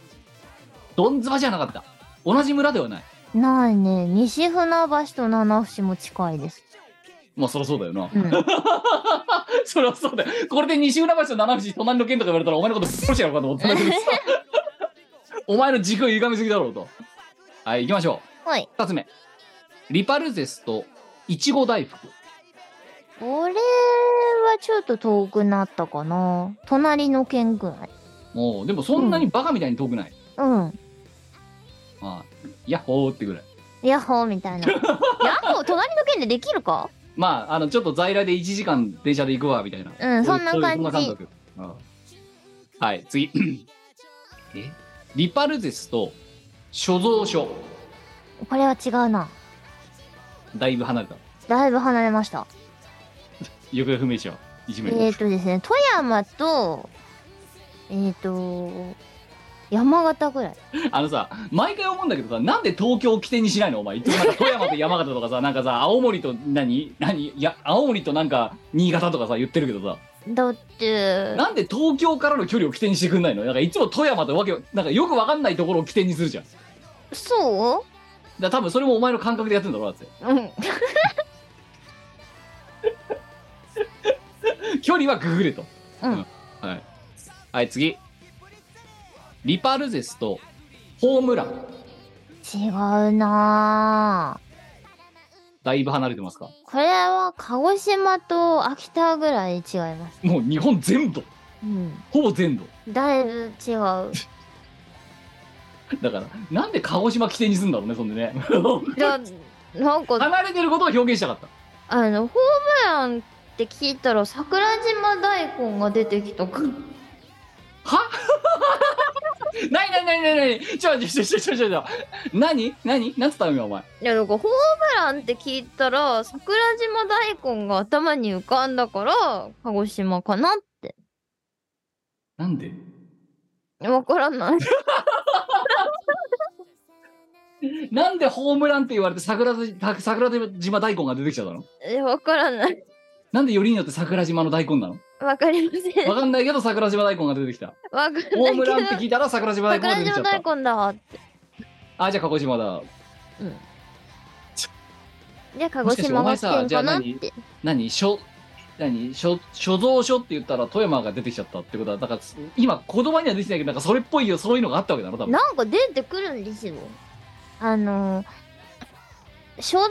C: どんずばじゃなかった同じ村ではない
A: ないね。西船橋と七市も近いです。
C: まあそりゃそうだよな
A: うん。
C: そりゃそうだよ。これで西浦橋と七富士隣の県とか言われたらお前のことぶっ殺してやろうかと思ったんだけどさお前の軸歪みすぎだろうと。はい、行きましょ。。
A: はいう
C: 二つ目。リパルゼスといちご大福。
A: これはちょっと遠くなったかな。隣の県ぐらい。
C: もう、でもそんなにバカみたいに遠くない。
A: うん。
C: ああヤッホーってぐらい。
A: ヤッホーみたい な。ヤッホー隣の県でできるか
C: まあ、あの、ちょっと在来で1時間電車で行くわ、みたいな。
A: うん、そんな
C: ういう
A: 感
C: そんな感
A: じ。
C: 覚。うんはい、次。えリパルゼスと所蔵書。
A: これは違うな。
C: だいぶ離れた。
A: だいぶ離れました。
C: 行方不明者、1名。
A: えっ、ー、とですね、富山と、えっ、ー、と、山形ぐらい。
C: あのさ、毎回思うんだけどさ、なんで東京を起点にしないのお前。いつもなんか富山と山形とかさ、なんかさ、青森と何何いや、青森となんか新潟とかさ、言ってるけどさ、
A: だって、
C: なんで東京からの距離を起点にしてくんないのなんかいつも富山とわけ、なんかよくわかんないところを起点にするじゃん。だか
A: そ
C: ら多分それもお前の感覚でやってんだろ、だって。
A: ううん。
C: 距離はググれと。
A: うん
C: はい。はい、次。リパルゼスとホームラン。
A: 違うなぁ。
C: だいぶ離れてますか
A: これは鹿児島と秋田ぐらい違います。
C: もう日本全土。
A: うん。
C: ほぼ全土。
A: だいぶ違 う。
C: だから、なんで鹿児島起点にするんだろうね、そんでね。
A: だなんか
C: 離れてることを表現したかった。
A: あのホームランって聞いたら桜島大根が出てきたか
C: は ないないないないないちょちょちょちょちょちょちょ何何何つったの今お前
A: いやだからホームランって聞いたら桜島大根が頭に浮かんだから鹿児島かなって
C: なんで
A: わからない
C: なんでホームランって言われて桜島桜島大根が出てきちゃったの
A: えわからない
C: なんでよりによって桜島の大根なの
A: わかりません
C: わ
A: わ
C: かんないけど桜島大根が出 てきた
A: かんない
C: ホームランって
A: けど
C: 聞いたら桜島大根が
A: 桜
C: 出てきちゃ
A: 島
C: った
A: 大根だって
C: あじゃあ鹿児島だ
A: じゃあ鹿児島が来てんかなっ
C: もしかしてお前さ
A: て
C: 何しょ何しょ所蔵書って言ったら富山が出てきちゃったってことはだから今言葉にはできてないけどなんかそれっぽいよそういうのがあったわけだろ多分
A: なんか出てくるんですよあの所蔵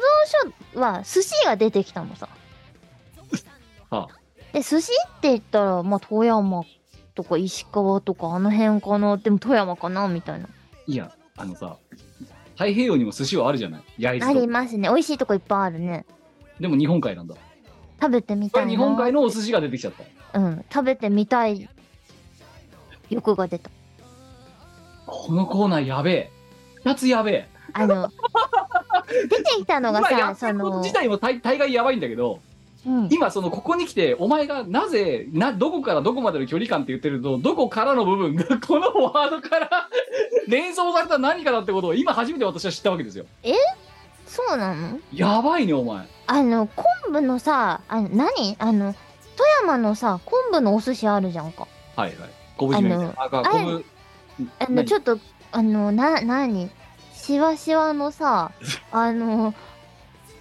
A: 書は寿司が出てきたのさ
C: はあ
A: で寿司って言ったらまあ富山とか石川とかあの辺かなでも富山かなみたいない
C: や、あのさ、太平洋にも寿司はあるじゃない焼
A: あり
C: 津と。
A: ますね美味しいとこいっぱいあるね
C: でも日本海なんだ。
A: 食べてみ
C: こ
A: たいな
C: れ日本海のお寿司が出てきちゃった。
A: うん食べてみたい欲が出た
C: このコーナーやべえ。二つやべえ。
A: あ の出てきたのが
C: 今や
A: さ
C: って
A: そ
C: ること
A: の
C: 自体も大大概やばいんだけど、
A: うん
C: 今そのここに来て、お前がなぜ、な、どこからどこまでの距離感って言ってると、どこからの部分が このワードから連想された何かだってことを今初めて私は知ったわけですよ。
A: そうなの
C: やばいね、お前。
A: あの昆布のさあの何あの富山のさ昆布のお寿司あるじゃんか
C: はいはい。昆布締めみたいな。あ、か昆布。
A: あの
C: 何
A: ちょっとあのな何しわしわの さあの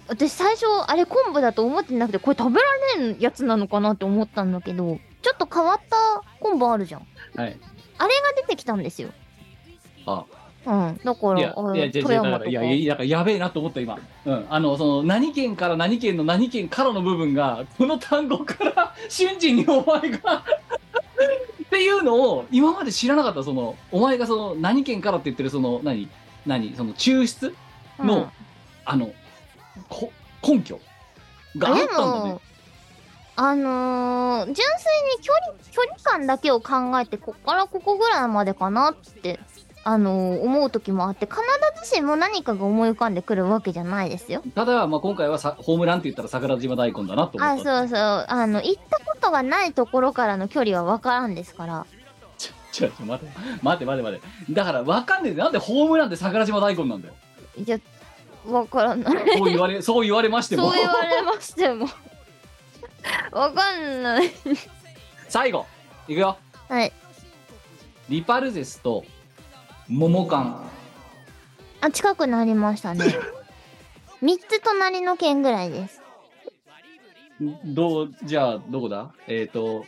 A: 私最初あれ昆布だと思ってなくてこれ食べられんやつなのかなって思ったんだけどちょっと変わった昆布あるじゃん
C: はい。
A: あれが出てきたんですよ
C: あ
A: うんだか
C: い
A: ら
C: や
A: あの
C: いや、違う違う
A: 富
C: だ
A: 山と
C: から
A: か
C: いやいやだからやべえなと思った今、うん、あのその何県から何県の何県からの部分がこの単語から瞬時にお前がっていうのを今まで知らなかったそのお前がその何県からって言ってるその何何その抽出の、
A: うん
C: あのこ根拠があっ
A: で
C: たんだね
A: もあのー純粋に距離距離感だけを考えてこっからここぐらいまでかなって、あのー思う時もあって必ずしも何かが思い浮かんでくるわけじゃないですよ。
C: ただ、まあ、今回はさホームランって言ったら桜島大根だなと思
A: あ
C: っ
A: そう
C: た
A: そうあの行ったことがないところからの距離は分からんですから
C: ちょちょちょ待って待って待って待ってだからわかんねえなんでホームランって桜島大根なんだよ
A: いや分からない
C: そう言われ そう言われましても
A: そう言われまして も分かんない
C: 最後いくよ
A: はい
C: リパルゼスと桃缶
A: あ近くなりましたね 3つ隣の県ぐらいです
C: どうじゃあどこだえっ、と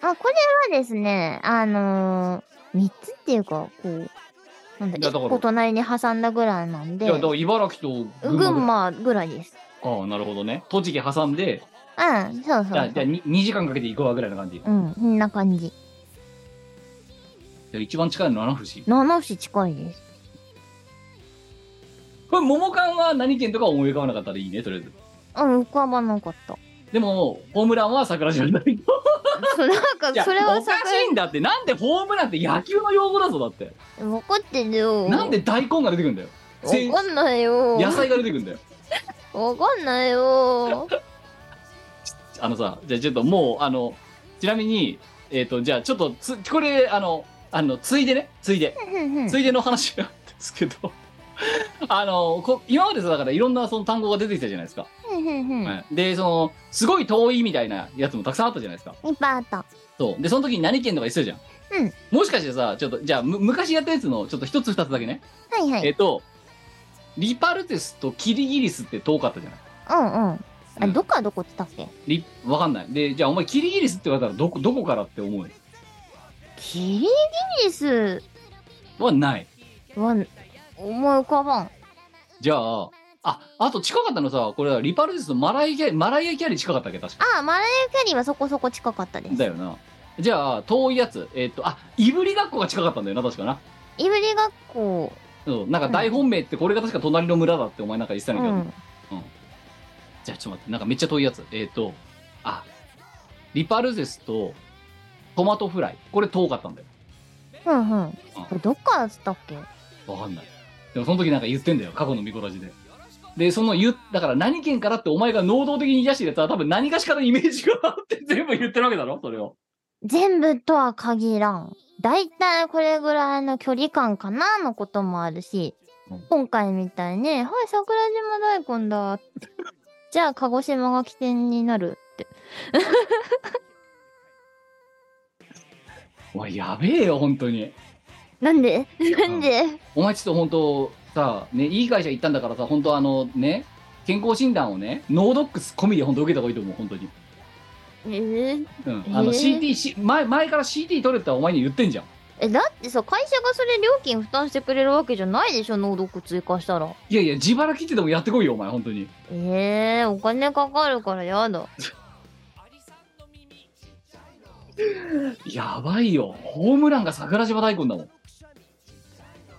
A: あ、これはですね、あのー、3つっていうか、こう、なんだ、
C: いやだから
A: 1個隣に挟んだぐらいなん
C: い
A: で
C: やだ、から茨城と
A: 群
C: 群馬
A: 馬ぐらいです。
C: ああなるほどね栃木挟んで
A: うん、そう
C: じ
A: そ
C: ゃあ
A: う
C: じ
A: そ
C: ゃあ
A: う。
C: に 2, 時間かけて行くわぐらいな感じ
A: うん、そんな感じ。
C: じゃあ一番近いの七不思
A: 七市近いです。
C: これ桃缶は何県とか思い浮かばなかったらいいねとりあえず
A: うん、浮かばなかった。
C: でもホームランは桜島大根い
A: そうなんか、
C: や
A: それは
C: おか
A: さ、
C: しいんだってなんでホームランって野球の用語だぞだって
A: 分かってるよ。
C: なんで大根が出てくるんだよせ
A: 分かんないよ。
C: 野菜が出てくるんだよ
A: 分かんないよ。
C: あのさ、じゃあちょっともう、あの、ちなみに、えっ、と、じゃあちょっとつ、これ、あの、あの、ついでね、ついで、ついでの話なんですけど、 あの、こ今までさ、だからいろんなその単語が出てきたじゃないですか。はいで、その、すごい遠いみたいなやつもたくさんあったじゃないですか。
A: いっぱいあった。
C: そう。で、その時に何県とか言ってたじゃん。
A: うん
C: もしかしてさ、ちょっと、じゃあ、む昔やったやつの、ちょっと一つ二つだけね。
A: はいは
C: え
A: い。
C: っ、と、リパルテスとキリギリスって遠かったじゃない。
A: うんうん。あ、
C: うん
A: どっからどこって言ったっけ
C: リわかんない。で、じゃあお前キリギリスって言われたらどこ、どこからって思う
A: キリギリス
C: はない。
A: は、思い浮かばん。
C: じゃあ、あ、あと近かったのさ、これはリパルディスのマライアキャリー、マライアキャリー近かったっけ確か。
A: ああ、マライア・キャリーはそこそこ近かったです。
C: だよな。じゃあ、遠いやつ、えっ、と、あ、いぶりがっこが近かったんだよな、確かな。
A: いぶり学校、
C: そう、なんか大本命ってこれが確か隣の村だってお前なんか言って
A: う
C: た
A: ん
C: だけど、
A: ん、
C: じゃあちょっと待って、なんかめっちゃ遠いやつ。えっ、と、あ、リパルゼスとトマトフライ。これ遠かったんだよ。
A: うんうん。これどっからっつったっけ
C: わかんない。でもその時なんか言ってんだよ、過去のミコラジで。で、その言う、だから何県からってお前が能動的に言い出してるやつは多分何かしらのイメージがあって全部言ってるわけだろそれを。
A: 全部とは限らん。だいたいこれぐらいの距離感かなのこともあるし
C: うん、
A: 今回みたいに、はい、桜島大根だ。 じゃあ、鹿児島が起点になるって。
C: おいやべえよ本当に
A: なんでなんで
C: お前ちょっと本当さねいい会社行ったんだからさ本当あのね健康診断をねノードックス込みで本当受けた方がいいと思う本当に、
A: えー
C: うん、
A: えー
C: あの CT、し前前から CT 取れってお前に言ってんじゃん
A: え、だってさ、会社がそれ料金負担してくれるわけじゃないでしょ、能力追加したら。
C: いやいや自腹切ってでもやってこいよお前本当に
A: ええー、お金かかるからやだ。
C: やばいよ。ホームランが桜島大根だもん。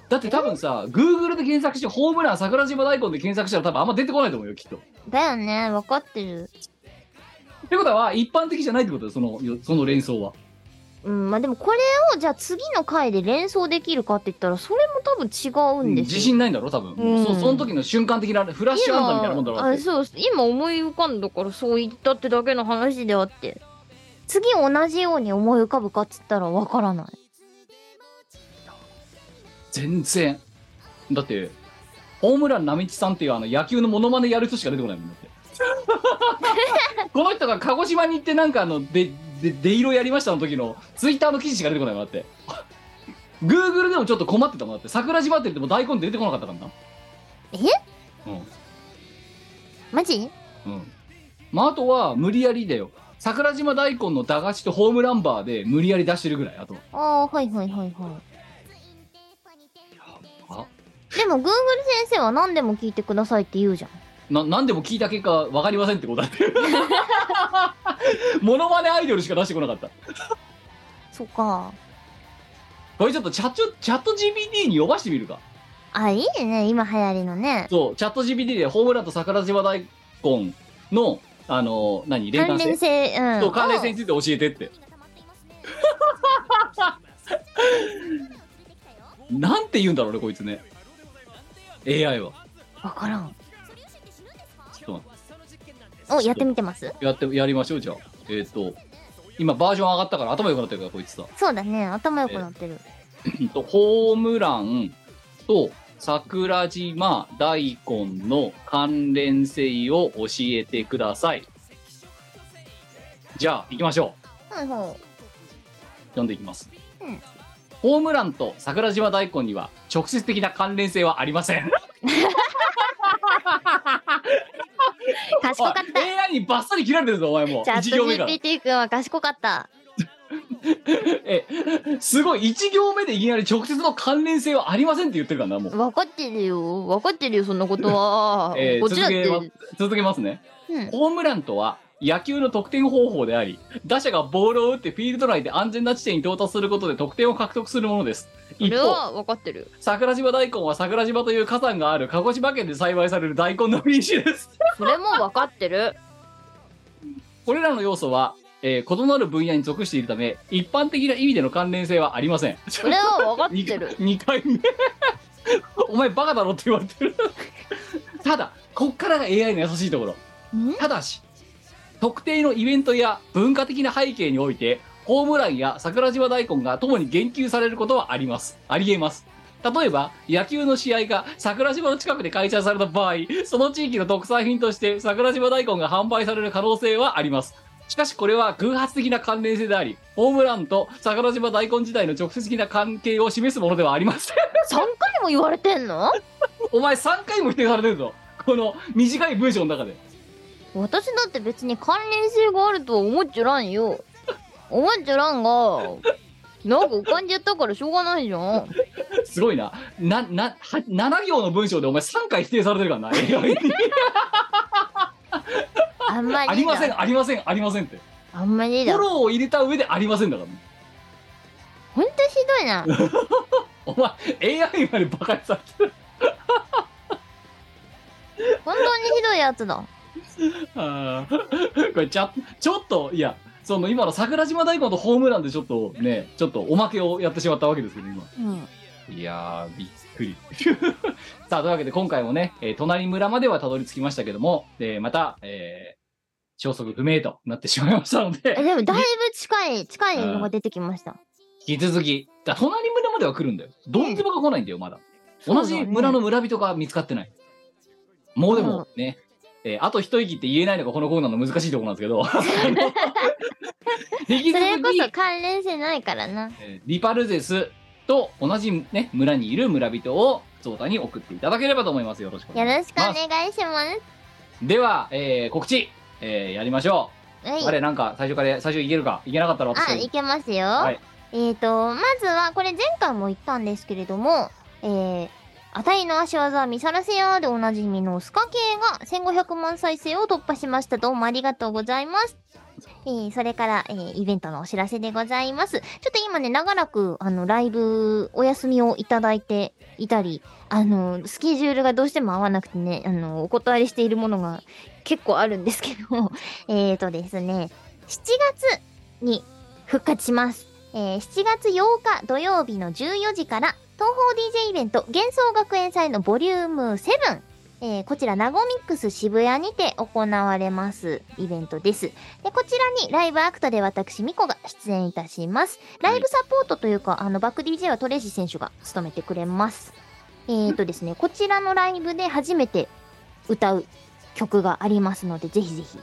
C: だって多分さ、Google で検索して、ホームラン桜島大根で検索したら多分あんま出てこないと思うよ、きっと。っ
A: だよね、わかってる。
C: てことは、一般的じゃないってことだよ、その、よその連想は。
A: うん、まあでもこれをじゃあ次の回で連想できるかって言ったら、それも多分違うんですよ。
C: 自信ないんだろ、多分。
A: うん
C: そその時の瞬間的な、フラッシュアンダみたいなもんだろ。だ
A: 今
C: っ
A: あ
C: て
A: そう今思い浮かんだからそう言ったってだけの話であって次同じように思い浮かぶかっつったらわからない
C: 全然。だって、ホームラン並木さんっていうあの野球のモノマネやる人しか出てこないもんだって。この人が鹿児島に行ってなんかあの、で、で、出色やりましたの時のツイッターの記事しか出てこないもんだって。Google でもちょっと困ってたもんだって。桜島って言っても大根出てこなかったからな。
A: マジ
C: うん。うん。まあ、あとは無理やりだよ。桜島大根の駄菓子とホームランバーで無理やり出してるぐらい。あとは。
A: ああーはいはいはいは
C: あ
A: いでも Google 先生は何でも聞いてくださいって言うじゃん
C: な何でも聞いた結果分かりませんってことだね モノマネアイドルしか出してこなかった
A: そっか
C: これちょっとチャットチャット GPT に呼ばしてみるか
A: あいいね今流行りのね
C: そうチャット GPT でホームランと桜島大根のあの何連
A: 関
C: 関
A: 連
C: 性
A: 性うん
C: そう関連性について教えてってなんて言うんだろうねこいつね AI は
A: 分からん
C: ちょっと待っ
A: おやってみてます
C: てやってやりましょうじゃあえっ、と今バージョン上がったから頭良くなってるからこいつさ
A: そうだね頭良くなってる、
C: うんとホームランと桜島大根の関連性を教えてください。じゃあ、行きましょう。
A: はいはい
C: 読んでいきます。
A: うん
C: ホームランと桜島大根には直接的な関連性はありません。
A: 賢かっ
C: AI にバッサリ切られてるぞ、お前もう。
A: た
C: 1
A: チャッ
C: 行
A: ト
C: 目から。
A: GPT 君は賢かった
C: え、すごい、1行目でいきなり直接の関連性はありませんって言ってるからな、もう。
A: 分かってるよ分かってるよそんなことは
C: えー
A: こっちだっ
C: 続
A: て
C: けます続けますね。
A: うん
C: ホームランとは野球の得点方法であり、打者がボールを打ってフィールド内で安全な地点に到達することで得点を獲得するものです。一
E: れ
C: 方、
E: は分かってる
C: 桜島大根は桜島という火山がある鹿児島県で栽培される大根の品種です。
E: それも分かってる
C: これらの要素は、えー異なる分野に属しているため、一般的な意味での関連性はありません。
E: それは分かっ
C: 二
E: てる
C: 2回目 お前バカだろって言われてるただこっからが AI の優しいところ
A: ん
C: ただし特定のイベントや文化的な背景においてホームランや桜島大根がともに言及されることはありますありえます例えば野球の試合が桜島の近くで開催された場合その地域の特産品として桜島大根が販売される可能性はありますしかしこれは偶発的な関連性であり、ホームランと桜島大根時代の直接的な関係を示すものではありません。
A: 3回も言われてんの
C: お前3回も否定されてるぞ。この短い文章の中で。
A: 私だって別に関連性があるとは思っちゃらんよ思っちゃらんがなんか浮かんじゃったからしょうがないじ ゃん
C: すごいな。な、な、は7行の文章でお前3回否定されてるからな。AI に
A: あんまり
C: ありませ
A: だ
C: ん、ありません、ありませんって。
A: あんまり
C: フ
A: だ
C: ォローを入れた上でありませんだから。
A: ほんとひどいな
C: お前 AI までバカにされてる。
A: 本当にひどいやつだ
C: あーこれちゃちょっといやその今の桜島大根とホームランでちょっとねちょっとおまけをやってしまったわけですけど今、いやーびっくり さあというわけで今回もね、えー隣村まではたどり着きましたけども、えーまた、えー消息不明となってしまいましたの
A: え
C: で
A: でもだいぶ近い近いのが出てきました
C: 引き続きだ隣村までは来るんだよどんずばが来ないんだよまだ、
A: うだ
C: 同
A: ね
C: じ村の村人が見つかってないもうでもね、えーあと一息って言えないのがこのコーナーの難しいところなんですけど あの引き
A: それ
C: 続
A: こ
C: き
A: そ関連性ないからな
C: えーリパルゼスと同じ、ね、村にいる村人を相談に送っていただければと思います。よろしくお
A: よ
C: 願いし
A: ろしくお願いします
C: ます。では、えー告知、えーやりましょ
A: は
C: う。
A: い
C: あれ、なんか最初から最初いけるかいけなかったら
A: あ、
C: 私
A: いけますよ。
C: はい
A: えっ、と、まずは、これ前回も言ったんですけれども、えー、あたいの足技は見さらせやーでおなじみのスカ系が1500万再生を突破しました。どうもありがとうございます。えー、それから、えー、イベントのお知らせでございます。ちょっと今ね、長らく、あの、ライブ、お休みをいただいていたり、あの、スケジュールがどうしても合わなくてね、あの、お断りしているものが結構あるんですけど、 えーとですね、7月に復活します。えー、7月8日土曜日の14時から、東方 DJ イベント幻想学園祭のボリューム7、えー、こちら、ナゴミックス渋谷にて行われますイベントです。で、こちらにライブアクトで私、ミコが出演いたします。ライブサポートというか、あの、バック DJ はトレイシー選手が務めてくれます。えーとですね、こちらのライブで初めて歌う曲がありますので、ぜひぜひ、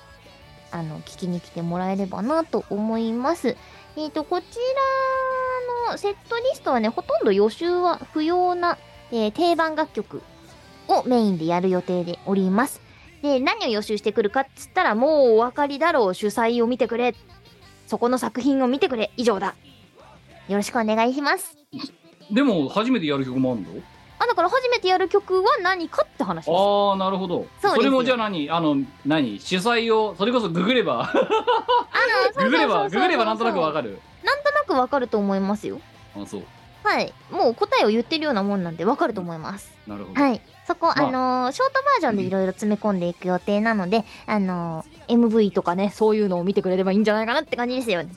A: あの、聴きに来てもらえればなと思います。えーと、こちらのセットリストはね、ほとんど予習は不要な、えー定番楽曲をメインでやる予定でおります。で、何を予習してくるかっつったら、もうお分かりだろう、主催を見てくれ。そこの作品を見てくれ。以上だ。よろしくお願いします。
C: でも初めてやる曲もあるの
A: あ、だから初めてやる曲は何かって話です。
C: ああなるほど
A: そうですよ
C: れもじゃあ何あの何主催をそれこそググれ
A: あ
C: ば
A: の
C: ググればググればなんとなくわ
A: る。
C: かる
A: なんとなくわかると思いますよ。
C: あそう
A: はい。もう答えを言ってるようなもんなんでわかると思います。
C: なるほど、
A: はい。そこ、
C: あ
A: あのーショートバージョンでいろいろ詰め込んでいく予定なので、あのー MV とかね、そういうのを見てくれればいいんじゃないかなって感じですよね。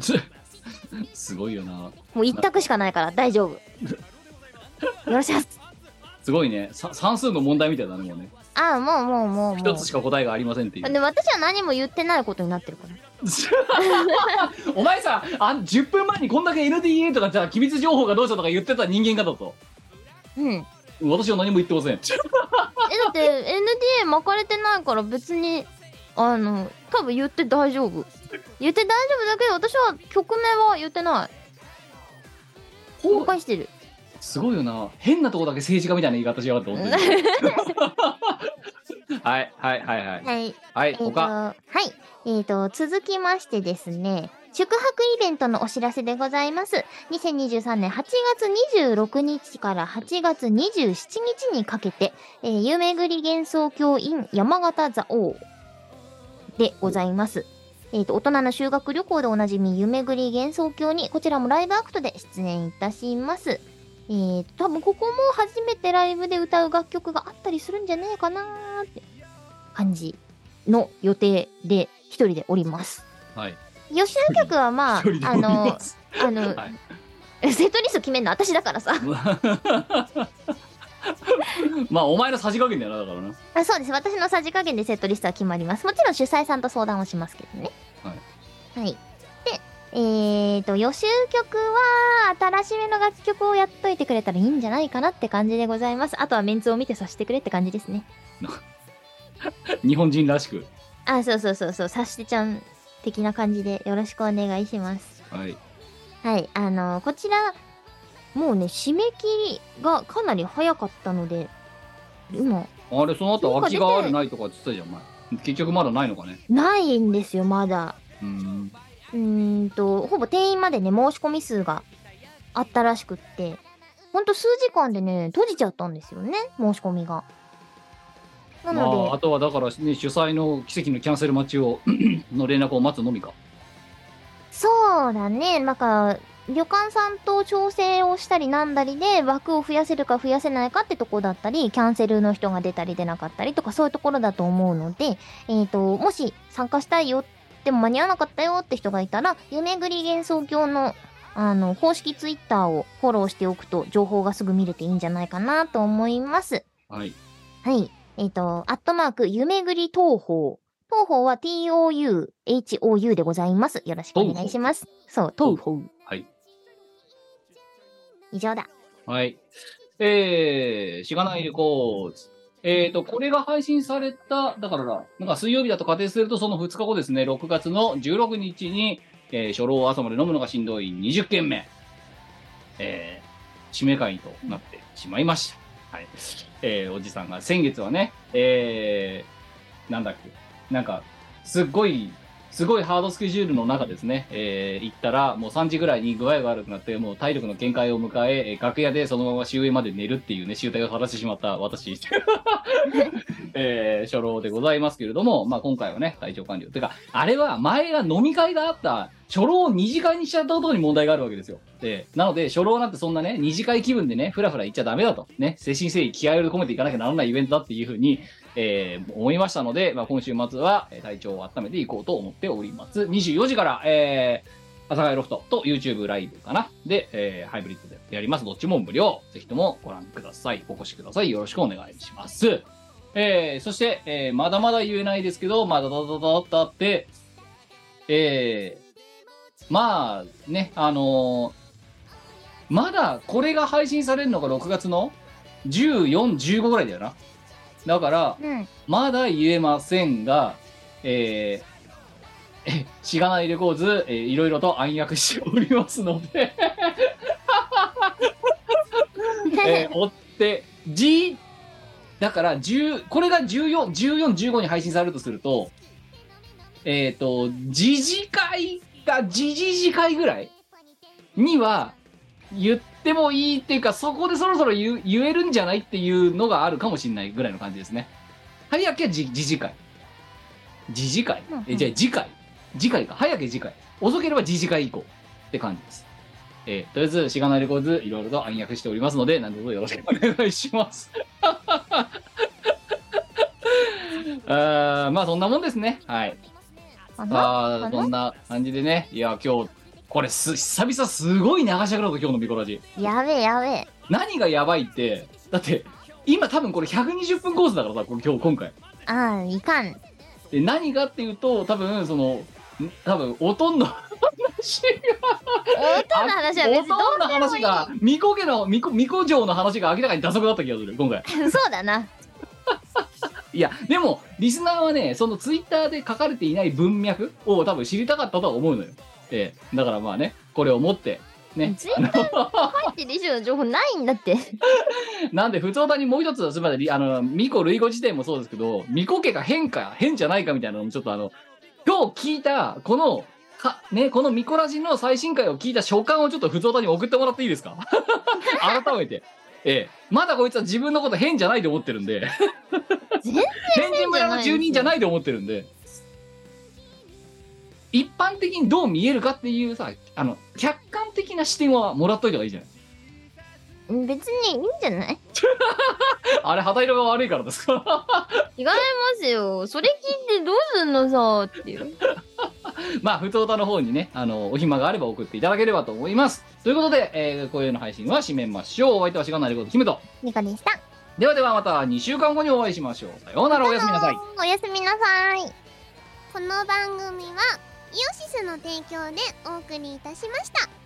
C: つ すごいよな
A: もう一択しかないから大丈 夫。よろしくです。
C: すごいねさ算数の問題みたいだねもうね
A: ああ、もうもうもうもう。
C: 一つしか答えがありませんっていう
A: で私は何も言ってないことになってるから。
C: お前さあ10分前にこんだけ NDA とかじゃあ機密情報がどうしたとか言ってた人間かだと
A: うん。えだ
C: 私は何も言ってません
A: って NDA 巻かれてないから別にあの多分言って大丈夫。言って大丈夫だけど私は曲名は言ってない。公開してる。
C: すごいよな変なとこだけ政治家みたいな言い方しやがって本当にはいはいはいはい
A: はい。
C: は
A: え
C: い
A: ーと
C: 他
A: はい。えー、と、続きましてですね、宿泊イベントのお知らせでございます。2023年8月26日から8月27日にかけて、えー、夢めぐり幻想郷 in 山形座王でございます。えー、と、大人の修学旅行でおなじみ、夢ぐり幻想郷に、こちらもライブアクトで出演いたします。えー、と、多分ここも初めてライブで歌う楽曲があったりするんじゃねえかなーって感じの予定で一人でおります。
C: はい
A: 予習曲はまあ
C: 一人で、
A: あ
C: おり
A: の
C: ま、す
A: あ の、
C: はい
A: セットリスト決めるの私だからさ。
C: まあお前のさじ加減だよなだからな
A: あそうです。私のさじ加減でセットリストは決まります。もちろん主催さんと相談をしますけどね。。
C: はい
A: で、えーと、予習曲は、新しめの楽曲をやっといてくれたらいいんじゃないかなって感じでございます。あとはメンツを見てさせてくれって感じですね。
C: 日本人らしく
A: あ、そうそうそうそう、さしてちゃん的な感じでよろしくお願いします。
C: はい
A: はい、あのこちら、もうね、締め切りがかなり早かったので、今、
C: あれその後空きがあるないとかって言ってたじゃんお前結局まだないのかね
A: ないんですよ、まだ。
C: うーん
A: うーんと、ほぼ定員までね、申し込み数があったらしくって、ほんと数時間でね、閉じちゃったんですよね、申し込みが。な
C: まあ、
A: の
C: あとはだから、ね、主催の奇跡のキャンセル待ちを の連絡を待つのみか。
A: で、そうだね、なんか、旅館さんと調整をしたりなんだりで枠を増やせるか増やせないかってとこだったり、キャンセルの人が出たり出なかったりとかそういうところだと思うので、えっ、と、もし参加したいよ、でも間に合わなかったよって人がいたら、夢ぐり幻想郷の、あの、公式ツイッターをフォローしておくと、情報がすぐ見れていいんじゃないかなと思います。
C: はい。
A: はい。えっ、と、アットマーク、夢ぐり東宝。東宝は TOUHOU でございます。よろしくお願いします。そう、東宝。
C: はい。
A: 以上だ。
C: はい。えー、しがないレコーズ。えーと、これが配信された、だからな、なんか水曜日だと仮定するとその2日後ですね、6月の16日に、えー初老を朝まで飲むのがしんどい20件目、えー、締め会となってしまいました。はい。えー、おじさんが先月はね、えー、なんだっけ、なんか、すっごいすごいハードスケジュールの中ですね、えー行ったら、もう3時ぐらいに具合が悪くなって、もう体力の限界を迎え、えー楽屋でそのまま終演まで寝るっていうね、集体を晴らしてしまった私、えー初老でございますけれども、まあ、今回はね、体調管理を。てか、あれは前が飲み会があった、初老を二次会にしちゃったことに問題があるわけですよ。で、なので、初老なんてそんなね、二次会気分でね、ふらふら行っちゃダメだと、ね、精神誠意気合を込めていかなきゃならないイベントだっていうふうに、えー思いましたので、まあ、今週末はえー体調を温めていこうと思っております。24時から、えー、朝会ロフトと YouTube ライブかな。で、えーハイブリッドでやります。どっちも無料。ぜひともご覧ください。お越しください。よろしくお願いします。えーそして、えーまだまだ言えないですけど、まだだだだだって、えーまあね、あのーまだこれが配信されるのが6月の14、15ぐらいだよな。だから、
A: うん。
C: まだ言えませんが、えーえしがないレコーズ、えーいろいろと暗躍しておりますので、え ー追って、G、だから10、これが14、14、15に配信されるとすると、えっ、と、時事会か、時事次会ぐらいには言ってもいいっていうか、そこでそろそろ言う言えるんじゃないっていうのがあるかもしれないぐらいの感じですね。早けじ時事会。時事会
A: うんうん
C: え、じゃあ次回。次回か。早け次回。遅ければ時事会以降って感じです。えーとりあえず、しがないレコーズ、いろいろと暗躍しておりますので、何卒よろしくお願いします。 あーまあ、そんなもんですね。はい。
A: かな
C: あ
A: かな
C: あ、そんな感じでね。いや、今日、これす、久々すごい流しゃくろうと、今日のミコラジ。
A: やべえやべえ。
C: 何がやばいって、だって、今多分これ120分コースだからさ、これ今日、今回。
A: ああ、いかん。
C: で何がっていうと多分そのん多分おとんの 話
A: おと
C: が
A: んの話は別にど
C: おとんの話が巫女家の巫女巫女城の話が明らかに打足だった気がする今回
A: う そうだな。
C: いやでもリスナーはねそのツイッターで書かれていない文脈を多分知りたかったとは思うのよ、ええだからまあねこれを持ってね
A: ツイッターに入ってる以上の情報ないんだって。
C: なんで普通だにもう一つすみませんりあの巫女類語辞典もそうですけど巫女家が変か変じゃないかみたいなのもちょっとあの今日聞いたこのかね、このミコラジの最新回を聞いた所感をちょっと不動に送ってもらっていいですか 改めて。ええ、まだこいつは自分のこと変じゃないと思ってるんで
A: 全然
C: 変人村の住人じゃ
A: い。
C: ないと思ってるんで一般的にどう見えるかっていうさあの客観的な視点はもらっといた方がいいじゃない
A: 別にいいんじゃない
C: あれ肌色が悪いからですか
A: 違いますよ。それ聞いてどうすんのさっていう。
C: まあ、ふつおたの方にね、あの、お暇があれば送っていただければと思います。ということで、えー、こういうの配信は締めましょう。お相手はしがないレコードキムと。
A: ニコでした。
C: ではではまた2週間後にお会いしましょう。さようなら、おやすみなさい。
A: おやすみなさい。
D: この番組はイオシスの提供でお送りいたしました